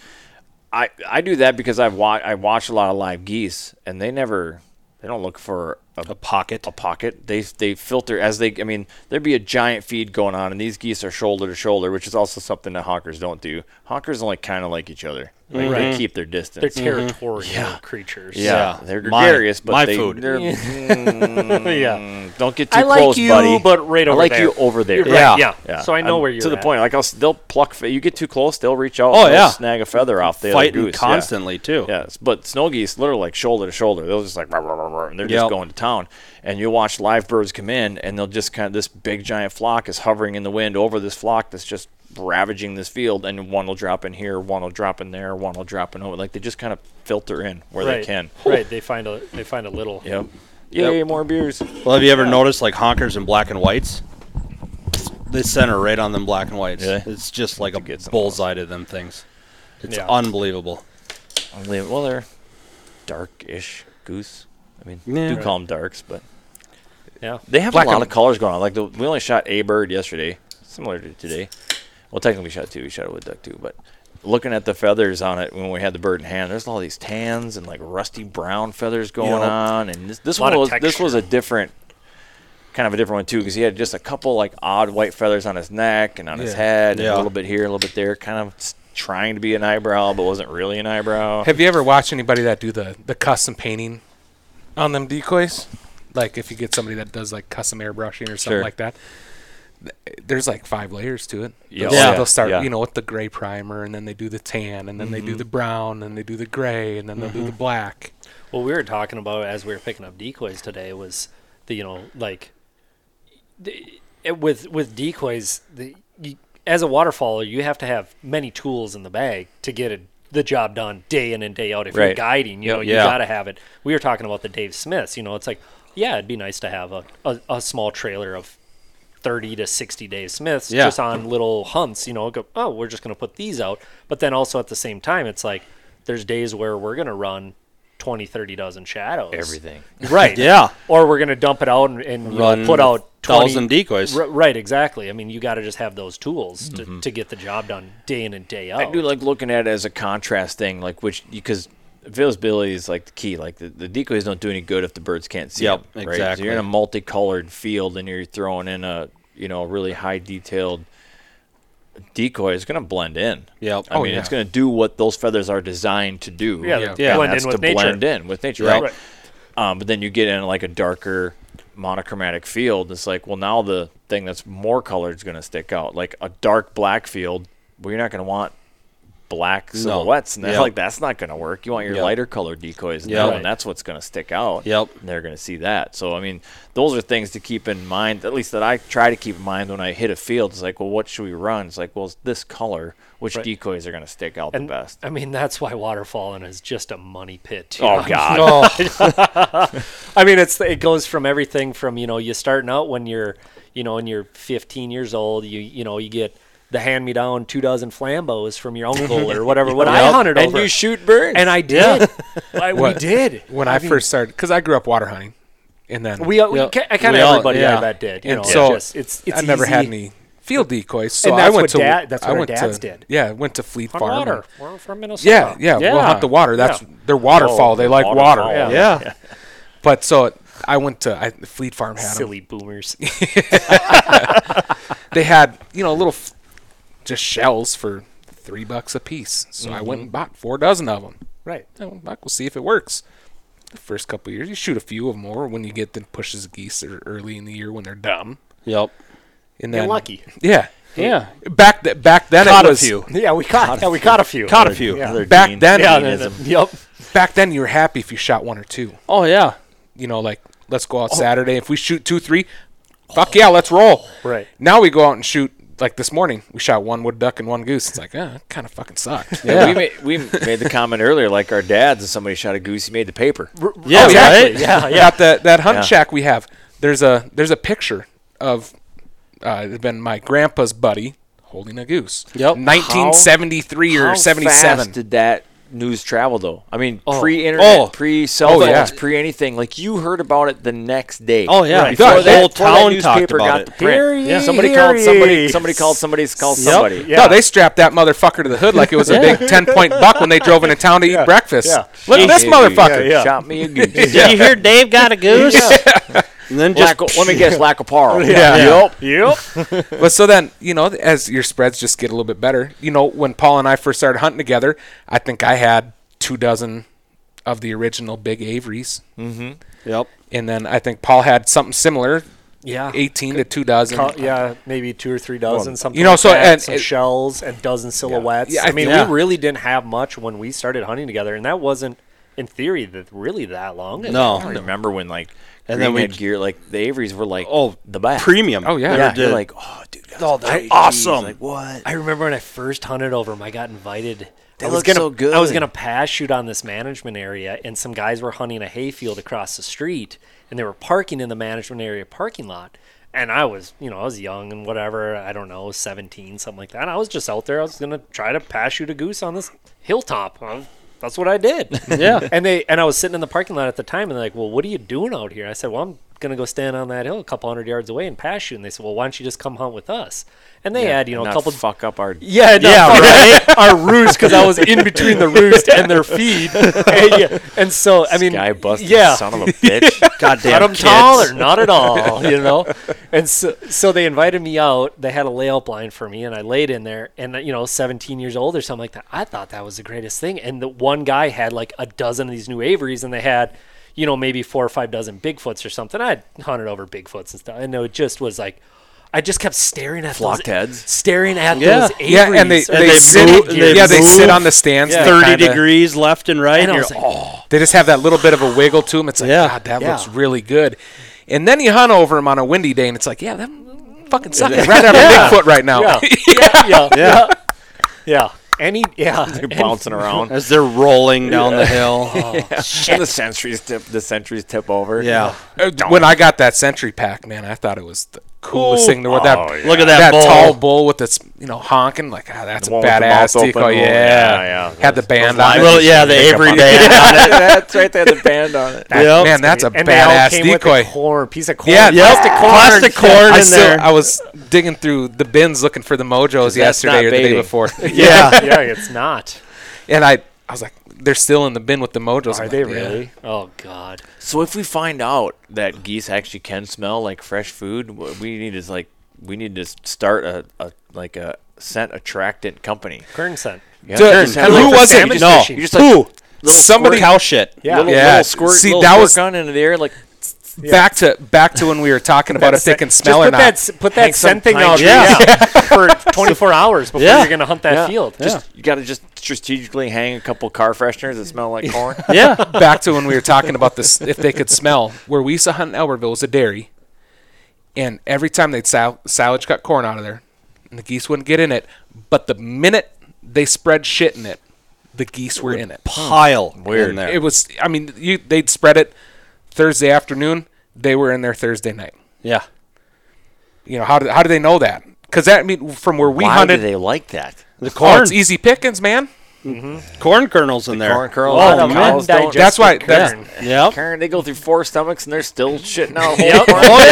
S7: I I do that because I've wa- I watch a lot of live geese and they never they don't look for a
S4: a pocket.
S7: a pocket. They they filter as they. I mean, there'd be a giant feed going on, and these geese are shoulder to shoulder, which is also something that honkers don't do. Honkers only kind of like each other. Like They keep their distance.
S5: They're territorial creatures.
S7: Mm-hmm. yeah,
S4: Yeah.
S7: they're
S4: My-
S7: gregarious, but
S4: my
S7: they,
S4: food.
S7: they're mm,
S5: yeah.
S7: don't get too
S5: I like
S7: Mm-hmm. close,
S5: you,
S7: buddy.
S5: but right
S7: I
S5: over
S7: like
S5: there.
S7: you over there.
S5: You're right,
S7: yeah.
S5: yeah. So I know
S7: I'm-
S5: where you're
S7: to the
S5: at.
S7: point. Like I'll, s- they'll pluck. fe- You get too close, theyey'll reach out.
S4: Oh,
S7: they'll
S4: yeah.
S7: snag a feather off the other
S4: Fighting
S7: goose. yeah.
S4: constantly too.
S7: Yeah, s- but snow geese literally like shoulder to shoulder. They'll just like rah, rah, rah, rah, and they're just
S4: Yep.
S7: going to town. And you'll watch live birds come in, and they'll just kind of this big giant flock is hovering in the wind over this flock that's just ravaging this field. And one will drop in here, one will drop in there, one will drop in over. Like they just kind of filter in where
S5: Right.
S7: they can.
S5: Right. They find a they find a little.
S7: Yep. Yay, more beers.
S4: Well, have you ever noticed like honkers and black and whites? They center right on them black and whites.
S7: Really?
S4: It's just like a
S7: something
S4: bullseye to them things. It's
S5: Yeah.
S4: unbelievable.
S7: Only- Well, they're dark-ish goose. I mean,
S4: Yeah.
S7: do call them darks, but
S5: Yeah.
S7: they have
S6: Black
S7: a lot
S6: and-
S7: of colors going on. Like the, we only shot a bird yesterday, similar to today. Well, technically we shot two. We shot a wood duck too, but looking at the feathers on it when we had the bird in hand, there's all these tans and like rusty brown feathers going
S4: Yep.
S7: on, and this, this
S5: Lot
S7: one
S5: of
S7: was this
S5: texture.
S7: was a different. Kind of a different one too, because he had just a couple like odd white feathers on his neck and on his
S6: Yeah.
S7: head, and
S4: Yeah.
S7: a little bit here, a little bit there, kind of s- trying to be an eyebrow, but wasn't really an eyebrow.
S6: Have you ever watched anybody that do the, the custom painting on them decoys? Like if you get somebody that does like custom airbrushing or something
S7: Sure.
S6: like that. th- There's like five layers to it.
S7: Yeah.
S5: oh,
S6: They'll,
S4: Yeah.
S6: they'll start,
S7: Yeah.
S6: you know, with the gray primer, and then they do the tan, and then they
S5: Mm-hmm.
S6: do the brown, and they do the gray, and then they'll do the black.
S5: What we were talking about as we were picking up decoys today was the you know like the, it- with with decoys the you, as a waterfowler you have to have many tools in the bag to get it, the job done day in and day out. If you're
S7: Right.
S5: guiding, you know you
S4: yeah.
S5: got to have it. We were talking about the Dave Smiths. You know, it's like yeah, it'd be nice to have a a, a small trailer of. 30 to 60 Dave Smiths
S4: Yeah.
S5: just on little hunts, you know, go, oh, we're just going to put these out. But then also at the same time, it's like there's days where we're going to run 20, 30 dozen shadows.
S7: Everything.
S5: Right.
S4: Yeah.
S5: Or we're going to dump it out and, and you know,
S4: Run
S5: put out 20,
S4: thousand decoys.
S5: R- right, exactly. I mean, you got to just have those tools to, to get the job done day in and day out.
S7: I do like looking at it as a contrast thing, like which because visibility is like the key. Like the, the decoys don't do any good if the birds can't see
S4: Yep,
S7: 'em, Right? So
S4: exactly.
S7: you're in a multicolored field and you're throwing in a you know really high detailed decoy. It's gonna blend in.
S4: Yep.
S7: I
S6: Oh,
S7: mean,
S6: yeah.
S7: it's gonna do what those feathers are designed to do.
S5: Yeah,
S6: Yeah.
S4: Yeah.
S7: And
S5: blend
S7: that's
S5: in with
S7: to
S5: nature.
S7: blend in with nature,
S4: Right.
S7: right? Um, but then you get in like a darker monochromatic field. It's like, well, now the thing that's more colored is going to stick out. Like a dark black field, well, you're not going to want black silhouettes. And that's
S4: Yep.
S7: like, that's not going to work. You want your
S4: Yep.
S7: lighter colored decoys. in
S4: Yep.
S7: that one. that's what's going to stick out.
S4: Yep.
S7: And they're going to see that. So, I mean, those are things to keep in mind, at least that I try to keep in mind when I hit a field. It's like, well, what should we run? It's like, well, it's this color. Which decoys are going to stick out
S5: And,
S7: the best?
S5: I mean, that's why waterfalling is just a money pit. Too.
S7: Oh, God.
S5: I mean, it's it goes from everything from you know you starting out when you're you know when you're 15 years old. You you know you get the hand me down two dozen flambeaus from your uncle or whatever. When I hunted
S7: and
S5: over,
S7: you shoot birds.
S5: and I did. I, we
S6: What-
S5: did.
S6: When I, first started, because I grew up water hunting, and then
S5: We, we
S4: Yeah.
S5: ki- I kind
S4: We
S5: of
S4: all-
S5: everybody
S4: yeah.
S5: I bet did. You
S6: And
S5: know,
S6: so,
S5: it's just, it's, it's
S6: I never had
S5: easy.
S6: any field decoys, so
S5: And that's
S6: I went
S5: what
S6: to
S5: dad- that's
S6: I
S5: what our
S6: went to-
S5: dads did.
S6: Yeah, I went to Fleet
S5: on
S6: Farm. and-
S5: water. We're from Minnesota.
S6: Yeah, yeah, We'll hunt the water. That's they're waterfall.
S7: Oh,
S6: they like water.
S7: waterfall.
S5: Yeah.
S4: Yeah.
S6: But so I went to I, Fleet Farm had 'em.
S5: Silly boomers.
S6: They had you know little f- just shells for three bucks a piece. So I went and bought four dozen of them.
S5: Mm-hmm. right.
S6: Oh, fuck, we'll see if it works. The first couple years, you shoot a few of them, or when you get the pushes of geese that are early in the year when they're dumb.
S4: Yep.
S6: And
S5: You're
S6: then
S5: lucky.
S6: Yeah,
S4: Yeah.
S6: back th- back then
S4: Caught
S6: it
S4: a
S6: was
S4: few.
S5: Yeah, we caught. Yeah, we caught a few.
S4: Caught a few.
S5: Yeah.
S6: back then
S5: Yeah, then- yep.
S6: back then you were happy if you shot one or two.
S4: Oh yeah.
S6: you know, like let's go
S7: Oh.
S6: out Saturday. If we shoot two, three, fuck yeah, let's roll.
S5: Right.
S6: Now we go out and shoot. Like this morning, we shot one wood duck and one goose. It's like, uh, kind of fucking sucked.
S7: Yeah, we made, we made the comment earlier, like our dads, if somebody shot a goose, he made the paper.
S4: Yeah.
S6: exactly.
S4: Right?
S5: Oh, Yeah, yeah.
S6: At the that hunt
S7: Yeah.
S6: shack we have, there's a there's a picture of uh, it's been my grandpa's buddy holding a goose.
S4: Yep.
S6: 1973
S7: How
S6: or 77.
S7: fast did that news travel though. I mean,
S5: Oh.
S7: pre-internet,
S4: Oh.
S7: pre-cell
S4: Oh,
S7: phones,
S4: yeah.
S7: pre-anything. Like you heard about it the next day.
S4: Oh yeah,
S5: Right.
S4: before
S7: Before
S4: the
S7: that-
S4: whole
S7: before that
S4: town
S7: newspaper
S4: talked about
S7: got
S4: it.
S7: the print.
S5: Yeah.
S7: somebody called somebody. Somebody called somebody. Called somebody.
S6: No, they strapped that motherfucker to the hood like it was a big ten point buck when they drove into town to eat breakfast. Look at this
S7: Hey,
S6: motherfucker.
S7: yeah, yeah. Shot me a goose.
S4: Did you hear Dave got a goose? And then just
S7: Laco- let me guess, Lacoparo.
S6: Yeah.
S7: Yup.
S5: Yep.
S6: But so then, you know, as your spreads just get a little bit better, you know, when Paul and I first started hunting together, I think I had two dozen of the original Big Averys.
S4: Yep.
S6: And then I think Paul had something similar,
S5: Yeah.
S6: 18 to two dozen.
S5: Co- Ah, Uh, yeah, maybe two or three dozen, something.
S6: you know,
S5: like
S6: so-
S5: that,
S6: and
S5: some
S6: it-
S5: shells and dozen silhouettes.
S6: Yeah, I
S5: I mean,
S4: think-
S5: we really didn't have much when we started hunting together, and that wasn't, in theory, that really that long. ago.
S7: I
S4: No.
S7: don't remember when like
S4: And
S7: and
S4: then
S7: then
S4: we-
S7: had gear like the Averys were like
S4: Oh,
S7: the best
S4: Premium.
S6: Oh, yeah.
S4: Never
S7: Yeah,
S4: did.
S7: you're like oh dude, that was
S4: they're
S7: great.
S4: awesome.
S7: Jeez, Like what?
S5: I remember when I first hunted over 'em, I got invited.
S7: They
S5: I was
S7: look
S5: gonna,
S7: so good.
S5: I was gonna pass shoot on this management area, and some guys were hunting a hayfield across the street, and they were parking in the management area parking lot. And I was, you know, I was young and whatever. I don't know, seventeen, something like that. And I was just out there. I was gonna try to pass shoot a goose on this hilltop. I- That's what I did.
S4: Yeah.
S5: and they and I was sitting in the parking lot at the time, and they're like, "Well, what are you doing out here?" I said, "Well, I'm gonna go stand on that hill a couple hundred yards away and pass shoot." And they said, "Well, why don't you just come hunt with us?" And they had, you know, a
S7: Not
S5: couple
S7: fuck up our
S5: yeah, no, yeah, right. Our roost, because I was in between the roost and their feed, and, yeah, and so I mean,
S7: guy busted
S5: yeah,
S7: son of a bitch.
S4: Goddamn
S5: cut 'em
S4: kids.
S5: tall or not at all, you know. And so, so they invited me out. They had a layout blind for me, and I laid in there. And you know, 17 years old or something like that. I thought that was the greatest thing. And the one guy had like a dozen of these new Averys, and they had, you know, maybe four or five dozen Bigfoots or something. I hunted over Bigfoots and stuff, and it just was like. I just kept staring at
S7: Flocked
S5: those,
S7: heads.
S5: staring at
S4: Yeah.
S5: those Averys.
S6: yeah, and they, they,
S4: they
S6: sit,
S4: move- they
S6: yeah, they sit
S4: move
S6: on the stands. and they
S4: 30
S6: kinda-
S4: degrees left and right.
S5: And I
S4: you're
S5: was like,
S4: all-
S6: They just have that little bit of a wiggle to them. It's like,
S4: Yeah.
S6: God, that
S5: Yeah.
S6: looks really good. And then you hunt over them on a windy day, and it's like, yeah, that fucking sucks. I'd rather have a Bigfoot right now.
S5: yeah, yeah, yeah, yeah, yeah. Any, yeah, and-
S7: bouncing around.
S4: as they're rolling down the hill.
S7: And the sentries tip the sentries tip over.
S4: Yeah.
S6: Uh, When I got that Sentry pack, man, I thought it was the coolest thing in the world. that
S5: Oh,
S4: Look at that, bull.
S6: tall bull with its you know honking like ah, that's
S7: The
S6: a
S7: one with the
S6: badass
S7: mouth
S6: decoy.
S7: open.
S6: Yeah.
S7: Yeah, yeah.
S6: had the band on it.
S4: Little- yeah, the Avery band.
S7: That's right there, the band on it.
S4: Yep.
S6: Man, that's a
S5: and they all
S6: badass
S5: came with
S6: decoy.
S5: a corn, piece of corn.
S6: Yeah,
S4: Yep. Plastic corn,
S6: I
S4: in
S6: still-
S4: there.
S6: I was digging through the bins looking for the
S7: not
S6: mojos yesterday or the day
S7: baiting.
S6: before,
S5: yeah, yeah. It's not.
S6: and I I was like, they're still in the bin with the mojos.
S5: Are
S6: I'm
S5: they
S6: like, yeah.
S5: really? Oh God.
S7: So if we find out that geese actually can smell like fresh food, what we need is like we need to start a, a like a scent attractant company.
S5: Kern scent.
S7: Yeah.
S6: Dude,
S7: Just have,
S6: who
S7: like, the
S6: was it?
S7: salmon
S6: No.
S7: fishing. You just like
S4: Who?
S6: Somebody-
S4: cow shit.
S5: Yeah.
S7: little,
S6: Yeah.
S7: little squirt,
S6: See,
S7: little
S6: that
S7: squirt
S6: was-
S7: gun into the air, like
S6: Back to back to when we were talking about if they can
S5: Just
S6: smell
S5: put
S6: or not.
S5: That, s- put that
S7: Hang some
S5: scent thing
S7: pine
S5: out
S7: trees.
S5: yeah. for 24 hours before
S4: Yeah.
S5: you're gonna hunt that field.
S7: just you got to just strategically hang a couple car fresheners that smell like corn.
S4: Yeah.
S6: back to when we were talking about this if they could smell where we used to hunt in Elberville was a dairy and every time they'd sal- silage cut corn out of there and the geese wouldn't get in it but the minute they spread shit in it the geese were in it
S4: Pile. Weird. In
S6: it
S4: there.
S6: was i mean you they'd spread it thursday afternoon they were in there thursday night
S4: Yeah.
S6: you know how do, how do they know that because that I mean from where we
S7: Why
S6: hunted
S7: do they like that?
S4: The
S6: oh,
S4: corn,
S6: it's easy pickings man
S4: corn kernels in there.
S7: Corn kernels.
S4: Oh,
S7: the
S4: man.
S7: cows don't-
S6: that's why
S4: Yeah.
S6: that's,
S4: Yep.
S7: Karen, they go through four stomachs and they're still shitting out whole
S5: Yep.
S7: corn.
S4: Oh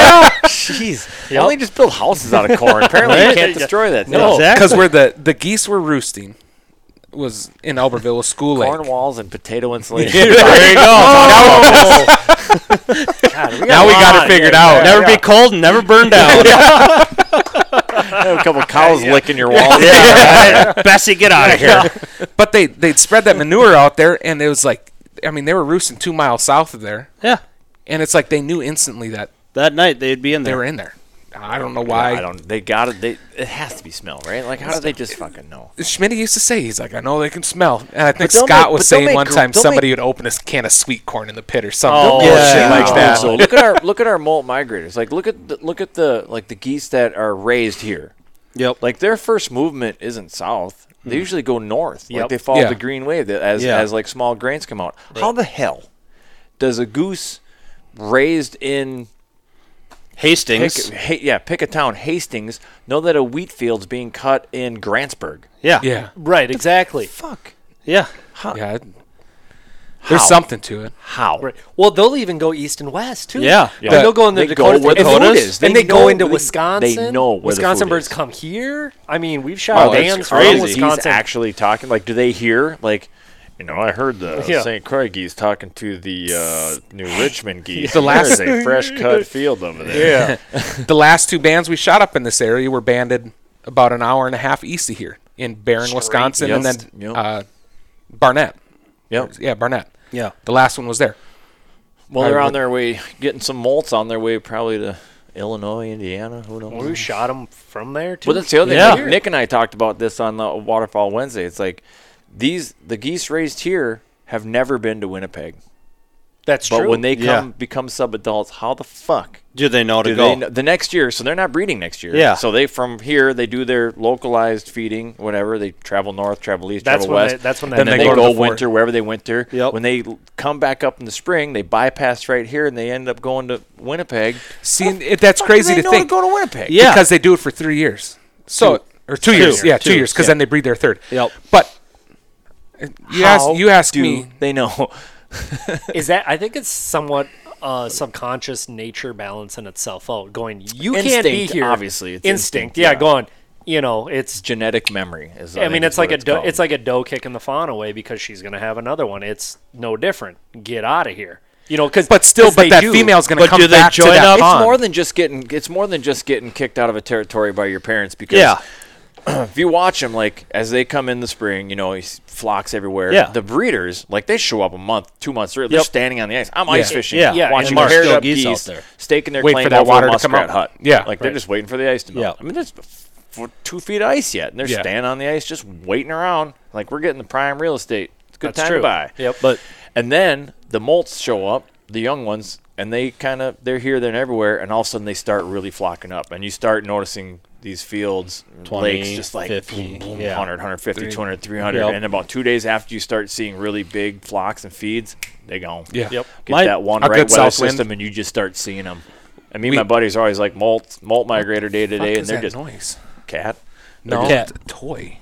S4: yeah.
S7: Jeez. Well, they just build houses out of corn. Apparently, you can't destroy that.
S5: No.
S6: because
S4: Exactly.
S6: where the the geese were roosting was in Albertville was school
S7: Corn
S6: lake.
S7: walls and potato insulation.
S4: there you go.
S6: Now we got it figured out.
S4: never be cold and never burn down.
S7: a couple cows licking your walls.
S4: Bessie, get out of here.
S6: But they they'd spread that manure out there, and it was like, I mean, they were roosting two miles south of there,
S4: Yeah.
S6: and it's like they knew instantly that
S4: That night they'd be in
S6: they
S4: there.
S6: were in there. I don't know
S7: I,
S6: why.
S7: don't. They got it. They, it has to be smell, right? Like, how do they just fucking know?
S6: Schmidt used to say he's like, I know they can smell, and I think
S7: they'll
S6: Scott
S7: make-
S6: was
S7: but they'll
S6: saying
S7: make
S6: one
S7: gr-
S6: time
S7: they'll
S6: somebody
S7: make-
S6: would open a can of sweet corn in the pit or something.
S5: Oh,
S4: yeah.
S7: like that.
S4: Oh.
S7: look at our look at our molt migrators. Like, look at the, look at the like the geese that are raised here.
S4: Yep.
S7: Like their first movement isn't south. They
S5: Hmm.
S7: usually go north. Like
S5: Yep.
S7: they follow
S6: Yeah.
S7: the green wave that- as
S4: Yeah.
S7: as like small grains come out. How the hell does a goose raised in pick,
S4: Hastings.
S7: ha, yeah pick a town Hastings know that a wheat field's being cut in Grantsburg?
S4: Yeah.
S6: Yeah,
S5: Right. Oh, Exactly.
S7: Fuck.
S5: Yeah.
S6: Yeah. it- There's something to it.
S2: How?
S5: Right. Well, they'll even go east and west too.
S4: Yeah.
S5: Like, they'll go in the
S2: They go
S5: Dakota,
S2: where the food
S5: Dakotas,
S2: is. They
S5: and they
S2: know-
S5: go into
S2: they-
S5: Wisconsin.
S2: they know where the
S5: Wisconsin
S2: food
S5: birds
S2: is.
S5: come here. I mean, we've
S2: Wow,
S5: shot
S2: that's
S5: bands
S2: Oh, crazy.
S5: from
S2: He's
S5: Wisconsin.
S2: actually talking. Like, do they hear? Like, you know, I heard the
S5: Yeah.
S2: St. Croix geese talking to the uh, New Richmond geese.
S6: The last-
S2: There's a fresh cut field over there.
S5: yeah.
S6: The last two bands we shot up in this area were banded about an hour and a half east of here in Barron, Wisconsin, and
S2: east.
S6: then
S2: Yep.
S6: uh, Barnett.
S2: Yep.
S6: Yeah, Barnett.
S4: Yeah.
S6: The last one was there.
S2: Well, they're
S6: I
S2: on
S6: would-
S2: their way, getting some molts on their way, probably to Illinois, Indiana. Who knows?
S5: We shot them from there too.
S2: Well, that's the other
S4: Yeah.
S2: thing. Nick, Nick and I talked about this on the Waterfall Wednesday. It's like these the geese raised here have never been to Winnipeg,
S5: That's
S2: but
S5: true.
S2: when they come
S4: Yeah.
S2: become sub adults, how the fuck
S4: Do they know to
S2: do
S4: go?
S2: they know, the next year? So they're not breeding next year.
S4: Yeah.
S2: So they from here they do their localized feeding, whatever. They travel north, travel east,
S5: That's
S2: travel
S5: when
S2: west.
S5: they- that's when they-
S2: then they,
S5: Then they
S2: go,
S5: go to the fort.
S2: winter wherever they winter.
S4: Yep.
S2: When they l- come back up in the spring, they bypass right here and they end up going to Winnipeg.
S6: See, and it, that's crazy
S2: they
S6: to
S2: know
S6: think.
S2: to go to Winnipeg.
S4: Yeah.
S6: because they do it for three years. So or two, years, yeah, two, years, 'cause years, because then they breed their third.
S4: Yep.
S6: But uh, you
S2: How
S6: ask, you ask
S2: do
S6: me,
S2: They know.
S5: is that? I think it's somewhat uh, subconscious nature balancing itself out. Going, you can't be
S2: Instinct,
S5: here.
S2: obviously, it's instinct,
S5: instinct. Yeah, going. You know, it's.
S2: genetic memory. Is
S5: I mean,
S2: think
S5: it's
S2: what
S5: like a do,
S2: called.
S5: it's like a doe kicking the fawn away because she's gonna have another one. It's no different. Get out of here. You know, because
S6: but still, but that female's going to
S4: But
S6: come
S4: do they
S6: back to
S4: join
S6: that
S4: up?
S2: it's
S6: pond.
S2: more than just getting it's more than just getting kicked out of a territory by your parents because
S4: Yeah.
S2: if you watch them like as they come in the spring, you know, he's flocks everywhere.
S4: Yeah.
S2: The breeders like they show up a month, two months early. They're
S4: Yep.
S2: standing on the ice. I'm ice
S6: Yeah.
S2: fishing.
S4: Yeah. Yeah, and
S2: Watching
S4: there's
S2: paired
S4: still
S2: up
S4: geese
S2: geese,
S4: out there.
S2: staking their
S6: Wait
S2: claim
S6: for that
S2: over
S6: water
S2: a
S6: to come
S2: muskrat
S6: up.
S2: hut.
S6: Yeah.
S2: Like they're just waiting for the ice to melt.
S4: Yeah.
S2: I mean, there's f- f- two feet of ice yet, and they're
S6: Yeah.
S2: standing on the ice just waiting around. Like we're getting the prime real estate. It's a good
S5: That's
S2: time
S5: true.
S2: to buy.
S5: Yep.
S4: But
S2: And then the molts show up, the young ones, and they kind of they're here, they're everywhere, and all of a sudden they start really flocking up, and you start noticing these fields,
S4: 20,
S2: lakes, just like boom,
S4: 50,
S2: boom,
S4: yeah.
S2: 100, 150, 200, 300,
S4: Yep.
S2: and about two days after you start seeing really big flocks and feeds, they gone.
S6: Yeah. Yep.
S2: Get
S4: My-
S2: that one
S6: a
S2: right
S6: good
S2: weather
S6: south wind.
S2: system, and you just start seeing them. And me
S6: We-
S2: and my buddies are always like molt, molt migrator day to
S6: Fuck
S2: day, and
S6: is
S2: they're
S6: that
S2: just
S6: noise.
S2: cat.
S6: No,
S4: just-
S6: it's a toy.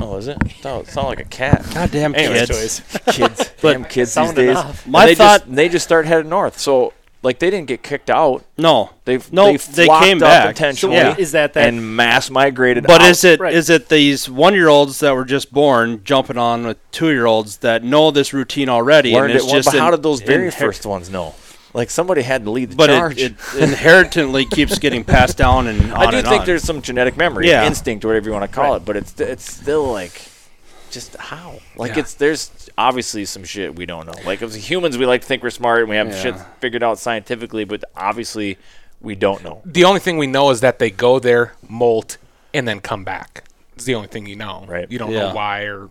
S2: Oh, is it? No, it sounded like a cat.
S4: goddamn
S2: Anyways,
S4: kids.
S2: kids, damn kids these
S5: sound
S2: days.
S5: enough.
S2: And
S4: My
S2: they
S4: thought-
S2: just, they just start heading north. So like they didn't get kicked out.
S4: No,
S2: They've
S4: no,
S2: they, flocked
S4: came
S2: up
S4: back
S2: intentionally.
S4: Yeah.
S5: is that that?
S2: and mass migrated?
S4: But
S2: out.
S4: is it is
S5: right.
S4: it these one year olds that were just born jumping on with two year olds that know this routine already?
S2: learned
S4: and
S2: it?
S4: it's
S2: well,
S4: just
S2: but how
S4: in-
S2: did those very
S4: inher-
S2: first ones know? Like somebody had to lead the
S4: But
S2: charge.
S4: it, it inherently keeps getting passed down and on
S2: I do
S4: and
S2: think
S4: on.
S2: there's some genetic memory,
S4: Yeah.
S2: instinct, whatever you want to call it. But it's it's still like. Just how? Like
S6: Yeah.
S2: it's there's obviously some shit we don't know. Like as humans, we like to think we're smart and we have shit figured out scientifically, but obviously we don't know.
S6: The only thing we know is that they go there, molt, and then come back. It's the only thing you know.
S2: Right.
S6: You don't
S4: Yeah.
S6: know why or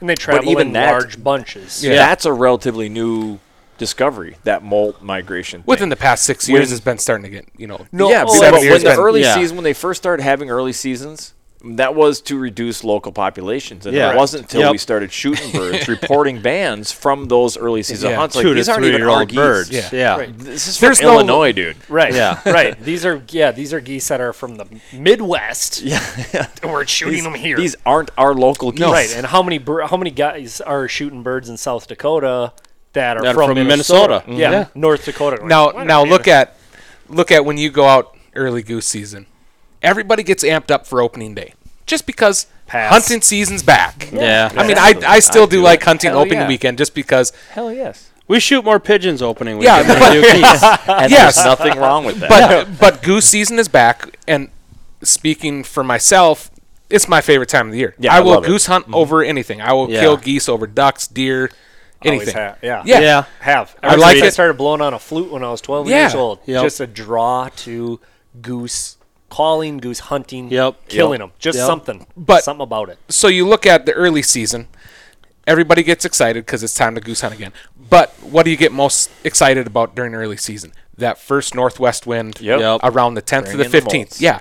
S5: and they travel
S2: even
S5: in
S2: that-
S5: large bunches.
S6: Yeah.
S2: That's a relatively new discovery, that molt migration.
S6: within the past six years,
S2: When-
S6: it's been starting to get you know.
S2: no,
S5: yeah,
S2: yeah,
S5: but-
S6: seven
S2: but
S6: years
S2: when the
S6: been-
S2: early
S4: yeah.
S2: season, when they first started having early seasons, that was to reduce local populations, and
S4: Yeah.
S2: it wasn't until
S4: Yep.
S2: we started shooting birds, reporting bands from those early season
S6: Yeah.
S2: hunts. Like,
S4: two
S2: these
S4: to
S2: aren't
S4: three
S2: even
S4: year
S2: our
S4: old
S2: geese.
S4: birds.
S6: Yeah.
S4: yeah.
S5: Right.
S2: This is
S6: There's
S2: from
S6: no-
S2: Illinois, dude.
S5: Right.
S4: Yeah.
S5: right. These are yeah. These are geese that are from the Midwest. Yeah. We're shooting them here.
S2: These aren't our local geese.
S5: right. And how many bir- how many guys are shooting birds in South Dakota that are
S4: That are
S5: from,
S4: from
S5: Minnesota?
S4: Minnesota.
S5: Yeah,
S4: Yeah.
S5: North Dakota. Like,
S6: Now,
S5: why
S6: now
S5: not?
S6: look at look at when you go out early goose season. Everybody gets amped up for opening day just because
S5: Pass.
S6: hunting season's back.
S4: Yeah.
S6: I mean, I, I still do like hunting
S2: Hell
S6: opening
S2: yeah.
S6: weekend just because.
S2: Hell yes.
S4: We shoot more pigeons opening
S6: Yeah,
S4: weekend
S6: but-
S4: than we do geese.
S2: And
S6: Yes.
S2: there's nothing wrong with that.
S6: But but goose season is back, and speaking for myself, it's my favorite time of the year.
S2: Yeah, I
S6: I will
S2: love it.
S6: goose hunt over anything. I will
S4: Yeah.
S6: kill geese over ducks, deer,
S5: Always
S6: anything.
S5: have- yeah.
S6: Yeah.
S4: Yeah.
S5: Have
S6: I like
S5: I
S6: it.
S5: started blowing on a flute when I was 12
S6: Yeah.
S5: years old.
S4: Yep.
S5: Just a draw to goose calling, goose hunting,
S4: Yep.
S5: killing them. Just
S4: Yep.
S5: something.
S6: But-
S5: something about it.
S6: so you look at the early season, everybody gets excited because it's time to goose hunt again. But what do you get most excited about during early season? That first northwest wind
S2: Yep. Yep.
S6: around the 10th to the
S2: Bring in the
S6: 15th.
S2: molts.
S6: yeah.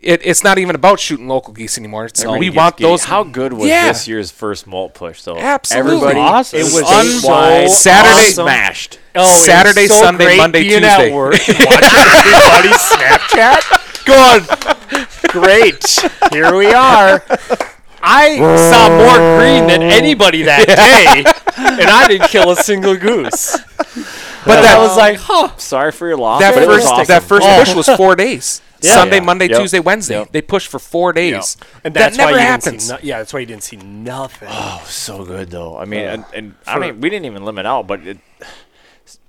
S6: It, it's not even about shooting local geese anymore. It's we
S2: Everybody
S6: want
S2: gets
S6: those.
S2: geese. How good was
S6: Yeah.
S2: this year's first malt push, though?
S6: Absolutely.
S2: Everybody
S4: Awesome.
S2: It was
S6: Awesome.
S2: statewide
S6: Saturday-
S2: smashed.
S5: Oh, it was
S6: Saturday,
S5: so
S6: Sunday,
S5: great
S6: Monday,
S5: being
S6: Tuesday.
S5: At work, watching everybody's Snapchat.
S6: Good.
S5: Great. Here we are. I saw more green than
S2: Oh.
S5: anybody that day, and I didn't kill a single goose. But I
S6: that-
S5: was like, huh.
S7: Sorry for your loss.
S6: That
S7: but it was
S6: first
S7: awesome.
S6: that first push was four days.
S5: Yeah.
S6: Sunday,
S7: Yeah.
S6: Monday,
S7: Yep.
S6: Tuesday, Wednesday. They pushed for four days.
S5: And
S6: that
S5: that's why
S6: never
S5: you Didn't
S6: happens.
S5: see no- yeah, that's why you didn't see nothing.
S7: so good though. I mean, and, and I mean, we didn't even limit out, but it,
S4: I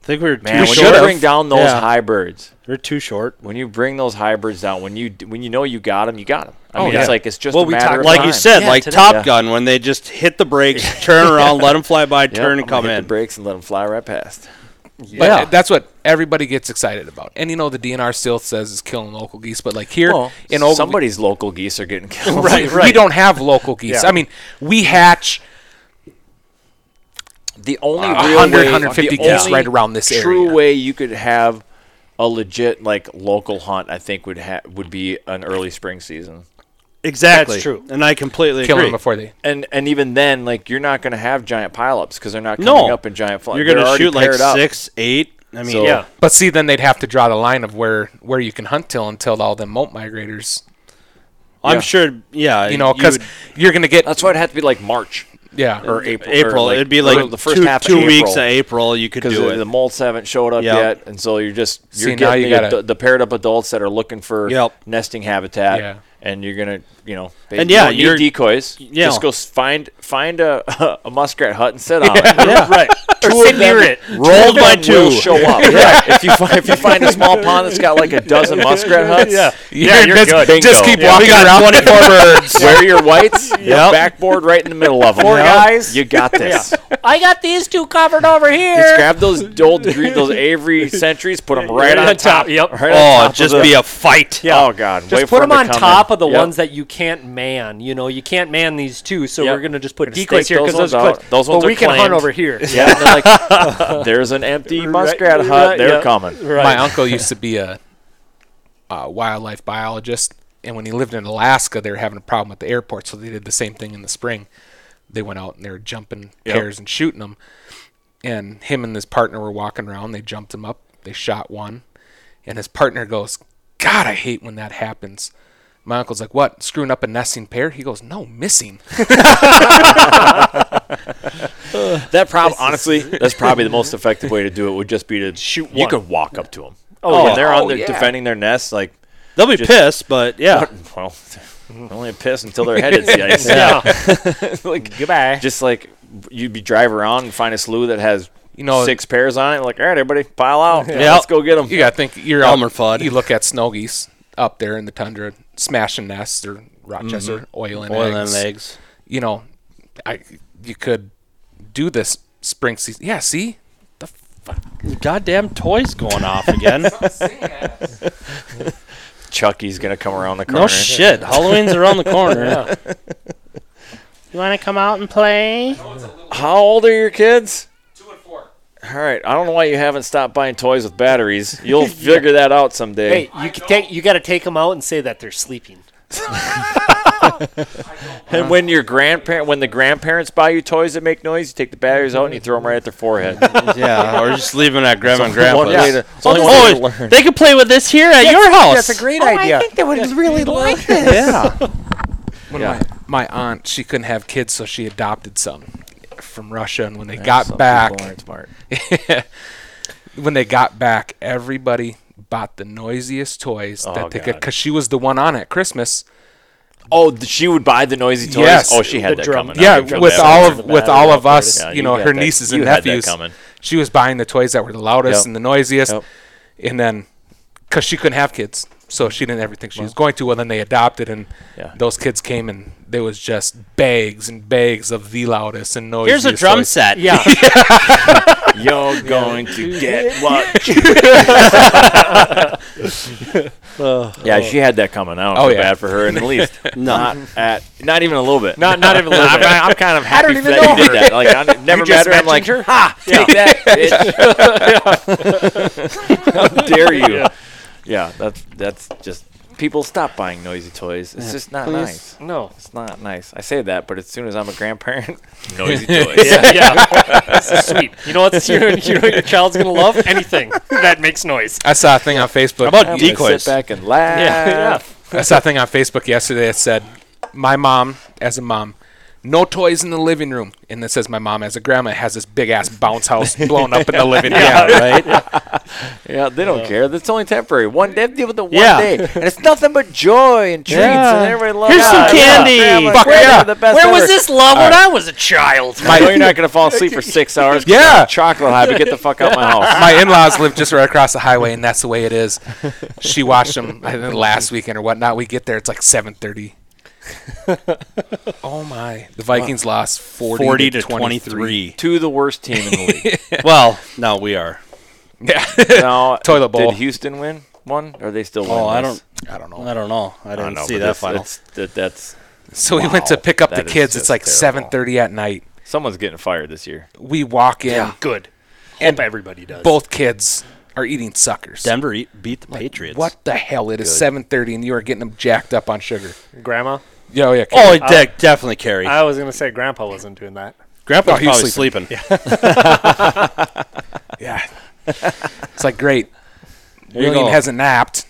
S4: think we were too
S7: man, when you
S4: short.
S7: bring down those
S4: Yeah.
S7: high birds,
S4: We're too short.
S7: when you bring those high birds down, when you when you know you got them, you got them. I mean,
S4: yeah.
S7: it's like it's just
S5: Well,
S7: a
S5: we
S7: matter
S5: talked-
S7: of
S4: Like you
S7: time.
S4: said,
S5: Yeah,
S4: like
S5: today.
S4: Top
S7: Yeah.
S4: Gun, when they just hit the brakes, turn around, let them fly by,
S7: Yep,
S4: turn
S7: I'm
S4: and
S7: gonna
S4: come
S7: hit
S4: in.
S7: the brakes and let them fly right past.
S6: But that's what everybody gets excited about. And you know the DNR still says is killing local geese, but like here
S7: Well,
S6: in Ogilvie,
S7: somebody's local geese are getting killed.
S6: right, we don't have local geese.
S5: Yeah.
S6: I mean, we hatch
S7: The only
S6: Uh,
S7: real
S6: 100,
S7: way,
S6: 150
S7: the
S6: geese
S7: only
S6: right around this
S7: true
S6: area.
S7: way you could have a legit like local hunt, I think would ha- would be an early spring season.
S4: Exactly.
S5: That's true.
S4: And I completely
S6: kill
S4: agree.
S6: them before they.
S7: and and even then, like you're not going to have giant pileups because they're not coming
S4: No.
S7: up in giant flies.
S4: You're going to
S7: They're
S4: shoot
S7: already
S4: like
S7: paired up.
S4: six, eight. I mean,
S7: So-
S5: yeah.
S6: But see, then they'd have to draw the line of where where you can hunt till until all them molt migrators.
S4: I'm
S7: Yeah.
S4: sure, yeah.
S6: You know, because
S4: would-
S6: you're gonna get
S7: That's why it had to be like March
S6: yeah
S7: or April. or,
S4: April.
S7: like,
S4: it'd be like
S7: the first
S4: two,
S7: half
S4: two
S7: of
S4: weeks of
S7: April,
S4: April, you could
S7: because
S4: do
S7: the,
S4: it.
S7: the molts haven't showed up
S4: Yeah.
S7: yet, and so you're just you're
S6: See, now
S7: getting
S6: you
S7: the,
S6: gotta-
S7: adu- the paired up adults that are looking for
S4: Yep.
S7: nesting habitat.
S6: Yeah.
S7: And you're gonna, you know, they-
S4: And
S7: you
S4: yeah,
S7: don't need
S4: you're-
S7: decoys.
S4: yeah.
S7: Just go s- find find a a muskrat hut and sit on it.
S5: Right. Or sit near it.
S7: Rolled
S4: by two.
S7: show up. Right. If you find if you find a small pond that's got like a dozen muskrat huts,
S5: Yeah.
S7: yeah, you're
S6: just,
S7: good.
S6: just
S7: Bingo.
S6: keep walking around.
S7: birds. Wear your whites. Your backboard right in the middle of them. Four guys. You got this.
S5: I got these two covered over here.
S7: Just grab those old gre- those Avery sentries, put them right on top.
S5: Yep.
S7: Right
S4: oh,
S7: on
S4: it'd
S7: top
S4: just
S7: of
S4: be
S7: the,
S4: a fight.
S7: Oh God.
S5: Just
S7: wait
S5: put
S7: for
S5: them on
S7: to come
S5: top
S7: in.
S5: of the
S7: Yep.
S5: ones that you can't man. You know, you can't man these two, so
S7: Yep.
S5: we're gonna just put
S7: Gonna
S5: decoys
S7: stake
S5: here because
S7: those ones
S5: those, are
S7: out.
S5: good.
S7: Those
S5: But
S7: ones are
S5: we can hunt
S7: claimed.
S5: over here.
S7: Yeah, and they're like, there's an empty muskrat hut.
S5: right,
S7: They're
S5: yeah.
S7: coming.
S5: Right.
S6: My uncle used to be a, uh wildlife biologist, and when he lived in Alaska, they were having a problem with the airport, so they did the same thing in the spring. They went out and they were jumping pairs and shooting them. And him and his partner were walking around. They jumped him up. They shot one, and his partner goes, "God, I hate when that happens." My uncle's like, "What? Screwing up a nesting pair?" He goes, "No, missing."
S7: That probably honestly, that's probably the most effective way to do it. Would just be to shoot. You could walk up to them. Oh,
S5: yeah.
S7: they're
S6: Oh,
S7: on there
S6: yeah.
S7: defending their nest. Like,
S4: They'll be
S7: Just-
S4: pissed, but yeah.
S7: well, only a piss until their head hits the ice.
S5: Yeah.
S7: like
S5: Goodbye.
S7: just like you'd be drive around and find a slough that has
S6: You
S4: Oh.
S6: know-
S7: six pairs on it. Like, all right, everybody, pile out. let's go get them.
S6: You gotta think you're
S4: Elmer
S6: out-
S4: Fudd.
S6: You look at snow geese up there in the tundra, smashing nests or Rochester oil and
S4: Oil
S6: eggs.
S4: and eggs.
S6: You know, I you could do this spring season. Yeah, see,
S4: Goddamn toys going off again.
S7: Chucky's gonna come around the corner.
S4: no shit. Halloween's around the corner. You want to come out and play?
S7: How old are your kids? Two and four. All right. I don't know why you haven't stopped buying toys with batteries. You'll figure that out someday.
S5: Hey, you can take. You got to take them out and say that they're sleeping.
S7: And when your grandparent, when the grandparents buy you toys that make noise, you take the batteries out and you throw them right at their forehead.
S4: Yeah, or just leaving at grandma and
S7: One
S4: grandpa's.
S7: way to- it's the only way to
S4: oh,
S7: learn.
S4: they could play with this here at your house.
S5: great idea. Oh, I think they would really like this.
S6: when my, my aunt she couldn't have kids, so she adopted some from Russia, and when they got back,
S7: smart.
S6: when they got back, everybody bought the noisiest toys that they could because she was the one on at Christmas.
S7: Oh, th- she would buy the noisy toys.
S6: Yes.
S7: Oh, she had
S5: The
S7: that
S5: drum-
S7: coming. I
S6: yeah,
S7: mean, from
S6: with
S7: that
S6: all
S7: one.
S6: of with all of us,
S7: Yeah,
S6: you
S7: you
S6: know,
S7: got
S6: her
S7: that-
S6: nieces
S7: you
S6: and
S7: had that
S6: nephews.
S7: coming.
S6: She was buying the toys that were the loudest
S7: Yep.
S6: and the noisiest,
S7: Yep.
S6: and then because she couldn't have kids, so she didn't ever think she was going to. Well, then they adopted, and
S7: Yeah.
S6: those kids came, and there was just bags and bags of the loudest and noisiest.
S4: Here's a drum
S6: toys.
S4: set.
S5: Yeah.
S7: You're going to get what? yeah, she had that coming. I don't
S6: Oh,
S7: feel
S6: yeah.
S7: bad for her in the least. Not at, not even a little bit.
S5: Not not even.
S7: I'm, I'm kind of happy
S5: don't even
S7: that
S5: know
S7: you did
S5: her.
S7: that. Like, I n- never met
S5: just
S7: her. I'm like,
S5: mentioned
S7: ha, take that, bitch. How dare you? Yeah. that's that's just people stop buying noisy toys. It's just not nice.
S5: No.
S7: It's not nice. I say that, but as soon as I'm a grandparent, noisy toys.
S5: Yeah. yeah. this is sweet. You know what's you know, you know what your child's gonna love anything that makes noise.
S6: I saw a thing on Facebook.
S4: How about
S7: I'm gonna
S4: decoys?
S7: Sit back and laugh.
S5: Yeah.
S6: I saw a thing on Facebook yesterday that said my mom as a mom. No toys in the living room, and it says my mom as a grandma has this big ass bounce house blown up in the living room.
S4: right?
S7: Yeah, they don't care. That's only temporary. One they have to deal with it one
S4: Yeah.
S7: day, and it's nothing but joy and treats,
S4: Yeah.
S7: and everybody loves.
S4: Here's
S7: it.
S4: some
S7: Yeah,
S4: candy.
S7: grandma,
S6: Fuck
S7: grandma,
S6: yeah.
S7: the best
S5: Where was
S7: ever.
S5: this love when I was a child?
S7: I know you're not gonna fall asleep for six hours. 'cause you're on a chocolate high, but get the fuck out my house.
S6: my in-laws live just right across the highway, and that's the way it is. She watched them I think, last weekend or whatnot. We get there, it's like 7:30. oh my! The Vikings lost 40,
S4: 40
S6: to,
S4: to
S6: 23.
S4: 23.
S7: To the worst team in the league.
S4: well, no, we are.
S6: Yeah,
S7: Now,
S6: Toilet bowl.
S7: Did Houston win one? Or are they still?
S4: Oh,
S7: winless?
S4: I don't.
S6: I don't know.
S4: I don't know. I
S7: I
S4: didn't
S7: don't know.
S4: see
S7: but
S4: that
S7: that's-
S4: final.
S7: that's- That, that's
S6: So we went to
S7: Wow,
S6: pick up the
S7: that is
S6: kids. It's
S7: just
S6: like
S7: terrible.
S6: 7:30 at night.
S7: someone's getting fired this year.
S6: We walk in.
S5: Yeah, good. Hope everybody does.
S6: Both kids are eating suckers.
S4: Denver eat, beat the Patriots.
S6: What the hell? It is 7:30, and you are getting them jacked up on sugar.
S5: Grandma.
S6: Yeah, oh, yeah.
S4: Oh,
S6: Carrie.
S4: it de- definitely carry.
S5: I was gonna say Grandpa wasn't doing that.
S4: Grandpa's
S6: Oh, he was
S4: probably sleeping.
S6: yeah. it's like great.
S4: you
S6: William
S4: go.
S6: hasn't napped,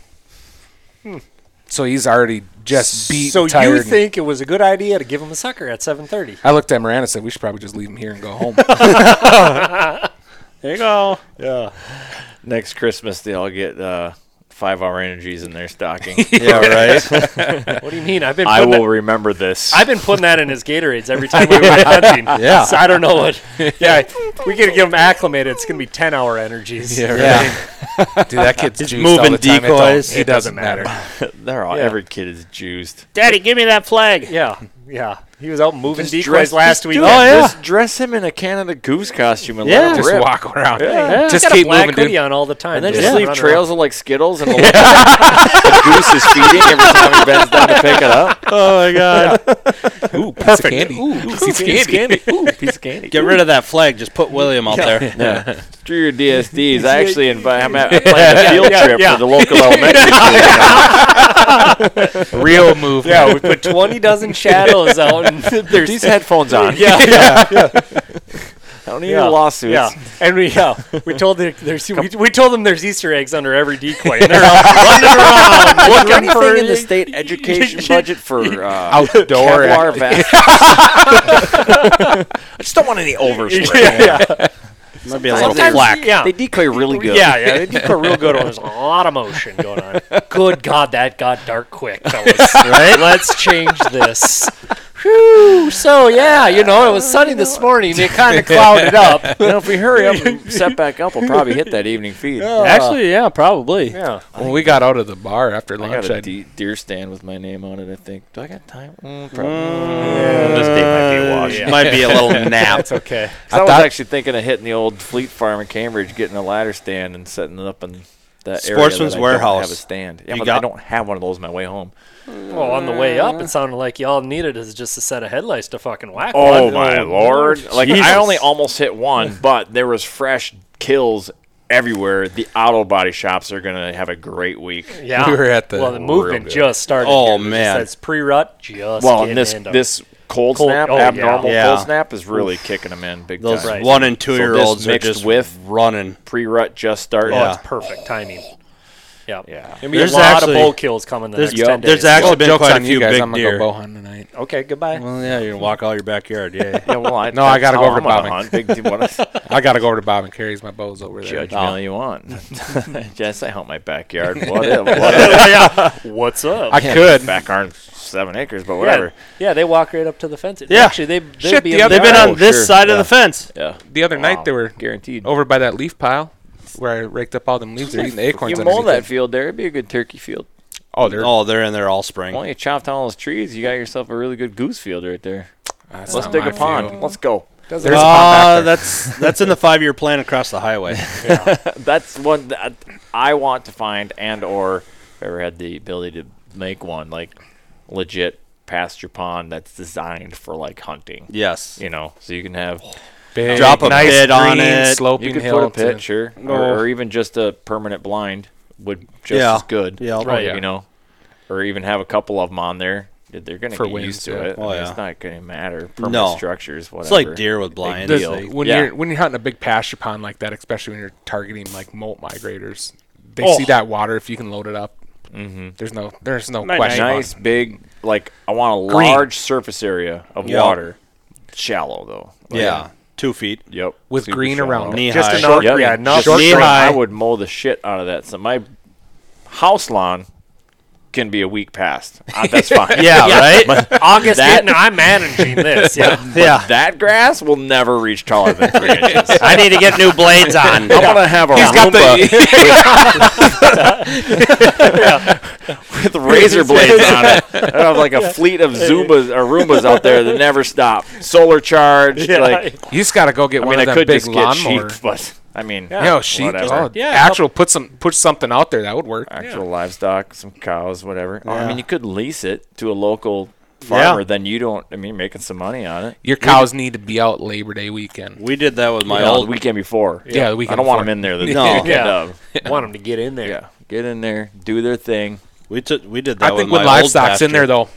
S6: so he's already just beat.
S5: so
S6: and tired
S5: you
S6: and-
S5: think it was a good idea to give him a sucker at 7:30?
S6: I looked at Miranda and said, "We should probably just leave him here and go home."
S5: There you go.
S7: Next Christmas, they all get uh, five-hour energies in their stocking.
S4: yeah, right.
S5: What do you mean? I've been.
S7: I
S5: putting
S7: will
S5: That,
S7: remember this.
S5: I've been putting that in his Gatorades every time we were hunting.
S4: Yeah.
S5: So I don't know what. Yeah, we gotta get him acclimated. It's gonna be 10 hour energies.
S6: yeah,
S4: Yeah.
S6: Dude, that kid's juiced all
S4: moving
S6: the time. It don't-
S4: decoys.
S6: It, doesn't matter.
S7: They're all, Every kid is juiced.
S4: Daddy, give me that flag.
S5: Yeah. Yeah. He was out moving decoys
S7: dress-
S5: last week.
S7: Dude,
S4: Oh, yeah.
S7: Just dress him in a Canada Goose costume and
S4: Yeah.
S7: let him
S6: Just
S7: rip.
S6: walk around.
S5: Yeah, he's
S6: Just
S5: got a
S6: keep
S5: black
S6: moving, dude.
S5: hoodie on all the time.
S7: And then
S5: Those
S7: just
S5: guys
S7: leave
S5: run
S7: trails of like Skittles and the, the goose is feeding every time he bends down to pick it up.
S4: Oh my God.
S6: Ooh, piece of candy. Ooh, piece of candy.
S7: piece of candy.
S4: Get rid of that flag. Just put William out there.
S7: Yeah. Through your DSDs, I actually invite. I'm at, I planned a field trip
S5: yeah.
S7: for the local elementary school.
S6: Real move.
S5: around. Yeah, we put 20 dozen shadows out. And
S7: There's these headphones on. Yeah, I don't need
S5: Yeah.
S7: a lawsuit.
S5: yeah, and we yeah, we told the, there's we, we told them there's Easter eggs under every decoy, and they're all
S7: Is there
S5: running around looking for
S7: anything in the state education budget for uh,
S6: Outdoor.
S7: Kevlar
S6: act-
S7: vests? I just don't want any overspray.
S5: Yeah, yeah,
S4: Might be a little
S5: Sometimes-
S4: flack.
S5: Yeah,
S7: They decoy really good.
S5: yeah, yeah. They decoy real good. There's a lot of motion going on. Good God, that got dark quick, fellas. right? Let's change this. Whew. So yeah, you know, it was sunny this morning. It kind of clouded up. uh,
S7: You know, if we hurry up and set back up, we'll probably hit that evening feed. Uh,
S4: Actually, yeah, probably.
S5: Yeah.
S6: When we got out of the bar after
S7: I got
S6: lunch,
S7: a
S6: I
S7: de- deer stand with my name on it. I think. Do I got time? Mm, probably. This day might be a wash.
S5: Yeah.
S4: Uh, Might be a little nap.
S5: That's okay.
S7: 'Cause I, was
S6: thought-
S7: actually thinking of hitting the old Fleet Farm in Cambridge, getting a ladder stand and setting it up in that area.
S4: Sportsman's
S7: that I Don't
S4: Warehouse.
S7: have a stand. Yeah,
S4: You
S7: but
S4: got-
S7: I don't have one of those on my way home.
S5: Well, on the way up, it sounded like y'all needed is just a set of headlights to fucking whack.
S7: Oh
S5: one.
S7: my lord! Like
S4: Jesus.
S7: I only almost hit one, but there was fresh kills everywhere. The auto body shops are gonna have a great week.
S5: Yeah.
S6: We were at the-
S5: well, the
S6: Real
S5: movement
S7: good.
S5: just started.
S4: Oh,
S5: here. It was just
S4: man.
S5: that it's pre-rut. Just
S7: Well,
S5: getting
S7: and this
S5: into-
S7: this cold,
S5: Cold-
S7: snap,
S5: oh, yeah.
S7: abnormal
S4: Yeah.
S7: cold snap is really kicking them in big
S4: Those
S7: time.
S5: Right.
S4: one and two year
S7: this
S4: olds are
S7: mixed
S4: just
S7: with-
S4: running.
S7: Pre rut just started.
S5: oh,
S4: Yeah.
S5: it's perfect timing. Yeah,
S7: Yeah.
S5: And we
S4: There's
S5: there's a lot
S4: actually-
S5: of bull kills coming the
S4: There's,
S5: next ten days.
S4: there's actually
S6: well,
S4: been
S6: jokes
S4: quite
S6: on
S4: a few
S6: you guys.
S4: big
S6: I'm gonna
S4: deer.
S6: go bow hunting tonight.
S5: okay. Goodbye.
S4: Well, yeah, you're gonna walk all your backyard. Yeah.
S7: Yeah, well, I,
S6: No, I
S7: that's
S6: gotta go
S7: how
S6: over
S7: I'm
S6: to
S7: on a
S6: Bobby.
S7: hunt. Big deal. What I-
S6: I gotta go over to Bob and carries my bows over there.
S7: Judge me all you want. yes, I hunt my backyard. What if? What if?
S5: yeah. What's up?
S6: I could.
S7: Back aren't seven acres, but
S5: yeah.
S7: whatever.
S5: yeah, they walk right up to the fence.
S4: Yeah.
S5: actually, they they'd
S6: Shit,
S5: be
S6: the
S5: in
S6: other-
S4: They've been
S7: Oh,
S4: on this
S7: sure.
S4: side of
S7: Yeah.
S4: the fence.
S7: Yeah,
S6: The other night they were
S7: guaranteed.
S6: over by that leaf pile where I raked up all them leaves. They're eating the acorns.
S7: you mow
S6: underneath
S7: that
S6: it.
S7: field there, it'd be a good turkey field.
S6: Oh, they're
S4: Oh, they're in there all spring.
S7: Only you chopped down all those trees, you got yourself a really good goose field right there.
S6: That's
S7: Let's
S6: not
S7: dig
S6: my
S7: a pond.
S6: field.
S7: Let's go.
S6: There's a
S4: Uh,
S6: pond back
S4: that's that's in the five year plan across the highway.
S7: That's one that I want to find, and or if I ever had the ability to make one like legit pasture pond that's designed for like hunting.
S4: Yes.
S7: You know, so you can have
S6: there. Big,
S4: drop a
S6: nice
S4: bed on
S6: green
S4: it.
S6: Sloping
S7: you could
S6: hill
S7: put a
S6: to-
S7: pit, sure,
S4: No.
S7: or, or even just a permanent blind would just
S4: Yeah.
S7: as good.
S4: Yeah.
S6: Right. yeah.
S7: You know, or even have a couple of them on there. They're gonna
S6: For
S7: get
S6: winds,
S7: used to
S6: yeah.
S7: it. I
S4: Oh,
S7: mean,
S4: yeah.
S7: It's not gonna matter. Permanent
S4: No.
S7: structures, whatever.
S4: It's like deer with blinds.
S6: There's-
S4: Like,
S6: when
S7: yeah.
S6: you're when you're hunting a big pasture pond like that, especially when you're targeting like molt migrators, they
S5: Oh.
S6: see that water if you can load it up. There's no there's no
S2: nice,
S6: question.
S2: nice big like I want a
S6: Green.
S2: large surface area of
S4: Yeah.
S2: water. Shallow though. Like,
S4: Yeah, two feet.
S2: Yep.
S6: With
S2: Super
S6: green
S2: shallow.
S6: around it.
S4: Knee
S5: Just
S4: high.
S5: enough,
S2: Yep.
S5: yeah, enough.
S2: Just
S4: knee
S2: green.
S4: high.
S2: I would mow the shit out of that. So my house lawn can be a week past. Uh, that's fine.
S4: Yeah, right.
S5: August
S2: That-
S5: hitting, I'm managing this. Yeah.
S4: yeah,
S2: That grass will never reach taller than three inches.
S4: I need to get new blades on.
S2: I'm gonna have a
S6: He's got
S2: Roomba with, with razor blades on it. I have like a fleet of Zumbas or Roombas out there that never stop, solar charged. Like
S6: You just gotta go get
S2: I
S6: one
S2: mean,
S6: of
S2: I
S6: them
S2: could
S6: big
S2: just get
S6: lawnmower.
S2: sheep, but I mean,
S6: Yeah, sheep. Oh,
S5: Yeah,
S6: actual put some put something out there that would work.
S2: actual livestock, some cows, whatever. Or, I mean, you could lease it to a local farmer. Then you don't. I mean, you're making some money on it.
S6: Your cows need to be out Labor Day weekend.
S4: We did that with my
S2: You know,
S4: old.
S2: the weekend before.
S6: Yeah, the weekend
S2: I don't want
S6: before.
S2: them in there. The
S6: No.
S2: weekend
S5: Yeah.
S2: of.
S5: Want them to get in there.
S2: Yeah, get in there, do their thing.
S4: We took. We did that.
S6: I think
S4: with
S6: when
S4: my old
S6: livestock's in
S4: pasture.
S6: there though,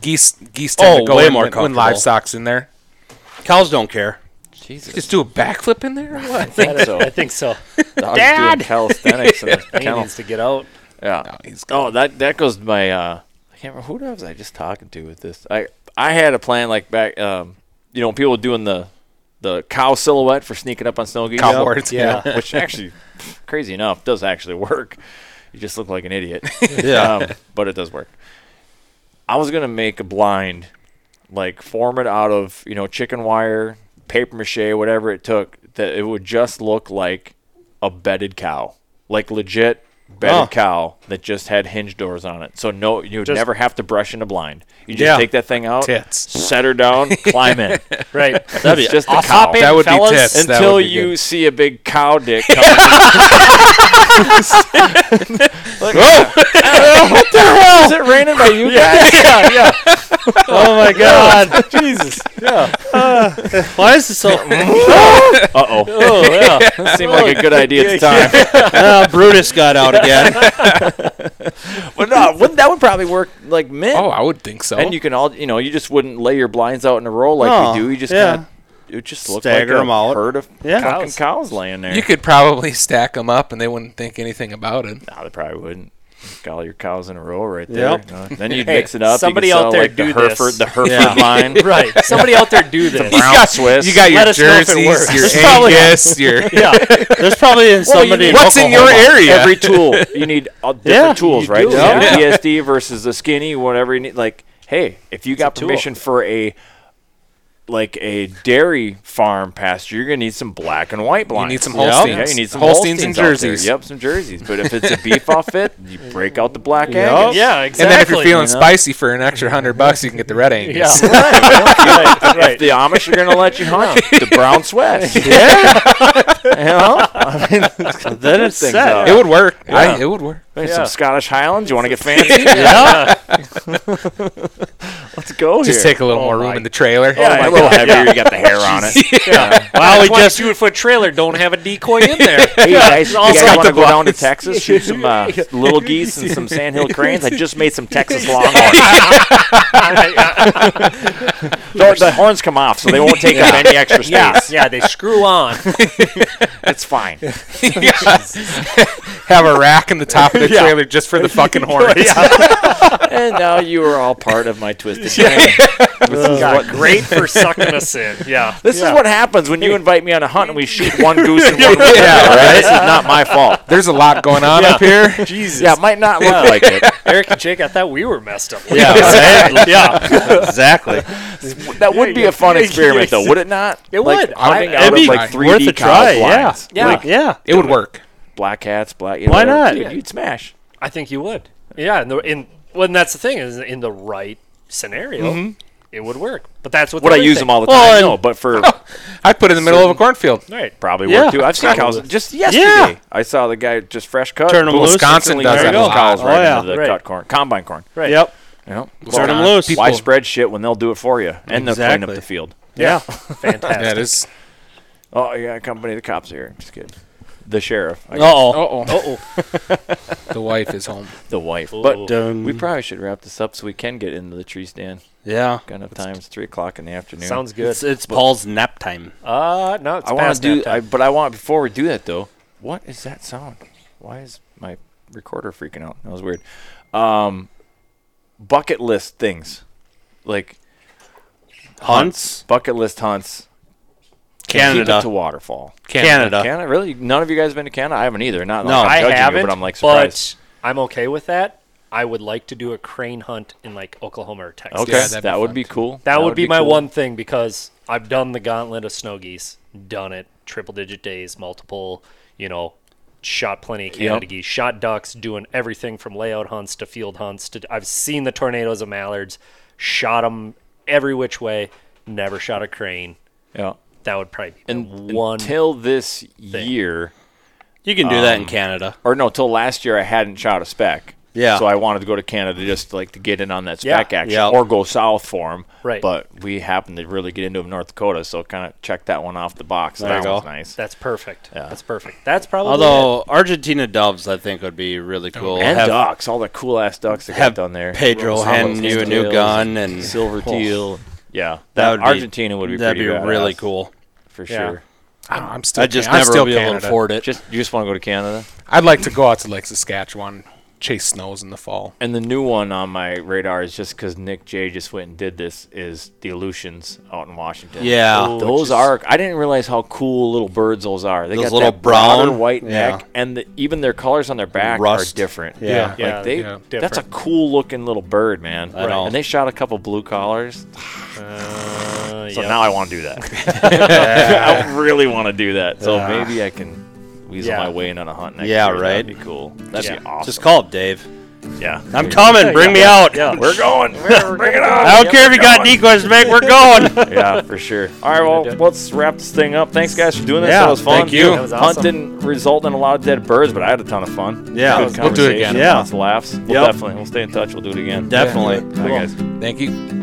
S6: geese geese tend
S4: Oh,
S6: to go
S4: way
S6: in
S4: more
S6: when, when
S4: comfortable.
S6: livestock's in there.
S4: cows don't care.
S6: Just do a backflip in there. Or what?
S2: Think so.
S5: I think so.
S2: Dogs Dad! doing calisthenics in the
S5: He
S2: kennel.
S5: needs to get out.
S2: Yeah. oh, that that goes to my. Uh, I can't remember who was I just talking to with this. I I had a plan like back. Um, you know, people doing the the cow silhouette for sneaking up on snow geese.
S6: Cowboards, Yeah.
S2: which actually, crazy enough, does actually work. You just look like an idiot.
S4: Yeah.
S2: um, but it does work. I was gonna make a blind, like form it out of you know chicken wire, paper mache, whatever it took. That it would just look like a bedded cow, like legit bedded
S4: Huh.
S2: cow that just had hinge doors on it. So no, you would
S5: Just-
S2: never have to brush in a blind. You just
S4: Yeah.
S2: take that thing out,
S6: Tits.
S2: set her down, climb in.
S5: Right.
S2: That'd be just a
S5: Awesome.
S2: cow.
S5: Hop in,
S6: That would be
S5: fellas.
S6: tits. That
S2: Until
S6: would be
S2: you
S6: good.
S2: see a big cow dick coming. Look at that. what the hell? Is it raining by you guys?
S4: yeah, yeah. Oh my God, Jesus. Yeah. why is this so?
S2: Uh oh.
S4: Oh yeah.
S2: That seemed like a good idea at the time.
S4: Uh, Brutus got out again.
S2: But no, wouldn't that would probably work like mint?
S6: Oh, I would think so.
S2: and you can all, you know, you just wouldn't lay your blinds out in a row like
S4: No,
S2: you do. You just
S4: Oh, yeah.
S2: kind of. It would just look
S4: Stagger
S2: like
S4: 'em
S2: a
S4: out.
S2: herd of
S4: Yeah.
S2: fucking cows laying there.
S6: You could probably stack them up, and they wouldn't think anything about it.
S2: No, they probably wouldn't. Got all your cows in a row right there.
S4: Yep.
S2: you know. Then you'd
S5: Hey,
S2: mix it up.
S5: somebody
S2: you could
S5: out
S2: sell,
S5: there
S2: like, the
S5: do
S2: Hereford,
S5: this.
S2: the Hereford
S4: Yeah.
S2: line.
S5: Right. Somebody out there do this.
S2: Brown Swiss.
S6: You got
S5: Let
S6: your
S5: us know if it
S6: jerseys,
S5: works.
S6: your
S4: It's probably-
S6: Angus, your
S5: Yeah.
S4: There's probably somebody.
S6: what's in your
S4: Oklahoma.
S6: area?
S2: every tool you need all different
S4: Yeah,
S2: tools
S4: you
S2: right
S4: do,
S2: You have
S4: yeah.
S2: a psd versus a skinny whatever you need like hey if you got permission for a like a dairy farm pasture you're gonna need some black and white blinds
S6: need some
S2: Yeah,
S6: Holsteins.
S2: yeah, you need some
S6: Holsteins and
S2: out there.
S6: jerseys.
S2: yep some jerseys but if it's a beef outfit you break out the black yep.
S5: Yeah, exactly.
S6: And then if you're feeling
S2: you know?
S6: spicy for an extra hundred bucks, you can get the red
S5: Yeah.
S6: Angus.
S5: right, right, right.
S2: if the Amish are going to let you hunt, the brown sweat.
S4: Then it's
S2: things
S4: set.
S2: out.
S6: It would work. I, it would work.
S2: Some Scottish Highlands. You want to get fancy?
S4: Yeah.
S2: Let's go
S6: Just
S2: here.
S6: take a little more room in the trailer.
S2: yeah, a little heavier. You got the hair on it.
S4: Wow, we just.
S5: 22 foot trailer don't have a decoy in there.
S2: Hey guys, you guys
S6: got
S2: want
S6: the
S2: to go down to Texas, shoot some uh, little geese and some sandhill cranes? I just made some Texas longhorns. the, the horns come off, so they won't take up any extra space.
S5: yeah, yeah, they screw on.
S2: It's fine.
S6: Have a rack in the top of the trailer just for the fucking horns.
S2: And now you are all part of my twisted plan.
S5: Yeah, great for sucking us in. Yeah.
S2: This is
S5: Yeah.
S2: what happens when you invite me on a hunt and we shoot one goose and one yeah, right? This is not my fault.
S6: There's a lot going on up here.
S5: Jesus.
S2: Yeah, it might not look like it.
S5: Eric and Jake, I thought we were messed up.
S4: Yeah, right? yeah, exactly.
S2: That would be a fun experiment, though, would it not?
S5: It
S2: Like,
S5: would.
S2: Hunting
S6: It'd
S2: out
S6: be
S2: of like
S6: worth
S2: 3D
S4: Worth a
S2: cow
S4: try. Yeah,
S2: blinds.
S4: yeah,
S2: Like,
S4: yeah.
S6: It would work.
S2: black hats, black. You
S4: Why
S2: know,
S4: not?
S2: You'd, you'd smash.
S5: I think you would. Yeah, in the in well, and that's the thing is in the right scenario, it would work. But that's what
S2: Mm-hmm. Would I
S5: they're
S2: use them
S5: thinking.
S2: all the
S4: Well,
S2: time?
S4: and-
S2: No, but for
S6: I'd put it in the middle of a cornfield.
S5: Right.
S2: probably
S4: Yeah.
S2: work too. I've seen cows just yesterday. I saw the guy just fresh cut.
S4: Turn 'em
S2: boom,
S4: loose.
S6: Wisconsin
S2: instantly
S6: does
S2: turned
S6: that a
S2: those
S6: lot.
S2: cows
S4: Oh,
S2: right
S4: yeah.
S2: into the
S5: Right.
S2: cut corn, combine corn.
S5: Right.
S4: Yep.
S2: You know,
S6: Turn 'em
S2: Well,
S6: loose.
S2: Why
S6: People-
S2: spread shit when they'll do it for you and they'll clean up
S4: Exactly.
S2: the field?
S5: Yeah.
S6: That
S5: Fantastic.
S6: is.
S2: Oh, yeah, accompany the cops here. Just kidding. The sheriff, I
S4: Uh
S2: guess.
S4: oh.
S6: Uh oh. The wife is home.
S2: the wife. But
S4: Dun.
S2: we probably should wrap this up so we can get into the tree stand.
S4: Yeah.
S2: Got enough time. It's three o'clock in the afternoon.
S5: Sounds good.
S4: It's, it's Paul's nap time.
S5: Uh no, it's
S2: uh, I want
S5: past
S2: to do,
S5: nap time.
S2: I, but I want before we do that though. What is that sound? Why is my recorder freaking out. That was weird. Um, bucket list things, like
S4: Hunts?
S2: bucket list hunts.
S4: Canada.
S2: Keep it to waterfall.
S4: Canada.
S2: Canada, really? None of you guys been to Canada? I haven't either. Not
S4: No,
S2: like I'm
S5: I
S2: judging you,
S5: haven't,
S2: but I'm like surprised.
S5: but I'm okay with that. I would like to do a crane hunt in like Oklahoma or Texas.
S2: okay,
S6: Yeah, that'd
S2: that
S6: be
S2: would
S6: fun.
S2: be cool.
S5: That, would be, my
S2: cool.
S5: one thing because I've done the gauntlet of snow geese, done it triple digit days, multiple, you know, shot plenty of Canada
S2: Yep.
S5: geese, shot ducks, doing everything from layout hunts to field hunts. To I've seen the tornadoes of mallards, shot them every which way, never shot a crane.
S2: Yeah.
S5: That would probably be
S2: And
S5: the one.
S2: until this year,
S4: You can do that in Canada.
S2: or no, till last year, I hadn't shot a spec.
S4: Yeah.
S2: So I wanted to go to Canada just like to get in on that
S5: Yeah.
S2: spec action,
S4: Yeah.
S2: or go south for them.
S5: Right.
S2: But we happened to really get into 'em in North Dakota, so kind of check that one off the box.
S4: There
S2: that
S4: you go.
S2: was nice.
S5: that's perfect. That's perfect. That's probably it.
S4: Although Argentina doves, I think would be really cool.
S2: and
S4: Have-
S2: ducks, all the cool ass ducks that got
S4: have
S2: down there.
S4: Pedro
S2: Samba
S4: hand you a new
S2: tails,
S4: gun and-
S2: silver
S4: Oh.
S2: teal. Yeah,
S4: that would be-
S2: Argentina would be
S4: that'd
S2: pretty
S4: be really
S2: badass,
S4: cool.
S2: for
S5: Yeah.
S2: sure.
S6: I don't know, I'm still.
S4: I just
S6: Can- I'm
S4: never
S6: still
S4: will be able
S6: Canada.
S4: to afford it.
S2: Just you just want to go to Canada.
S6: I'd like to go out to Lake Saskatchewan, chase snows in the fall.
S2: And the new one on my radar is just because Nick J just went and did this is the Aleutians out in Washington.
S4: Yeah. Oh,
S2: those are. I didn't realize how cool little birds those are. They
S4: Those
S2: got
S4: little
S2: that broader
S4: brown-
S2: white
S4: yeah.
S2: neck, and the, even their colors on their back
S4: Rust.
S2: are different.
S4: Yeah. Yeah.
S2: like
S5: Yeah,
S2: they.
S6: yeah.
S2: That's a
S5: Different.
S2: cool looking little bird, man.
S4: I know.
S2: And they shot a couple blue collars.
S5: Uh,
S2: So
S5: yeah.
S2: now I want to do that. I really want to do that. So maybe I can weasel
S5: Yeah.
S2: my way in on a hunt next
S4: Yeah,
S2: year.
S4: right.
S2: That'd be cool. That'd
S5: Yeah.
S2: be awesome.
S4: Just call up Dave.
S2: Yeah.
S4: I'm coming. Bring me out.
S5: Yeah.
S2: We're going. Bring it on.
S4: I don't care if you got decoys to make. We're going.
S2: yeah, for sure. All right, well, let's wrap this thing up. Thanks, guys, for doing this.
S4: Yeah,
S2: that was fun.
S4: thank you.
S5: That was
S2: Hunt
S5: awesome.
S2: didn't result in a lot of dead birds, but I had a ton of fun.
S4: Yeah.
S2: Good
S4: We'll do it again.
S2: conversation,
S4: Yeah.
S2: Lots of laughs. We'll
S4: Yep.
S2: definitely. We'll stay in touch. We'll do it again.
S4: Definitely.
S2: Bye, guys.
S6: Thank you.